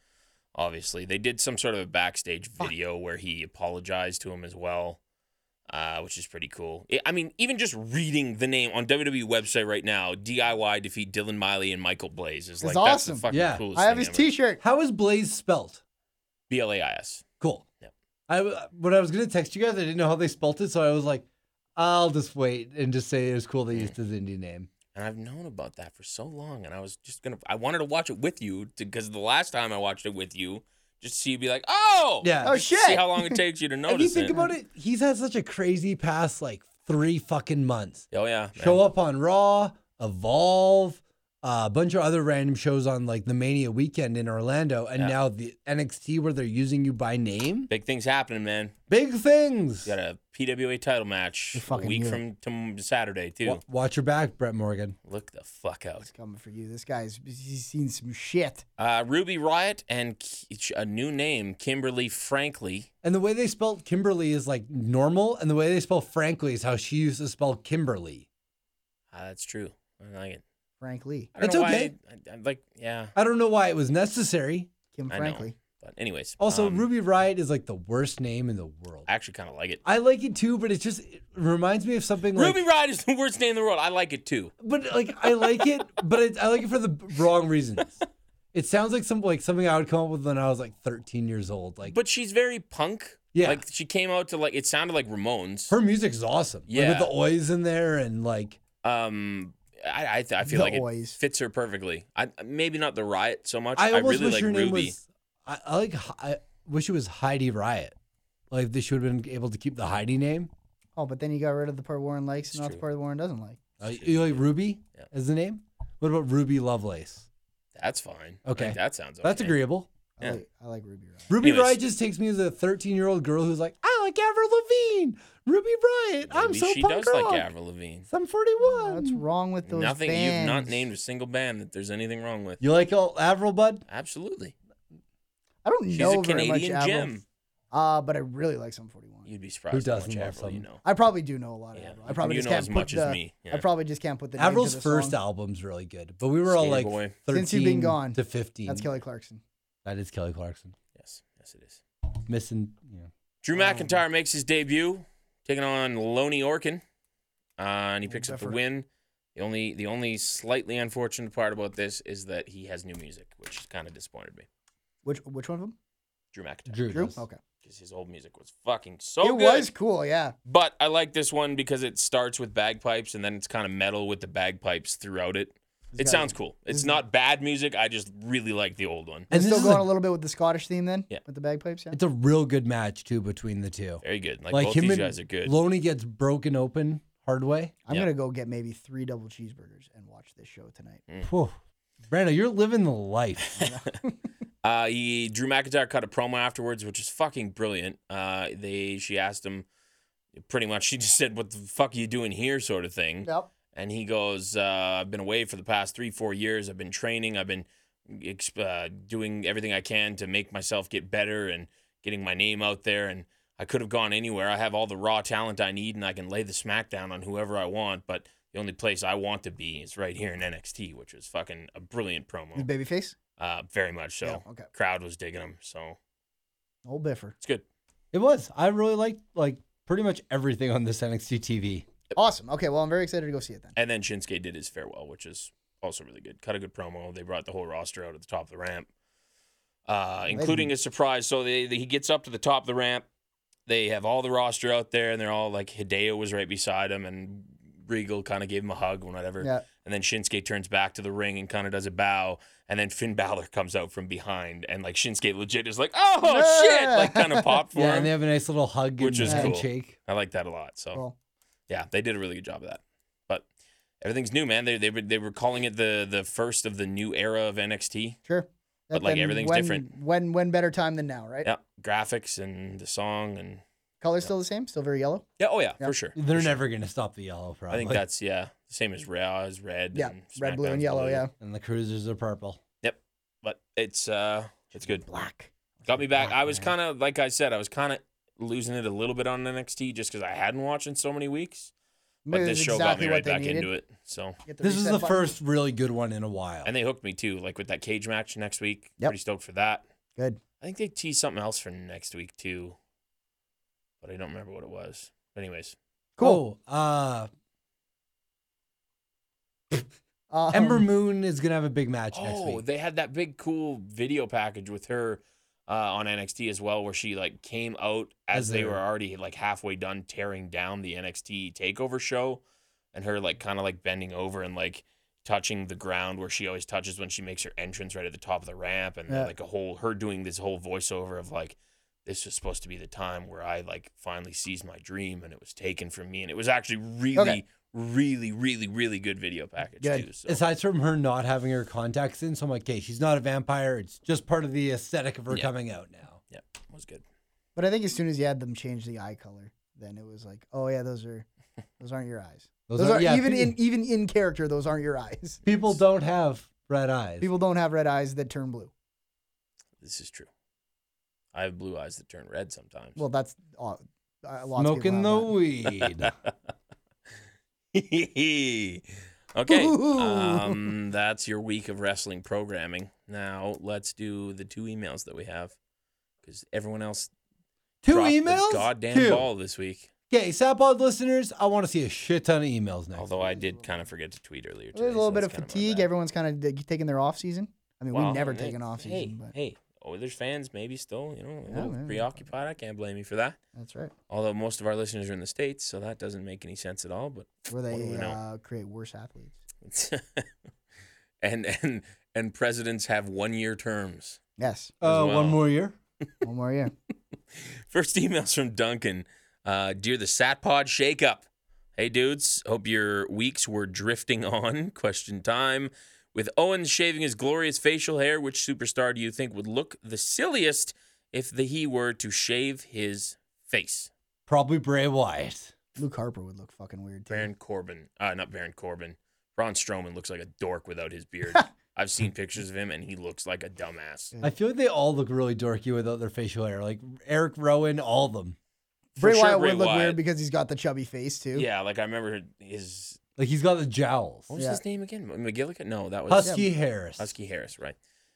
Speaker 1: Obviously, they did some sort of a backstage video where he apologized to him as well, uh, which is pretty cool. I- I mean, even just reading the name on WWE website right now, DIY defeat Dylan Miley and Michael Blaze is
Speaker 3: It's
Speaker 1: like
Speaker 3: awesome.
Speaker 1: that's the fucking
Speaker 2: Yeah.
Speaker 1: coolest.
Speaker 3: I have
Speaker 1: thing
Speaker 3: his
Speaker 1: ever.
Speaker 3: t shirt.
Speaker 2: How is Blaze spelt?
Speaker 1: B L A I S.
Speaker 2: Cool.
Speaker 1: Yep.
Speaker 2: I w- when I was gonna text you guys, I didn't know how they spelt it, so I was like, "I'll just wait and just say it was cool they used his indie name."
Speaker 1: And I've known about that for so long, and I was just gonna. I wanted to watch it with you because the last time I watched it with you, just so you'd be like, oh,
Speaker 2: Yeah.
Speaker 3: Oh,
Speaker 1: just to See
Speaker 3: shit.
Speaker 1: how long it takes you to notice
Speaker 2: if you think
Speaker 1: it.
Speaker 2: about it, he's had such a crazy past like three fucking months.
Speaker 1: Oh yeah.
Speaker 2: Show up on Raw, Evolve, uh, a bunch of other random shows on like the Mania weekend in Orlando, and
Speaker 1: Yeah.
Speaker 2: now the NXT where they're using you by name.
Speaker 1: Big things happening, man.
Speaker 2: Big things.
Speaker 1: You got a PWA title match a
Speaker 3: fucking
Speaker 1: week
Speaker 3: knew it.
Speaker 1: from tom Saturday too.
Speaker 2: Wa- watch your back, Brett Morgan.
Speaker 1: Look the fuck out.
Speaker 3: It's coming for you. This guy's he's seen some shit.
Speaker 1: Uh, Ruby Riot and K- a new name, Kimberly Frankly.
Speaker 2: And the way they spell Kimberly is like normal, and the way they spell Frankly is how she used to spell Kimberly.
Speaker 1: Ah, that's true. I like it.
Speaker 3: Frank Lee.
Speaker 1: I don't
Speaker 2: It's
Speaker 1: know
Speaker 2: okay.
Speaker 1: Why I, I, like, yeah.
Speaker 2: I don't know why it was necessary.
Speaker 3: Kim
Speaker 1: I
Speaker 3: Frankly.
Speaker 1: know. But anyways.
Speaker 2: Also,
Speaker 1: um,
Speaker 2: Ruby Riot is like the worst name in the world.
Speaker 1: I actually kind of like it.
Speaker 2: I like it too, but it just it reminds me of something like
Speaker 1: Ruby Riot is the worst name in the world. I like it too.
Speaker 2: But like, I like it, but it, I like it for the wrong reasons. It sounds like some like something I would come up with when I was like 13 years old. Like,
Speaker 1: But she's very punk.
Speaker 2: Yeah.
Speaker 1: Like she came out to like it sounded like Ramones.
Speaker 2: her music is awesome. Like,
Speaker 1: Yeah.
Speaker 2: with the oys in there and like,
Speaker 1: um, I I, th- I feel
Speaker 3: The
Speaker 1: like
Speaker 3: Oys.
Speaker 1: it fits her perfectly. I maybe not the Riot so much.
Speaker 2: I
Speaker 1: I,
Speaker 2: almost
Speaker 1: really
Speaker 2: wish
Speaker 1: like
Speaker 2: her
Speaker 1: Ruby.
Speaker 2: name was. I, I like. Hi- I wish it was Heidi Riot. Like they should have been able to keep the Heidi name.
Speaker 3: Oh, but then you got rid of the part Warren likes
Speaker 1: It's
Speaker 3: and not
Speaker 1: true.
Speaker 3: the part Warren doesn't like.
Speaker 2: Uh, you like Ruby
Speaker 1: Yeah.
Speaker 2: as the name? What about Ruby Lovelace?
Speaker 1: That's fine. I
Speaker 2: Okay.
Speaker 1: think that sounds.
Speaker 2: That's
Speaker 1: okay.
Speaker 2: agreeable.
Speaker 3: I,
Speaker 1: Yeah.
Speaker 3: like, I like Ruby Riot.
Speaker 2: Ruby
Speaker 1: Anyways.
Speaker 2: Riot just takes me as a 13 year old girl who's like, I like Avril Lavigne. Ruby Riot. I'm
Speaker 1: Maybe
Speaker 2: so
Speaker 1: she
Speaker 2: punk
Speaker 1: does
Speaker 2: rock.
Speaker 1: like Avril Lavigne.
Speaker 2: I'm 41.
Speaker 3: What's wrong with those
Speaker 1: Nothing. You've not
Speaker 3: bands?
Speaker 1: named a single band that there's anything wrong with.
Speaker 2: You like old Avril, bud?
Speaker 1: Absolutely.
Speaker 3: I don't
Speaker 1: She's
Speaker 3: know
Speaker 1: a
Speaker 3: very much
Speaker 1: Canadian
Speaker 3: Avril.
Speaker 1: gem.
Speaker 3: Uh, but I really like Sum 41.
Speaker 1: You'd be surprised how much
Speaker 2: doesn't love
Speaker 1: Avril you
Speaker 2: some-
Speaker 1: know.
Speaker 3: I probably do know a lot of
Speaker 1: Yeah.
Speaker 3: Avril. I probably
Speaker 1: You
Speaker 3: just
Speaker 1: know
Speaker 3: can't
Speaker 1: as
Speaker 3: put
Speaker 1: much as
Speaker 3: the,
Speaker 1: me, yeah.
Speaker 3: I probably just can't put the name to
Speaker 2: Avril's
Speaker 3: the
Speaker 2: first
Speaker 3: song.
Speaker 2: album's really good, but we were all
Speaker 1: Skater
Speaker 2: like
Speaker 1: Boy.
Speaker 2: 13
Speaker 3: Since You've Been Gone.
Speaker 2: to 15.
Speaker 3: That's Kelly Clarkson.
Speaker 2: That is Kelly Clarkson.
Speaker 1: Yes, yes, it is.
Speaker 2: Missing, you know.
Speaker 1: Drew
Speaker 3: Oh.
Speaker 1: McIntyre makes his debut, taking on Loney Orkin, uh, and he picks up the
Speaker 3: Buffer.
Speaker 1: win. The only, the only slightly unfortunate part about this is that he has new music, which kind of disappointed me.
Speaker 3: Which which one of them?
Speaker 1: Drew McIntyre,
Speaker 2: Drew.
Speaker 3: Drew?
Speaker 2: does.
Speaker 3: Okay.
Speaker 1: because his old music was fucking so
Speaker 3: it
Speaker 1: good.
Speaker 3: was cool, yeah.
Speaker 1: But I like this one because it starts with bagpipes and then it's kind of metal with the bagpipes throughout it. It
Speaker 3: got-
Speaker 1: sounds cool. It's not bad music. I just really like the old one.
Speaker 2: And
Speaker 3: Still
Speaker 2: this is
Speaker 3: going
Speaker 2: a,
Speaker 3: a, little bit with the Scottish theme then?
Speaker 1: Yeah.
Speaker 3: With the bagpipes, yeah.
Speaker 2: it's a real good match, too, between the two.
Speaker 1: Very good. Like, both these guys are good.
Speaker 2: Loney gets broken open hard way.
Speaker 3: I'm
Speaker 1: Yeah.
Speaker 3: gonna go get maybe three double cheeseburgers and watch this show tonight.
Speaker 1: Mm.
Speaker 2: Whew. Brando, you're living the life.
Speaker 1: Uh, he Drew McIntyre cut a promo afterwards, which is fucking brilliant. Uh, they she asked him, pretty much she just said, "What the fuck are you doing here?" sort of thing.
Speaker 3: Yep.
Speaker 1: And he goes, uh, I've been away for the past three, four years. I've been training. I've been exp- uh, doing everything I can to make myself get better and getting my name out there. And I could have gone anywhere. I have all the raw talent I need, and I can lay the smackdown on whoever I want. But the only place I want to be is right here in NXT, which is fucking a brilliant
Speaker 3: His
Speaker 1: promo.
Speaker 3: baby face?
Speaker 1: Uh, very much so.
Speaker 3: Yeah, okay.
Speaker 1: Crowd was digging him, so
Speaker 3: Old Biffer.
Speaker 1: it's good.
Speaker 2: It was. I really liked like pretty much everything on this NXT TV.
Speaker 3: Awesome. Okay, well, I'm very excited to go see it then.
Speaker 1: And then Shinsuke did his farewell, which is also really good. Cut a good promo. They brought the whole roster out at the top of the ramp, uh, including a surprise. So they, they, he gets up to the top of the ramp. They have all the roster out there, and they're all like Hideo was right beside him, and Regal kind of gave him a hug, and whatever.
Speaker 3: Yeah.
Speaker 1: And then Shinsuke turns back to the ring and kind of does a bow, and then Finn Balor comes out from behind, and like Shinsuke legit is like, "Oh shit!"
Speaker 3: Yeah.
Speaker 1: like kind of
Speaker 2: (laughs)
Speaker 1: popped for
Speaker 2: Yeah,
Speaker 1: him.
Speaker 2: and they have a nice little hug
Speaker 1: Which
Speaker 2: and
Speaker 1: is
Speaker 2: and
Speaker 1: cool.
Speaker 2: shake.
Speaker 1: I like that a lot. So
Speaker 3: Cool.
Speaker 1: yeah, they did a really good job of that. But everything's new, man. They they were, they were calling it the the first of the new era of NXT.
Speaker 3: Sure.
Speaker 1: But, like,
Speaker 3: Then
Speaker 1: everything's
Speaker 3: when,
Speaker 1: different.
Speaker 3: When when better time than now, right?
Speaker 1: Yeah, graphics and the song and
Speaker 3: Color's still the same, still very yellow.
Speaker 1: yeah, oh yeah,
Speaker 3: Yeah.
Speaker 1: for sure.
Speaker 2: They're
Speaker 1: for sure.
Speaker 2: never gonna stop the yellow,
Speaker 1: I
Speaker 2: probably.
Speaker 1: think that's yeah, the same as Raw is red.
Speaker 3: Yeah,
Speaker 1: and
Speaker 3: red, blue, and
Speaker 1: SmackDown's
Speaker 3: yellow.
Speaker 1: blue.
Speaker 3: Yeah,
Speaker 2: and the cruisers are purple.
Speaker 1: but it's uh, it's good.
Speaker 3: black.
Speaker 1: Got me back.
Speaker 2: Black,
Speaker 1: I was
Speaker 2: man.
Speaker 1: kind of like I said, I was kind of losing it a little bit on NXT just because I hadn't watched in so many weeks. But
Speaker 3: Maybe
Speaker 1: this
Speaker 3: that's
Speaker 1: show
Speaker 3: exactly
Speaker 1: got me right
Speaker 3: what they
Speaker 1: back
Speaker 3: needed.
Speaker 1: into it. So
Speaker 3: Get
Speaker 2: This is
Speaker 3: reset
Speaker 2: the
Speaker 3: button.
Speaker 2: first really good one in a while.
Speaker 1: and they hooked me too, like with that cage match next week.
Speaker 3: Yep.
Speaker 1: Pretty stoked for that.
Speaker 3: Good.
Speaker 1: I think they teased something else for next week too, but I don't remember what it was. But anyways,
Speaker 3: Cool.
Speaker 2: Oh, uh,
Speaker 3: Um,
Speaker 2: Ember Moon is gonna have a big match next
Speaker 1: oh,
Speaker 2: week.
Speaker 1: they had that big cool video package with her uh, on NXT as well, where she like came out as,
Speaker 2: As
Speaker 1: they
Speaker 2: they
Speaker 3: Mm-hmm.
Speaker 1: were
Speaker 2: were-
Speaker 1: already like halfway done tearing down the NXT Takeover show, and her like kind of like bending over and like touching the ground where she always touches when she makes her entrance right at the top of the ramp, and then,
Speaker 3: Yeah.
Speaker 1: like a whole her doing this whole voiceover of like. This was supposed to be the time where I like finally seized my dream and it was taken from me. And it was actually really, really, really, really good video package
Speaker 3: Good.
Speaker 1: too. So.
Speaker 2: Aside from her not having her contacts in, so I'm like, okay, she's not a vampire. It's just part of the aesthetic of her
Speaker 1: Yeah.
Speaker 2: coming out now.
Speaker 1: yeah, it was good.
Speaker 3: But I think as soon as you had them change the eye color, then it was like, oh yeah, those are those aren't your eyes. Those, are,
Speaker 2: yeah,
Speaker 3: even
Speaker 2: pe-
Speaker 3: in even in character, those aren't your eyes.
Speaker 2: people don't have red eyes.
Speaker 3: People don't have red eyes that turn blue.
Speaker 1: This is true. I have blue eyes that turn red sometimes.
Speaker 3: Well, that's all. Uh, lots of people
Speaker 2: smoking
Speaker 3: have
Speaker 2: the
Speaker 3: that.
Speaker 2: weed.
Speaker 1: (laughs) okay.
Speaker 3: (laughs) Ooh.
Speaker 1: Um, that's your week of wrestling programming. Now let's do the two emails that we have because everyone else
Speaker 2: (laughs) Two
Speaker 1: dropped the
Speaker 2: emails.
Speaker 1: goddamn
Speaker 2: Two.
Speaker 1: ball this week.
Speaker 2: Okay, Sapod listeners, I want to see a shit ton of emails next.
Speaker 1: Although I did kind of forget to tweet earlier. Today,
Speaker 3: There's a
Speaker 1: so
Speaker 3: little bit of
Speaker 1: that's kinda my
Speaker 3: fatigue.
Speaker 1: bad.
Speaker 3: Everyone's kind of taking their off season. I mean,
Speaker 1: Well,
Speaker 3: we never
Speaker 1: hey,
Speaker 3: take an off season,
Speaker 1: Hey,
Speaker 3: but
Speaker 1: hey, Oilers fans maybe still, you know, a
Speaker 3: Yeah,
Speaker 1: little
Speaker 3: man.
Speaker 1: preoccupied. I can't blame you for that.
Speaker 3: that's right.
Speaker 1: Although most of our listeners are in the states, so that doesn't make any sense at all. But
Speaker 3: Where
Speaker 1: What do
Speaker 3: they
Speaker 1: we know?
Speaker 3: uh, create worse athletes.
Speaker 1: (laughs) and and and presidents have one year terms.
Speaker 3: Yes.
Speaker 2: Uh,
Speaker 1: well.
Speaker 2: One more year.
Speaker 3: One more year. (laughs)
Speaker 1: First emails from Duncan. Uh, dear the Satpod Shakeup. Hey dudes, hope your weeks were drifting on. (laughs) Question time. With Owens shaving his glorious facial hair, which superstar do you think would look the silliest if the he were to shave his face?
Speaker 2: Probably Bray Wyatt.
Speaker 3: Luke Harper would look fucking weird. Too.
Speaker 1: Baron Corbin. Uh, not Baron Corbin. Braun Strowman looks like a dork without his
Speaker 3: (laughs)
Speaker 1: beard. I've seen pictures of him and he looks like a dumbass.
Speaker 3: Hmm.
Speaker 2: I feel like they all look really dorky without their facial hair. Like Eric Rowan, all of them.
Speaker 3: Bray
Speaker 1: For sure
Speaker 3: Wyatt
Speaker 1: Bray
Speaker 3: would look
Speaker 1: Wyatt.
Speaker 3: weird because he's got the chubby face too.
Speaker 1: Yeah, like I remember his
Speaker 2: Like he's got the jowls.
Speaker 1: What was
Speaker 3: Yeah.
Speaker 1: his name again? McGillicuddy? No, that was
Speaker 2: Husky Harris.
Speaker 1: Oh, Husky Ah, Harris, right?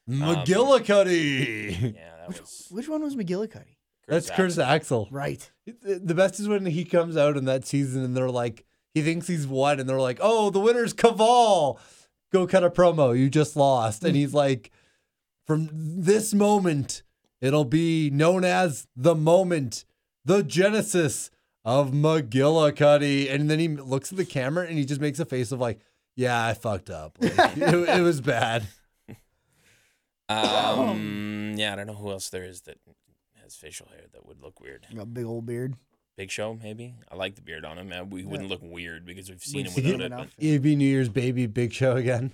Speaker 2: McGillicuddy.
Speaker 1: Yeah, that was
Speaker 3: Which one was McGillicuddy?
Speaker 2: That's Curtis Axel.
Speaker 3: Right.
Speaker 2: The the best is when he comes out in that season and they're like, he thinks he's won, and they're like, oh, the winner's Caval. Go cut a promo. You just lost. And he's like, from this moment, it'll be known as the moment, the genesis of McGillicuddy. And then he looks at the camera and he just makes a face of like, yeah, I fucked up. Like, it, it was bad.
Speaker 3: Oh.
Speaker 1: Um, yeah, I don't know who else there is that has facial hair that would look weird.
Speaker 3: Got a big old beard.
Speaker 1: Big Show, maybe. I like the beard on him. Uh, We wouldn't look weird because we've seen
Speaker 3: We've
Speaker 1: him
Speaker 3: seen
Speaker 1: without
Speaker 3: him
Speaker 1: it. but-
Speaker 3: enough.
Speaker 2: It'd be New Year's baby, big show again.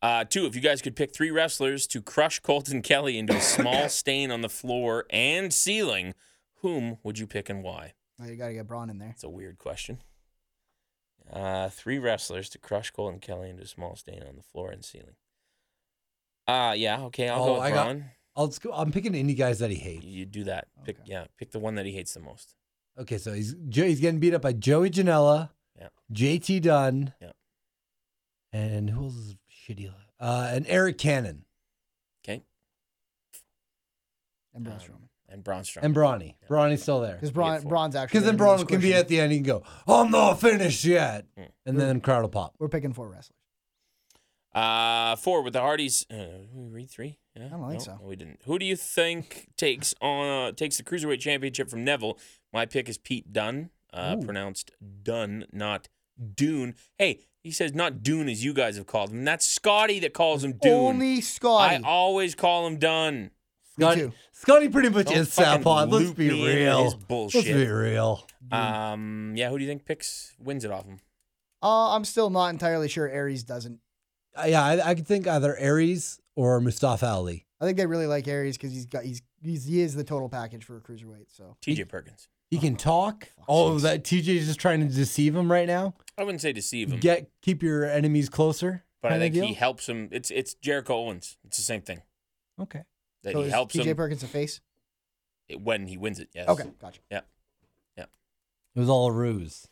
Speaker 1: Uh, two, if you guys could pick three wrestlers to crush Colton Kelly into a
Speaker 3: (coughs)
Speaker 1: small stain on the floor and ceiling, whom would you pick and why?
Speaker 3: Oh, you got to get Braun in there.
Speaker 1: It's a weird question. Uh, three wrestlers to crush Colton Kelly into a small stain on the floor and ceiling. Uh yeah, okay, I'll
Speaker 2: Oh,
Speaker 1: go with
Speaker 2: I got-
Speaker 1: Braun.
Speaker 2: I'll just go, I'm picking indie guys that he hates.
Speaker 1: You do that. Pick
Speaker 3: Okay.
Speaker 1: yeah, pick the one that he hates the most.
Speaker 2: Okay, so he's Joe, he's getting beat up by Joey Janela,
Speaker 1: Yeah.
Speaker 2: JT Dunn,
Speaker 1: Yeah.
Speaker 2: and who else is shitty? Uh, and Eric Cannon.
Speaker 1: Okay.
Speaker 3: And Braun
Speaker 1: Um,
Speaker 3: Strowman.
Speaker 1: and Braun Strowman.
Speaker 2: And Brawny. Brawny's still there.
Speaker 3: Because Braun,
Speaker 1: Beautiful.
Speaker 3: Braun's actually.
Speaker 2: Because then
Speaker 3: there, and
Speaker 2: Braun can be
Speaker 3: squishy.
Speaker 2: at the end and go, I'm not finished yet.
Speaker 1: Hmm.
Speaker 2: And then crowd will pop.
Speaker 3: We're picking four wrestlers.
Speaker 1: uh, four with the Hardys. Uh, did we read three. Yeah, I
Speaker 3: don't think so.
Speaker 1: we didn't. Who do you think takes on uh, takes the cruiserweight championship from Neville? My pick is Pete Dunn. Uh, pronounced Dunn, not Dune. Hey, he says not Dune as you guys have called him. That's Scotty that calls him Dune.
Speaker 3: Only
Speaker 1: I
Speaker 3: Scotty.
Speaker 1: always call him Dunn.
Speaker 3: Me
Speaker 2: Scotty,
Speaker 3: too.
Speaker 2: Scotty pretty much
Speaker 1: Don't
Speaker 2: is
Speaker 1: fucking
Speaker 2: Southpaw. Let's
Speaker 1: loop
Speaker 2: be
Speaker 1: me into
Speaker 2: real.
Speaker 1: this bullshit.
Speaker 2: Let's be real.
Speaker 1: Um, yeah, who do you think picks wins it off him?
Speaker 3: Uh, I'm still not entirely sure Aries doesn't.
Speaker 2: Uh, yeah, I, I could think either Aries or Mustafa Ali.
Speaker 3: I think they really like Aries because he's got he's, he's he is the total package for a cruiserweight. So
Speaker 1: T.J. Perkins.
Speaker 2: He can talk. Oh, that TJ's just trying to deceive him right now.
Speaker 1: I wouldn't say deceive him,
Speaker 2: Get keep your enemies closer.
Speaker 1: but I
Speaker 2: kinda
Speaker 1: think he
Speaker 2: deal?
Speaker 1: helps him. It's it's Jericho Owens. It's the same thing
Speaker 2: Okay.
Speaker 1: that
Speaker 3: so
Speaker 1: he
Speaker 3: is
Speaker 1: helps
Speaker 3: TJ
Speaker 1: him
Speaker 3: Perkins a face.
Speaker 1: when he wins it. Yes.
Speaker 3: Okay, gotcha.
Speaker 1: Yeah.
Speaker 2: It was all a ruse.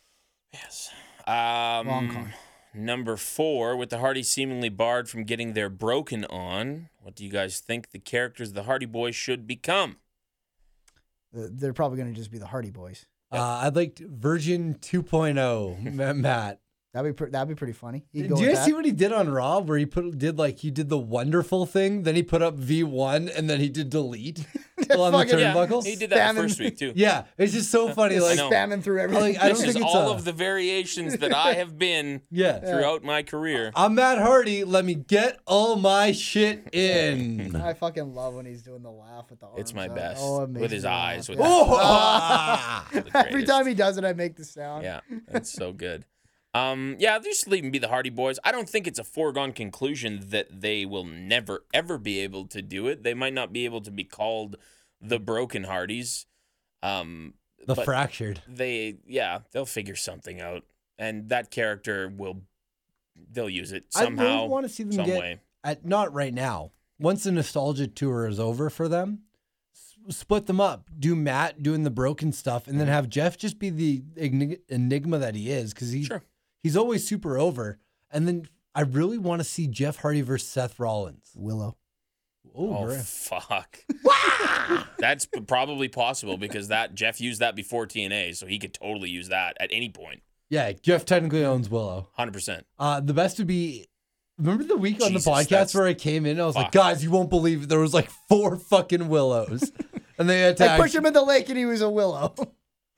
Speaker 1: Yes. Um,
Speaker 3: Wrong card.
Speaker 1: Number four, with the Hardy seemingly barred from getting their broken on, what do you guys think the characters of the Hardy Boys should become?
Speaker 3: Uh, They're probably going to just be the Hardy Boys.
Speaker 2: Uh, I'd like to- Virgin 2.0, Ma- Matt.
Speaker 3: That'd be pre- that'd be pretty funny. He'd go
Speaker 2: Do you
Speaker 3: with
Speaker 2: guys
Speaker 3: that.
Speaker 2: see what he did on Raw where he put did like he did the wonderful thing, then he put up V1 and then he did delete while on the
Speaker 3: Fucking-
Speaker 1: Yeah,
Speaker 2: turnbuckles?
Speaker 1: he did that the
Speaker 3: Spamming.
Speaker 1: first week too.
Speaker 2: (laughs) Yeah, it's just so funny.
Speaker 1: I
Speaker 2: Like,
Speaker 1: know.
Speaker 3: spamming through everything.
Speaker 2: Like, I don't
Speaker 1: this
Speaker 2: think
Speaker 1: is
Speaker 2: it's
Speaker 1: all
Speaker 2: a-
Speaker 1: of the variations that I have been
Speaker 2: (laughs) yeah. Uh,
Speaker 1: throughout my career.
Speaker 2: I'm Matt Hardy. Let me get all my shit (laughs) in.
Speaker 3: I fucking love when he's doing the laugh with the arms.
Speaker 1: It's my
Speaker 3: out.
Speaker 1: best.
Speaker 3: Oh, it
Speaker 1: With
Speaker 3: makes
Speaker 1: his
Speaker 3: me laugh. (laughs)
Speaker 1: eyes, with
Speaker 3: Yeah.
Speaker 1: that-
Speaker 2: Oh!
Speaker 1: (laughs) The
Speaker 3: Every
Speaker 1: greatest.
Speaker 3: time he does it, I make the
Speaker 2: uh.
Speaker 3: sound.
Speaker 1: Yeah, that's so good. Um, yeah, just leave them be the Hardy Boys. I don't think it's a foregone conclusion that they will never ever be able to do it. They might not be able to be called the Broken Hardys. Um,
Speaker 2: the
Speaker 1: but
Speaker 2: fractured.
Speaker 1: they, yeah, they'll figure something out, and that character will, they'll use it somehow,
Speaker 2: I really want to see them
Speaker 1: some
Speaker 2: get
Speaker 1: way.
Speaker 2: at not right now. Once the nostalgia tour is over for them, s- split them up. Do Matt doing the broken stuff, and then
Speaker 1: Mm-hmm.
Speaker 2: have Jeff just be the enig- enigma that he is because he
Speaker 1: Sure.
Speaker 2: he's always super over. And then I really want to see Jeff Hardy versus Seth Rollins.
Speaker 3: Willow.
Speaker 1: Oh
Speaker 2: bro.
Speaker 1: fuck!
Speaker 2: (laughs)
Speaker 1: That's p- probably possible because that Jeff used that before TNA, so he could totally use that at any point.
Speaker 2: yeah, Jeff technically owns Willow.
Speaker 1: Hundred percent.
Speaker 2: Uh, the best would be. Remember the week on the
Speaker 1: Jesus,
Speaker 2: podcast
Speaker 1: that's-
Speaker 2: where I came in? I was like,
Speaker 1: Fuck.
Speaker 2: guys, you won't believe it. there was like four fucking
Speaker 1: (laughs)
Speaker 2: willows, and they had to
Speaker 3: I pushed
Speaker 2: actually-
Speaker 3: him in the lake and he was a willow. (laughs)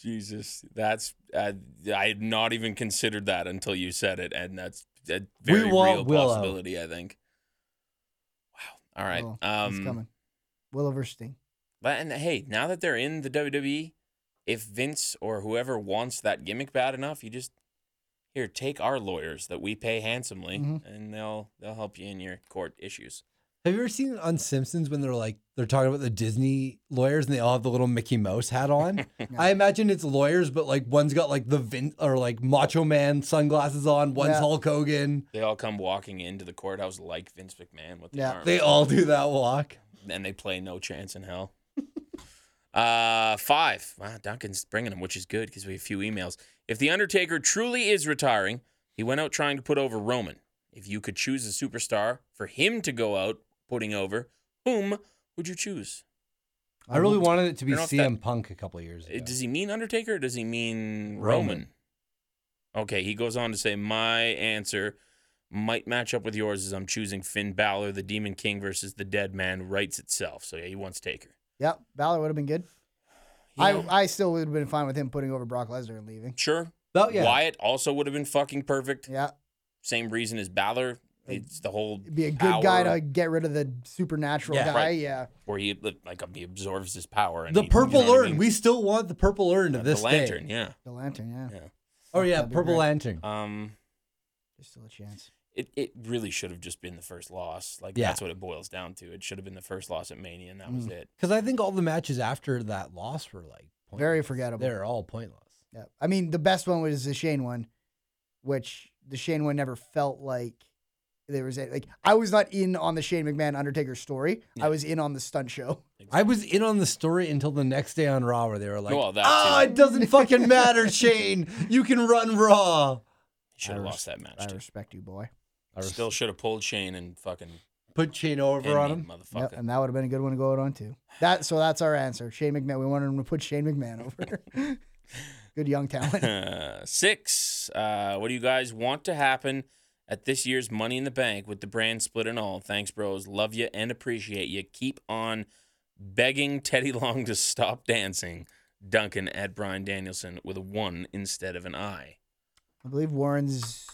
Speaker 1: Jesus, that's uh, I had not even considered that until you said it, and that's a
Speaker 2: We
Speaker 1: very
Speaker 2: want
Speaker 1: real
Speaker 2: Willow.
Speaker 1: possibility. I think. Wow. All right.
Speaker 3: Willow. He's
Speaker 1: um.
Speaker 3: coming. Willow versus Sting.
Speaker 1: But and hey, now that they're in the WWE, if Vince or whoever wants that gimmick bad enough, you just here take our lawyers that we pay handsomely,
Speaker 2: Mm-hmm.
Speaker 3: Mhm.
Speaker 1: and they'll they'll help you in your court issues.
Speaker 2: Have you ever seen on Simpsons when they're like they're talking about the Disney lawyers and they all have the little Mickey Mouse
Speaker 1: (laughs)
Speaker 2: hat on? I imagine it's lawyers, but like one's got like the Vin or like Macho Man sunglasses on, one's
Speaker 3: Yeah.
Speaker 2: Hulk Hogan.
Speaker 1: They all come walking into the courthouse like Vince McMahon with the
Speaker 3: Yeah.
Speaker 1: arms.
Speaker 2: They all do that walk.
Speaker 1: and they play no chance in hell. (laughs) uh, five. Wow, Duncan's bringing them, which is good because we have a few emails. If the Undertaker truly is retiring, he went out trying to put over Roman. If you could choose a superstar for him to go out putting over, whom would you choose?
Speaker 2: I really wanted it to be
Speaker 1: I don't know if
Speaker 2: CM Punk a couple of years
Speaker 1: Uh,
Speaker 2: ago.
Speaker 1: Does he mean Undertaker or does he mean Roman?
Speaker 2: Roman.
Speaker 1: Okay, he goes on to say, My answer might match up with yours as I'm choosing Finn Balor, the Demon King versus the Dead Man, writes itself. So yeah, he wants Taker.
Speaker 3: Yep. Balor would have been good.
Speaker 1: Yeah.
Speaker 3: I, I still would have been fine with him putting over Brock Lesnar and leaving.
Speaker 1: Sure,
Speaker 2: Oh, yeah.
Speaker 1: Wyatt also would have been fucking perfect.
Speaker 3: Yeah.
Speaker 1: Same reason as Balor. It's the whole
Speaker 3: It'd be a good
Speaker 1: power
Speaker 3: guy to get rid of the supernatural
Speaker 2: Yeah.
Speaker 3: guy.
Speaker 1: Right.
Speaker 3: Yeah.
Speaker 1: where he like he absorbs his power. And
Speaker 2: The
Speaker 1: he- you
Speaker 2: purple
Speaker 1: know what I
Speaker 2: urn.
Speaker 1: mean?
Speaker 2: We still want the purple urn of
Speaker 1: the
Speaker 2: this
Speaker 1: lantern.
Speaker 2: day.
Speaker 1: Yeah.
Speaker 3: The lantern. Yeah.
Speaker 1: Yeah.
Speaker 2: Oh yeah,
Speaker 3: That'd be
Speaker 2: purple
Speaker 3: great.
Speaker 2: lantern.
Speaker 1: Um.
Speaker 3: There's still a chance.
Speaker 1: It, it really should have just been the first loss. Like
Speaker 2: Yeah. Mm.
Speaker 1: that's what it boils down to. It should have been the first loss at Mania, and that was it.
Speaker 2: Because I think all the matches after that loss were like pointless.
Speaker 3: Very forgettable.
Speaker 2: They're all pointless.
Speaker 3: Yeah. I mean, the best one was the Shane one, which the Shane one never felt like there was a, like I was not in on the Shane McMahon Undertaker story. I was in on the stunt show.
Speaker 2: I was in on the story until the next day on Raw where they were like,
Speaker 1: Well, that
Speaker 2: "Ah,
Speaker 1: too.
Speaker 2: it doesn't fucking matter, Shane. You can run Raw."
Speaker 1: He should have
Speaker 3: I
Speaker 1: lost
Speaker 3: res-
Speaker 1: that
Speaker 3: I
Speaker 1: match. Too.
Speaker 3: respect you, boy.
Speaker 1: Still should have pulled Shane and fucking
Speaker 2: Put chain over on
Speaker 1: Any
Speaker 2: him.
Speaker 1: motherfucker.
Speaker 3: Yep, and that would have been a good one to go out on too. That so that's our answer. Shane McMahon. We wanted him to put Shane McMahon over.
Speaker 1: (laughs)
Speaker 3: good young talent.
Speaker 1: Uh, (laughs) six. Uh, what do you guys want to happen at this year's Money in the Bank with the brand split and all? Thanks, bros. Love you and appreciate you. Keep on begging Teddy Long to stop dancing. Duncan at Brian Danielson with a one instead of an I.
Speaker 3: I believe Warren's.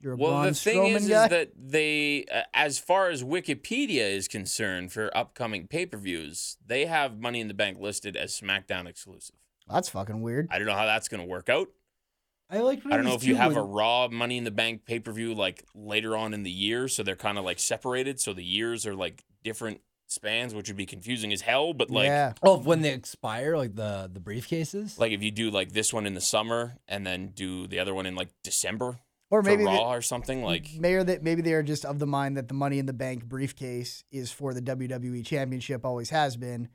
Speaker 3: You're a
Speaker 1: Well,
Speaker 3: Braun
Speaker 1: the thing
Speaker 3: Strowman
Speaker 1: is, is
Speaker 3: guy.
Speaker 1: that they, uh, as far as Wikipedia is concerned for upcoming pay per views, they have Money in the Bank listed as SmackDown exclusive.
Speaker 3: that's fucking weird.
Speaker 1: I don't know how that's going to work out.
Speaker 2: I like.
Speaker 1: I don't know if you have a Raw Money in the Bank pay per view like later on in the year, so they're kind of like separated, so the years are like different spans, which would be confusing as hell. But like,
Speaker 3: yeah,
Speaker 2: Oh, when they expire, like the the briefcases.
Speaker 1: like if you do like this one in the summer and then do the other one in like December
Speaker 3: or
Speaker 1: for
Speaker 3: maybe the-
Speaker 1: Raw or something, like
Speaker 3: Mayor that maybe they are just of the mind that the Money in the Bank briefcase is for the WWE Championship, always has been,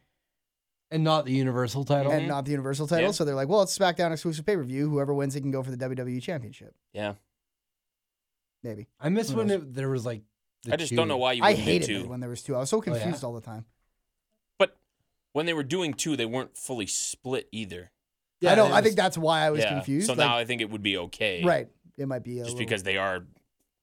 Speaker 2: and not the universal title.
Speaker 3: and not the Universal title.
Speaker 1: Yeah.
Speaker 3: So they're like, well, it's SmackDown exclusive pay per view. Whoever wins, they can go for the WWE Championship.
Speaker 1: yeah,
Speaker 3: Maybe
Speaker 2: I miss
Speaker 3: Who
Speaker 2: when
Speaker 3: knows?
Speaker 2: it, there was like. The
Speaker 1: I just don't
Speaker 2: two.
Speaker 1: know why you
Speaker 3: I
Speaker 1: wouldn't do
Speaker 3: hated
Speaker 1: two.
Speaker 3: it when there was two. I was so
Speaker 2: yeah.
Speaker 3: confused all the time.
Speaker 1: But when they were doing two, they weren't fully split either.
Speaker 3: I know.
Speaker 2: it
Speaker 3: I
Speaker 2: was-
Speaker 3: think that's why I was
Speaker 1: yeah,
Speaker 3: confused.
Speaker 1: so
Speaker 3: like-
Speaker 1: now I think it would be okay,
Speaker 3: right, it might be a
Speaker 1: Just
Speaker 3: little-
Speaker 1: because they are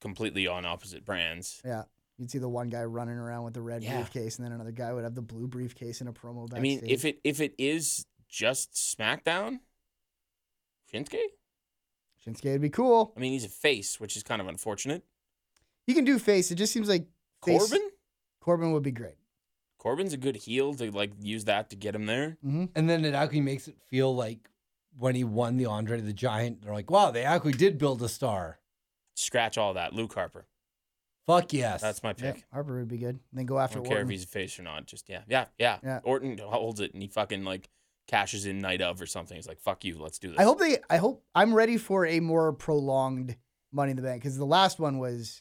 Speaker 1: completely on opposite brands.
Speaker 3: Yeah. You'd see the one guy running around with the red
Speaker 1: Yeah.
Speaker 3: briefcase, and then another guy would have the blue briefcase and a promo.
Speaker 1: I mean, if
Speaker 3: backstage.
Speaker 1: it if it is just SmackDown, Shinsuke.
Speaker 3: Shinsuke would be cool.
Speaker 1: I mean, he's a face, which is kind of unfortunate.
Speaker 3: You can do face. It just seems like face-
Speaker 1: Corbin.
Speaker 3: Corbin would be great.
Speaker 1: Corbin's a good heel to like use that to get him there.
Speaker 3: Mm-hmm.
Speaker 2: And then it actually makes it feel like when he won the Andre the Giant, they're like, wow, they actually did build a star.
Speaker 1: Scratch all that. Luke Harper.
Speaker 2: Fuck yes.
Speaker 1: That's my
Speaker 3: Yeah,
Speaker 1: pick.
Speaker 3: Harper would be good. And then go
Speaker 1: I
Speaker 3: after
Speaker 1: don't care
Speaker 3: Orton.
Speaker 1: if he's a face or not. Just yeah, yeah, yeah.
Speaker 3: Yeah.
Speaker 1: Orton holds it and he fucking like cashes in night of or something. He's like, fuck you, let's do this.
Speaker 3: I hope they. I hope I'm ready for a more prolonged Money in the Bank because the last one was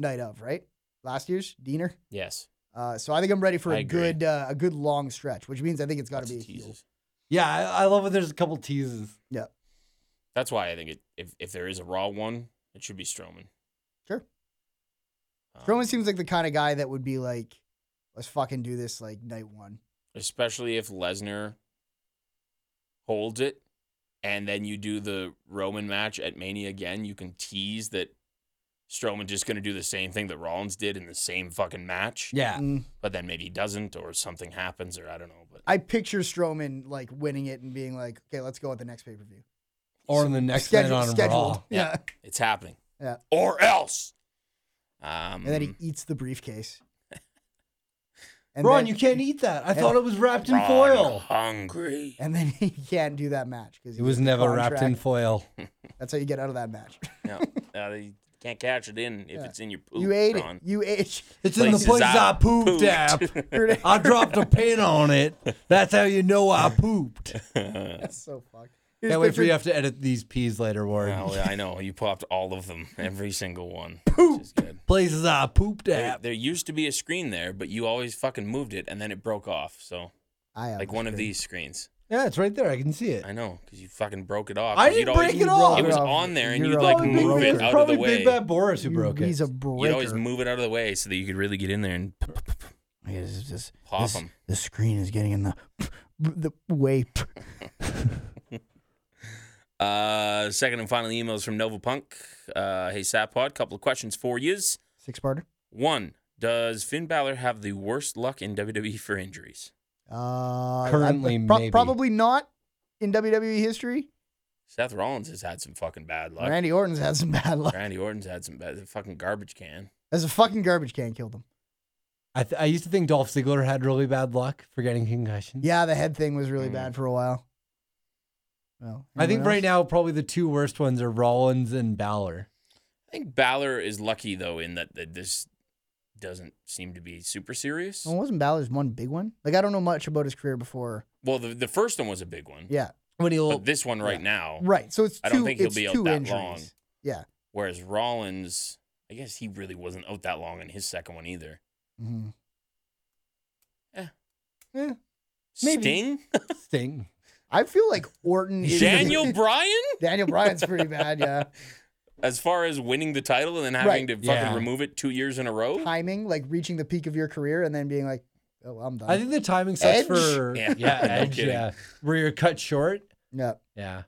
Speaker 3: night of right last year's Diener.
Speaker 1: yes.
Speaker 3: Uh, so I think I'm ready for
Speaker 1: I
Speaker 3: a
Speaker 1: agree.
Speaker 3: good uh, a good long stretch, which means I think it's got
Speaker 1: Lots
Speaker 3: to
Speaker 1: of
Speaker 3: be a heel.
Speaker 1: teases.
Speaker 2: yeah, I, I love when there's a couple teases.
Speaker 1: That's why I think it, if if there is a Raw one, it should be Strowman.
Speaker 3: Sure.
Speaker 1: Um,
Speaker 3: Strowman seems like the kind of guy that would be like, let's fucking do this like night one.
Speaker 1: especially if Lesnar holds it and then you do the Roman match at Mania again, you can tease that Strowman just going to do the same thing that Rollins did in the same fucking match.
Speaker 2: Yeah.
Speaker 3: Mm.
Speaker 1: But then maybe he doesn't or something happens or I don't know, but
Speaker 3: I picture Strowman like winning it and being like, okay, let's go at the next pay per view.
Speaker 2: Or in the next night on Raw.
Speaker 3: Yeah.
Speaker 1: it's happening.
Speaker 3: Yeah.
Speaker 1: Or else. Um
Speaker 3: And then
Speaker 2: Mm.
Speaker 3: he eats
Speaker 2: (laughs)
Speaker 3: the briefcase. And
Speaker 2: Ron,
Speaker 3: then-
Speaker 2: you can't eat that. I thought it was wrapped in
Speaker 1: Ron
Speaker 2: foil.
Speaker 1: hungry.
Speaker 3: (laughs) (laughs) And then he can't do that match because
Speaker 2: It was never wrapped in foil.
Speaker 3: (laughs) That's how you get out of that match.
Speaker 1: no, uh, you can't catch it in if it's in your poop.
Speaker 3: (laughs) you ate
Speaker 1: Ron.
Speaker 3: it. You ate. (laughs)
Speaker 2: It's in the
Speaker 1: Places
Speaker 2: place
Speaker 1: I
Speaker 2: I pooped
Speaker 1: (laughs)
Speaker 2: app.
Speaker 3: it.
Speaker 2: I dropped a pin on it. That's how you know I pooped.
Speaker 3: That's so fucked. Here's
Speaker 2: Can't wait for you
Speaker 3: picture-
Speaker 2: to have to edit these peas later, Warren.
Speaker 1: Oh, yeah, I know. You popped all of them, every single one. Poop. Which is good.
Speaker 2: Places I pooped
Speaker 1: There,
Speaker 2: at.
Speaker 1: there used to be a screen there, but you always fucking moved it, and then it broke off. So,
Speaker 3: I have
Speaker 1: like one of these screens.
Speaker 2: Yeah, it's right there. I can see it.
Speaker 1: I know, because you fucking broke it off.
Speaker 2: I
Speaker 1: 'cause you'd
Speaker 2: didn't
Speaker 1: always-
Speaker 2: break it off.
Speaker 1: It was
Speaker 3: You're a-
Speaker 1: on there, and
Speaker 3: you're
Speaker 1: you'd
Speaker 3: a
Speaker 1: like
Speaker 3: Probably
Speaker 1: move
Speaker 3: Big-
Speaker 1: it out of
Speaker 2: probably
Speaker 1: the way. Mm,
Speaker 2: Big Bad Boris who
Speaker 3: You-
Speaker 2: broke it.
Speaker 3: He's a breaker.
Speaker 1: You'd always move it out of the way so that you could really get in there and p- p- p-
Speaker 3: Yeah, this is just-
Speaker 1: pop
Speaker 3: this-
Speaker 1: them.
Speaker 3: The screen is getting in the the way.
Speaker 1: Uh, second and final emails from Nova Punk. Uh, hey, Sapod, couple of questions for yous.
Speaker 3: Six parter.
Speaker 1: One, does Finn Balor have the worst luck in WWE for injuries?
Speaker 3: Uh, I-
Speaker 2: Currently,
Speaker 3: pro-
Speaker 2: maybe.
Speaker 3: probably not in WWE history.
Speaker 1: Seth Rollins has had some fucking bad luck.
Speaker 3: Randy Orton's had some bad luck.
Speaker 1: Randy Orton's had some bad. The fucking garbage can.
Speaker 3: As a fucking garbage can killed him.
Speaker 2: I, th- I used to think Dolph Ziggler had really bad luck for getting concussions.
Speaker 3: Yeah, the head thing was really
Speaker 1: Mm.
Speaker 3: bad for a while. Well,
Speaker 2: I think
Speaker 3: anyone
Speaker 2: right now
Speaker 3: else?
Speaker 2: probably the two worst ones are Rollins and Balor.
Speaker 1: I think Balor is lucky though in that, that this doesn't seem to be super serious.
Speaker 3: Well, wasn't Balor's one big one? Like I don't know much about his career before.
Speaker 1: Well, the, the first one was a big one,
Speaker 3: Yeah,
Speaker 1: (laughs)
Speaker 2: When he'll
Speaker 1: but this one right now,
Speaker 3: right. So it's
Speaker 1: Mm. Oh. I
Speaker 3: two.
Speaker 1: don't think he'll
Speaker 3: it's
Speaker 1: be out
Speaker 3: two
Speaker 1: that
Speaker 3: injuries.
Speaker 1: long.
Speaker 3: Yeah.
Speaker 1: whereas Rollins, I guess he really wasn't out that long in his second one either.
Speaker 3: Mhm.
Speaker 1: Eh.
Speaker 2: Maybe.
Speaker 3: (laughs)
Speaker 1: Sting,
Speaker 2: sting.
Speaker 3: I feel like Orton. Is (laughs)
Speaker 1: Daniel Bryan, (laughs)
Speaker 3: Daniel Bryan's pretty bad. Yeah.
Speaker 1: as far as winning the title and then having
Speaker 3: Right.
Speaker 1: to fucking
Speaker 2: Yeah.
Speaker 1: remove it two years in a row.
Speaker 3: timing, like reaching the peak of your career and then being like, oh, well, I'm done.
Speaker 2: I think the timing sucks
Speaker 3: Edge?
Speaker 2: for
Speaker 1: (laughs) Yeah.
Speaker 2: yeah,
Speaker 1: No
Speaker 2: edge,
Speaker 1: kidding.
Speaker 2: yeah, where you're cut short.
Speaker 3: yeah.
Speaker 2: Yeah,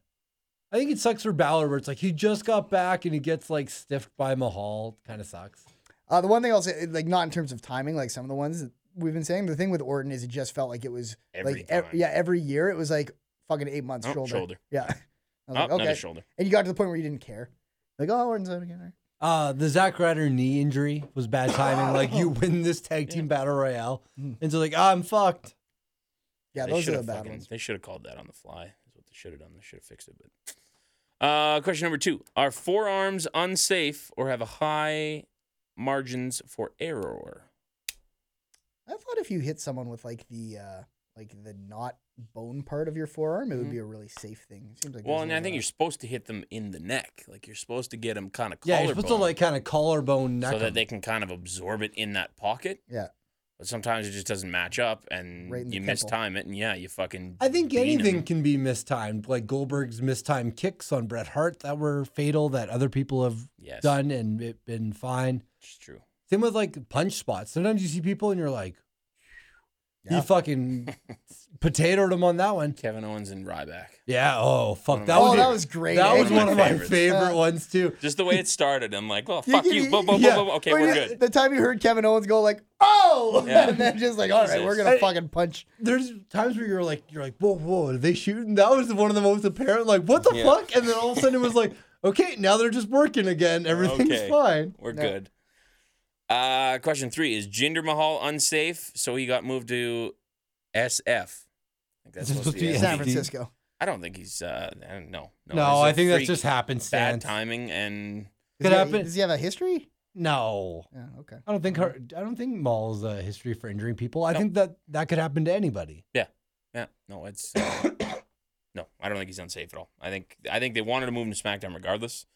Speaker 2: I think it sucks for Balor where it's like he just got back and he gets like stiffed by Mahal. Kind of sucks.
Speaker 3: Uh, the one thing I'll say, like not in terms of timing, like some of the ones that we've been saying, the thing with Orton is it just felt like it was
Speaker 1: Every
Speaker 3: like ev-
Speaker 1: time.
Speaker 3: e- yeah, every year it was like fucking eight months
Speaker 1: Oh,
Speaker 3: shoulder.
Speaker 1: shoulder. Oh,
Speaker 3: Yeah. I was like,
Speaker 1: another
Speaker 3: okay.
Speaker 1: shoulder.
Speaker 3: And you got to the point where you didn't care. Like, oh, Orton's out again. all right.
Speaker 2: Uh, the Zack Ryder knee injury was bad timing. Like you win this tag team battle royale, and so like I'm fucked.
Speaker 3: Yeah,
Speaker 1: They
Speaker 3: those are
Speaker 1: should
Speaker 3: the
Speaker 1: have
Speaker 3: bad
Speaker 1: fucking-
Speaker 3: ones.
Speaker 1: They should have called that on the fly. Is what they should have done. They should have fixed it. But uh, question number two: Are forearms unsafe or have a high margins for error?
Speaker 3: I thought if you hit someone with like the uh like the not bone part of your forearm, it would be a really safe thing. It seems like
Speaker 1: Mm-hmm. Well,
Speaker 3: there's
Speaker 1: and
Speaker 3: a
Speaker 1: I think
Speaker 3: lot-
Speaker 1: you're supposed to hit them in the neck. Like you're supposed to get them kind of
Speaker 2: Yeah,
Speaker 1: collarbone,
Speaker 2: you're supposed to like kind of collarbone neck.
Speaker 1: so that
Speaker 2: him.
Speaker 1: they can kind of absorb it in that pocket.
Speaker 3: yeah.
Speaker 1: But sometimes it just doesn't match up, and
Speaker 3: Right in the
Speaker 1: you
Speaker 3: temple.
Speaker 1: mistime it, and yeah, you fucking.
Speaker 2: I think
Speaker 1: bean 'em.
Speaker 2: anything can be mistimed, like Goldberg's mistimed kicks on Bret Hart that were fatal that other people have
Speaker 1: Yes.
Speaker 2: done and it been fine.
Speaker 1: It's true.
Speaker 2: Same with like punch spots. Sometimes you see people and you're like,
Speaker 3: Yeah.
Speaker 1: (laughs)
Speaker 2: he fucking potatoed him on that one.
Speaker 1: Kevin Owens and Ryback.
Speaker 2: Yeah. Oh fuck,
Speaker 1: of
Speaker 2: that
Speaker 1: my
Speaker 2: was
Speaker 3: Oh,
Speaker 1: would
Speaker 3: that
Speaker 1: be-
Speaker 3: was great.
Speaker 2: that
Speaker 3: eh?
Speaker 2: was
Speaker 1: one of
Speaker 2: one of
Speaker 1: my
Speaker 2: my
Speaker 1: favorites.
Speaker 2: favorite
Speaker 3: Uh,
Speaker 2: ones too.
Speaker 1: Just the way it started, I'm like,
Speaker 2: (laughs)
Speaker 1: well, fuck you. Boom, boom,
Speaker 2: e yeah.
Speaker 1: boom, boom. Okay,
Speaker 3: When
Speaker 1: we're
Speaker 3: you-
Speaker 1: good.
Speaker 3: The time you heard Kevin Owens go like, "Oh," (laughs)
Speaker 1: Yeah.
Speaker 3: and then just like, "All right, we're
Speaker 1: Jesus.
Speaker 3: gonna fucking punch."
Speaker 2: There's times where you're like, you're like, whoa, whoa, are they shooting? That was one of the most apparent. Like, what the
Speaker 1: Yeah.
Speaker 2: fuck? And then all of a sudden it was like, okay, now they're just working again. Everything's
Speaker 1: Okay.
Speaker 2: fine.
Speaker 1: We're
Speaker 3: No.
Speaker 1: good. Uh, question three is Jinder Mahal unsafe, so he got moved to SF. I think
Speaker 2: (laughs)
Speaker 1: that's
Speaker 2: Is it
Speaker 1: supposed to be.
Speaker 2: Yeah.
Speaker 3: San
Speaker 1: SF.
Speaker 2: SFD?
Speaker 3: Francisco.
Speaker 1: I don't think he's. Uh, I don't- no, no.
Speaker 2: No, I
Speaker 1: It's a
Speaker 2: think that's
Speaker 1: freak
Speaker 2: just
Speaker 1: bad
Speaker 2: happenstance.
Speaker 1: timing and
Speaker 3: Does
Speaker 2: Could
Speaker 3: he,
Speaker 2: happen.
Speaker 3: Does he have a history?
Speaker 2: No,
Speaker 3: Yeah. Okay.
Speaker 1: (laughs)
Speaker 2: I don't think her. I don't think Maul's a history for injuring people. I
Speaker 1: Mm-hmm. No.
Speaker 2: think that that could happen to anybody.
Speaker 1: yeah. No, it's. uh, no, I don't think he's unsafe at all. I think I think they wanted to move him to SmackDown regardless.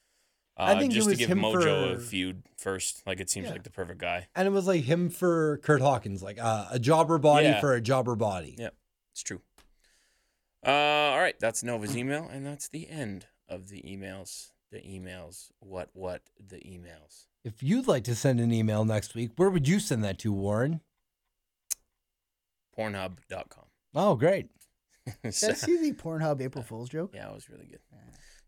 Speaker 1: Uh,
Speaker 2: I think it
Speaker 1: just
Speaker 2: was
Speaker 1: to give
Speaker 2: him
Speaker 1: Mojo a
Speaker 2: for-
Speaker 1: feud first, like it seems
Speaker 2: Yeah.
Speaker 1: like the perfect guy.
Speaker 2: And it was like him for Kurt Hawkins, like uh, a jobber body
Speaker 1: Yeah.
Speaker 2: for a jobber body.
Speaker 1: Yeah. It's true. Uh, all right, that's Nova's email, and that's the end of the emails. The emails. What? What? The emails.
Speaker 2: If you'd like to send an email next week, where would you send that to, Warren?
Speaker 1: (laughs) Pornhub.com.
Speaker 2: Oh, great.
Speaker 1: So-
Speaker 3: Did I see the Pornhub April Fool's joke?
Speaker 1: yeah, it was really good.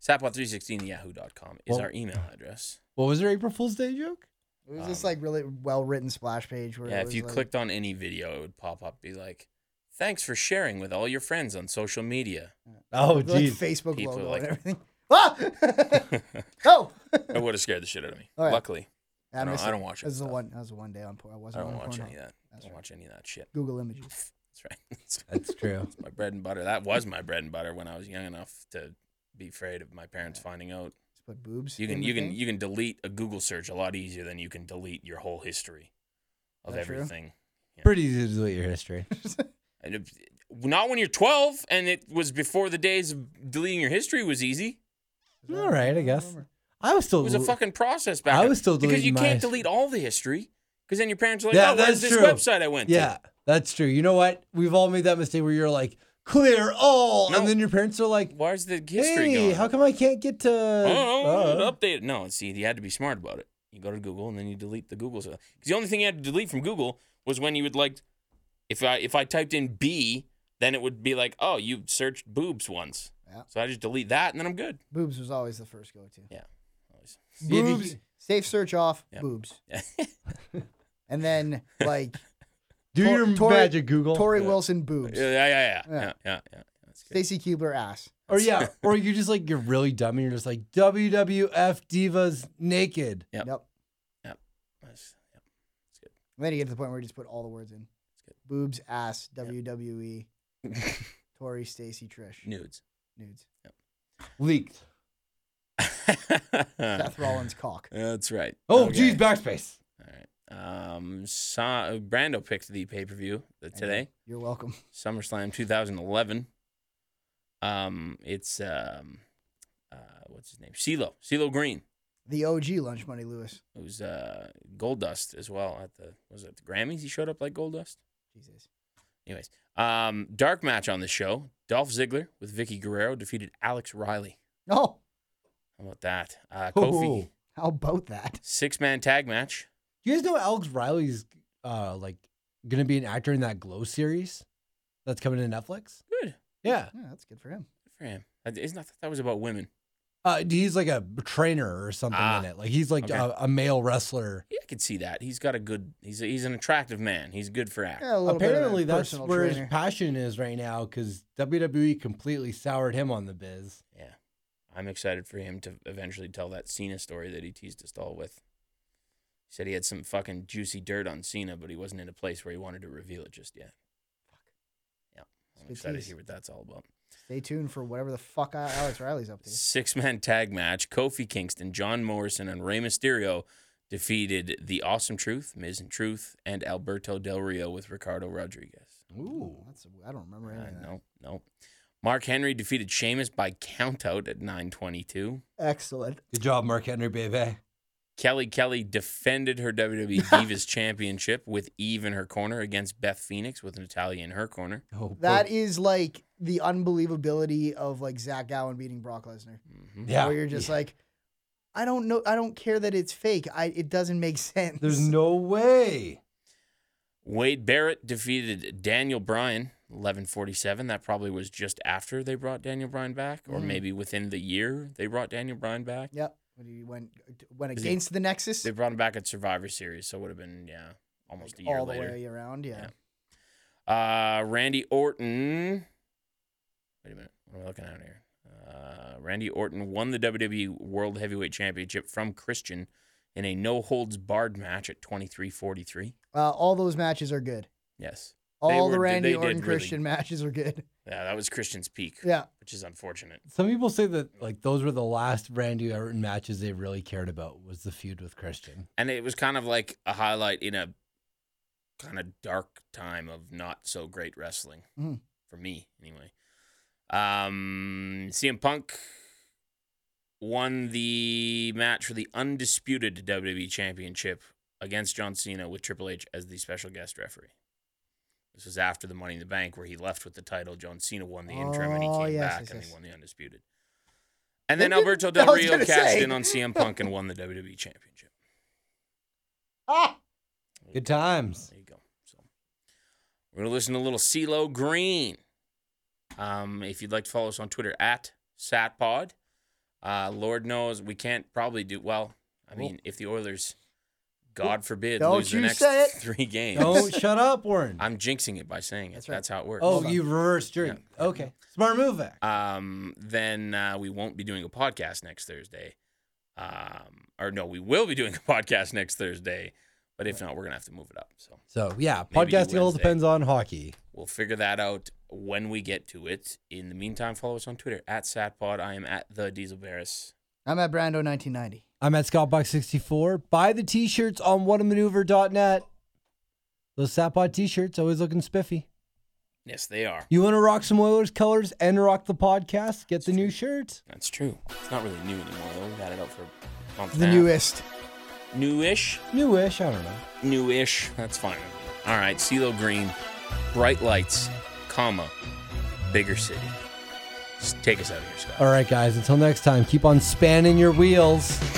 Speaker 1: Sapwa316 yahoo.com is
Speaker 2: Well-
Speaker 1: our email address.
Speaker 2: What was your April Fool's Day joke?
Speaker 3: It was this like really well written splash page where
Speaker 1: Yeah,
Speaker 3: it
Speaker 1: if
Speaker 3: was
Speaker 1: you
Speaker 3: like,
Speaker 1: clicked on any video, it would pop up, be like, thanks for sharing with all your friends on social media.
Speaker 2: Oh,
Speaker 3: the, like
Speaker 2: geez.
Speaker 3: Facebook
Speaker 1: People
Speaker 3: logo
Speaker 1: like-
Speaker 3: and everything. (laughs) Ah!
Speaker 1: (laughs)
Speaker 3: oh, (laughs)
Speaker 1: It would have scared the shit out of me.
Speaker 3: All right.
Speaker 1: Luckily, I don't-
Speaker 3: missed
Speaker 1: I don't watch it,
Speaker 3: That was the
Speaker 1: so.
Speaker 3: one. That was the one day on. Por- I
Speaker 1: I
Speaker 3: wasn't
Speaker 1: don't
Speaker 3: on
Speaker 1: watch
Speaker 3: Pornhub.
Speaker 1: any of that. I
Speaker 3: That's
Speaker 1: don't
Speaker 3: right.
Speaker 1: watch any of that shit. (laughs)
Speaker 3: Google Images.
Speaker 1: That's right. That's right.
Speaker 2: That's
Speaker 1: (laughs)
Speaker 2: true.
Speaker 1: my bread and butter. That was my bread and butter when I was young enough to be afraid of my parents finding out.
Speaker 3: Just put boobs.
Speaker 1: You can
Speaker 3: in the
Speaker 1: you can
Speaker 2: Mm-hmm.
Speaker 3: thing.
Speaker 1: you can delete a Google search a lot easier than you can delete your whole history of
Speaker 3: That true?
Speaker 1: everything.
Speaker 2: Pretty easy to delete your history.
Speaker 1: And if, not when you're 12 and it was before the days of deleting your history was easy.
Speaker 2: All right, I guess. I was still.
Speaker 1: It was a fucking process back
Speaker 2: Oh. I
Speaker 1: then.
Speaker 2: was still
Speaker 1: because you
Speaker 2: deleting my
Speaker 1: can't
Speaker 2: history.
Speaker 1: delete all the history because then your parents are like,
Speaker 2: Yeah,
Speaker 1: oh, where's
Speaker 2: that's
Speaker 1: this
Speaker 2: true.
Speaker 1: website I went
Speaker 2: Yeah,
Speaker 1: to?
Speaker 2: that's true. You know what? We've all made that mistake where you're like, clear all,
Speaker 1: No.
Speaker 2: and then your parents are like,
Speaker 1: Where's the history
Speaker 2: hey,
Speaker 1: going?
Speaker 2: how come I can't get to?
Speaker 1: Oh,
Speaker 2: uh,
Speaker 1: it updated. No, see, you had to be smart about it. You go to Google and then you delete the Google. Because the only thing you had to delete from Google was when you would like, if I if I typed in B, then it would be like, oh, you searched boobs once.
Speaker 3: Yeah.
Speaker 1: So I just delete that and then I'm good.
Speaker 3: Boobs was always the first go to.
Speaker 1: Yeah. Always.
Speaker 2: Boobs.
Speaker 3: Safe search off
Speaker 1: (laughs) Yeah.
Speaker 3: boobs, and then
Speaker 1: (laughs)
Speaker 3: like
Speaker 2: Do
Speaker 3: Tor-
Speaker 2: your
Speaker 3: Tori-
Speaker 2: magic, Google.
Speaker 3: Tori
Speaker 1: Yeah.
Speaker 3: Wilson boobs,
Speaker 1: Yeah, yeah, yeah, yeah,
Speaker 3: Yeah.
Speaker 1: yeah, yeah. yeah. That's good.
Speaker 3: Stacy Keebler ass.
Speaker 2: Or
Speaker 3: (laughs)
Speaker 2: yeah, or you just like you're really dumb and you're just like WWF divas naked.
Speaker 1: Yep.
Speaker 3: Yep.
Speaker 1: That's- yeah.
Speaker 3: And then you get to the point where you just put all the words in. Boobs, ass,
Speaker 1: (laughs)
Speaker 3: WWE, Tori, Stacy, Trish,
Speaker 1: Nudes. (laughs)
Speaker 3: nudes,
Speaker 2: Leaked.
Speaker 3: Seth Rollins, cock.
Speaker 1: That's right.
Speaker 2: Oh
Speaker 1: Okay.
Speaker 2: geez, backspace.
Speaker 1: All right. Um, Sa- Brando picked the pay per view (laughs) today.
Speaker 3: You're welcome.
Speaker 1: SummerSlam 2011. Um, it's um, uh, what's his name? CeeLo, CeeLo Green,
Speaker 3: The OG Lunch Money Lewis.
Speaker 1: who's uh Gold Dust as well at the was it the Grammys? He showed up like Gold Dust.
Speaker 3: Jesus.
Speaker 1: Anyways, um, dark match on the show. Dolph Ziggler with Vicky Guerrero defeated Alex Riley.
Speaker 3: No.
Speaker 1: How about that? Uh, Kofi,
Speaker 2: Ooh.
Speaker 3: How about that?
Speaker 1: six man tag match.
Speaker 2: Do you guys know Alex Riley's uh like gonna be an actor in that Glow series that's coming to Netflix?
Speaker 1: Good.
Speaker 2: Yeah.
Speaker 3: Yeah, that's good for him.
Speaker 1: Good for him. That- Isn't that, that was about women?
Speaker 2: Uh, he's like a trainer or something
Speaker 1: Ah,
Speaker 2: in it. Like he's like
Speaker 1: okay.
Speaker 2: a, a male wrestler.
Speaker 1: Yeah, I could see that. He's got a good. He's he's an attractive man. He's good for act.
Speaker 3: Yeah, a little bit of a
Speaker 2: Apparently, that's
Speaker 3: personal
Speaker 2: where
Speaker 3: trainer.
Speaker 2: his passion is right now because WWE E completely soured him on the biz.
Speaker 1: Yeah, I'm excited for him to eventually tell that Cena story that he teased us all with. He said he had some fucking juicy dirt on Cena, but he wasn't in a place where he wanted to reveal it just yet. Fuck. Yeah, I'm
Speaker 3: Spit
Speaker 1: excited to
Speaker 3: tease.
Speaker 1: hear what that's all about.
Speaker 3: Stay tuned for whatever the fuck uh, Alex Riley's up to.
Speaker 1: Six man tag match: Kofi Kingston, John Morrison, and Rey Mysterio defeated the Awesome Truth, Miz and Truth, and Alberto Del Rio with Ricardo Rodriguez.
Speaker 2: Ooh.
Speaker 3: That's I don't remember any
Speaker 1: Uh,
Speaker 3: of that.
Speaker 1: no, no. Mark Henry defeated Sheamus by countout at 922.
Speaker 3: Excellent.
Speaker 2: Good job, Mark Henry, baby.
Speaker 1: Kelly Kelly defended her
Speaker 3: (laughs)
Speaker 1: WWE Divas Championship with Eve in her corner against Beth Phoenix with Natalia in her corner.
Speaker 2: Oh,
Speaker 3: That
Speaker 2: boy.
Speaker 3: is like the unbelievability of like Zach Gowen beating Brock Lesnar.
Speaker 1: Mhm.
Speaker 2: yeah.
Speaker 3: Where you're just like, I don't know, I don't care that it's fake. I it doesn't make (laughs) sense.
Speaker 2: There's no way.
Speaker 1: Wade Barrett defeated Daniel Bryan 1147. That probably was just after they brought Daniel Bryan back, or
Speaker 3: Mhm.
Speaker 1: maybe within the year they brought Daniel Bryan back.
Speaker 3: Yep. When he went went
Speaker 1: Is he-
Speaker 3: against the Nexus
Speaker 1: They brought him back at Survivor Series, so it would have been yeah, almost a year
Speaker 3: all
Speaker 1: later.
Speaker 3: the way around. Yeah.
Speaker 1: Yeah. Uh, Randy Orton. Wait a minute. What am I looking at here? Uh, Randy Orton won the WWE World Heavyweight Championship from Christian in a no holds barred match at 23:43.
Speaker 3: Uh, all those matches are good.
Speaker 1: Yes. They
Speaker 3: All
Speaker 1: were-
Speaker 3: the
Speaker 1: they-
Speaker 3: Randy
Speaker 1: they
Speaker 3: Orton
Speaker 1: did really-
Speaker 3: Christian (laughs) matches are good.
Speaker 1: Yeah, that was Christian's peak,
Speaker 3: Yeah.
Speaker 1: which is unfortunate.
Speaker 2: Some people say that like those were the last Randy Orton matches they really cared about was the feud with Christian.
Speaker 1: And it was kind of like a highlight in a kind of dark time of not so great wrestling
Speaker 3: Mhm.
Speaker 1: for me, anyway. Um, CM Punk won the match for the undisputed WWE Championship against John Cena with Triple H as the special guest referee. This was after the Money in the Bank, where he left with the title. John Cena won the interim, and he
Speaker 3: Oh,
Speaker 1: came
Speaker 3: yes,
Speaker 1: back
Speaker 3: yes,
Speaker 1: and he
Speaker 3: yes.
Speaker 1: won the undisputed. And then
Speaker 3: They did-
Speaker 1: Alberto
Speaker 3: (laughs) I
Speaker 1: Del
Speaker 3: was
Speaker 1: Rio
Speaker 3: gonna
Speaker 1: cashed
Speaker 3: say.
Speaker 1: in on CM Punk and won the WWE Championship.
Speaker 3: Ah.
Speaker 2: Good times.
Speaker 1: There you go. So we're gonna listen to a little CeeLo Green. Um, if you'd like to follow us on Twitter at SatPod. Uh, Lord knows we can't probably do well. I mean, if the Oilers, God forbid,
Speaker 3: Don't
Speaker 1: lose the
Speaker 3: you
Speaker 1: next
Speaker 3: say it.
Speaker 1: three games,
Speaker 2: Don't Oh, shut up, Warren.
Speaker 1: I'm jinxing it by saying it. That's,
Speaker 3: That's right.
Speaker 1: how it works.
Speaker 2: oh,
Speaker 3: Hold on.
Speaker 2: you reversed your okay. Smart move. Vic.
Speaker 1: um, then uh, we won't be doing a podcast next Thursday. Um, or no, we will be doing a (laughs) podcast next Thursday, but if not, we're gonna have to move it up. So.
Speaker 2: So yeah,
Speaker 1: Maybe
Speaker 2: podcasting all
Speaker 1: Wednesday.
Speaker 2: depends on hockey.
Speaker 1: We'll figure that out when we get to it. In the meantime, follow us on Twitter at SatPod. I am at the Diesel Barris.
Speaker 3: I'm at Brando 1990.
Speaker 2: I'm at ScottBox64. Buy the t-shirts on whatamaneuver.net. Those Sapod t-shirts always looking spiffy.
Speaker 1: Yes, they are.
Speaker 2: You want to rock some Oilers colors and rock the podcast? Get the new shirt.
Speaker 1: That's true. It's not really new anymore, though. We've had it out for a month. and
Speaker 3: The
Speaker 1: a half.
Speaker 3: newest.
Speaker 1: Newish.
Speaker 2: Newish, I don't know.
Speaker 1: Newish. That's fine. with me. All right. CeeLo Green, Bright Lights, comma, Bigger City. S- Take us out of here, Scott.
Speaker 2: All right, guys. Until next time, keep on spanning your wheels.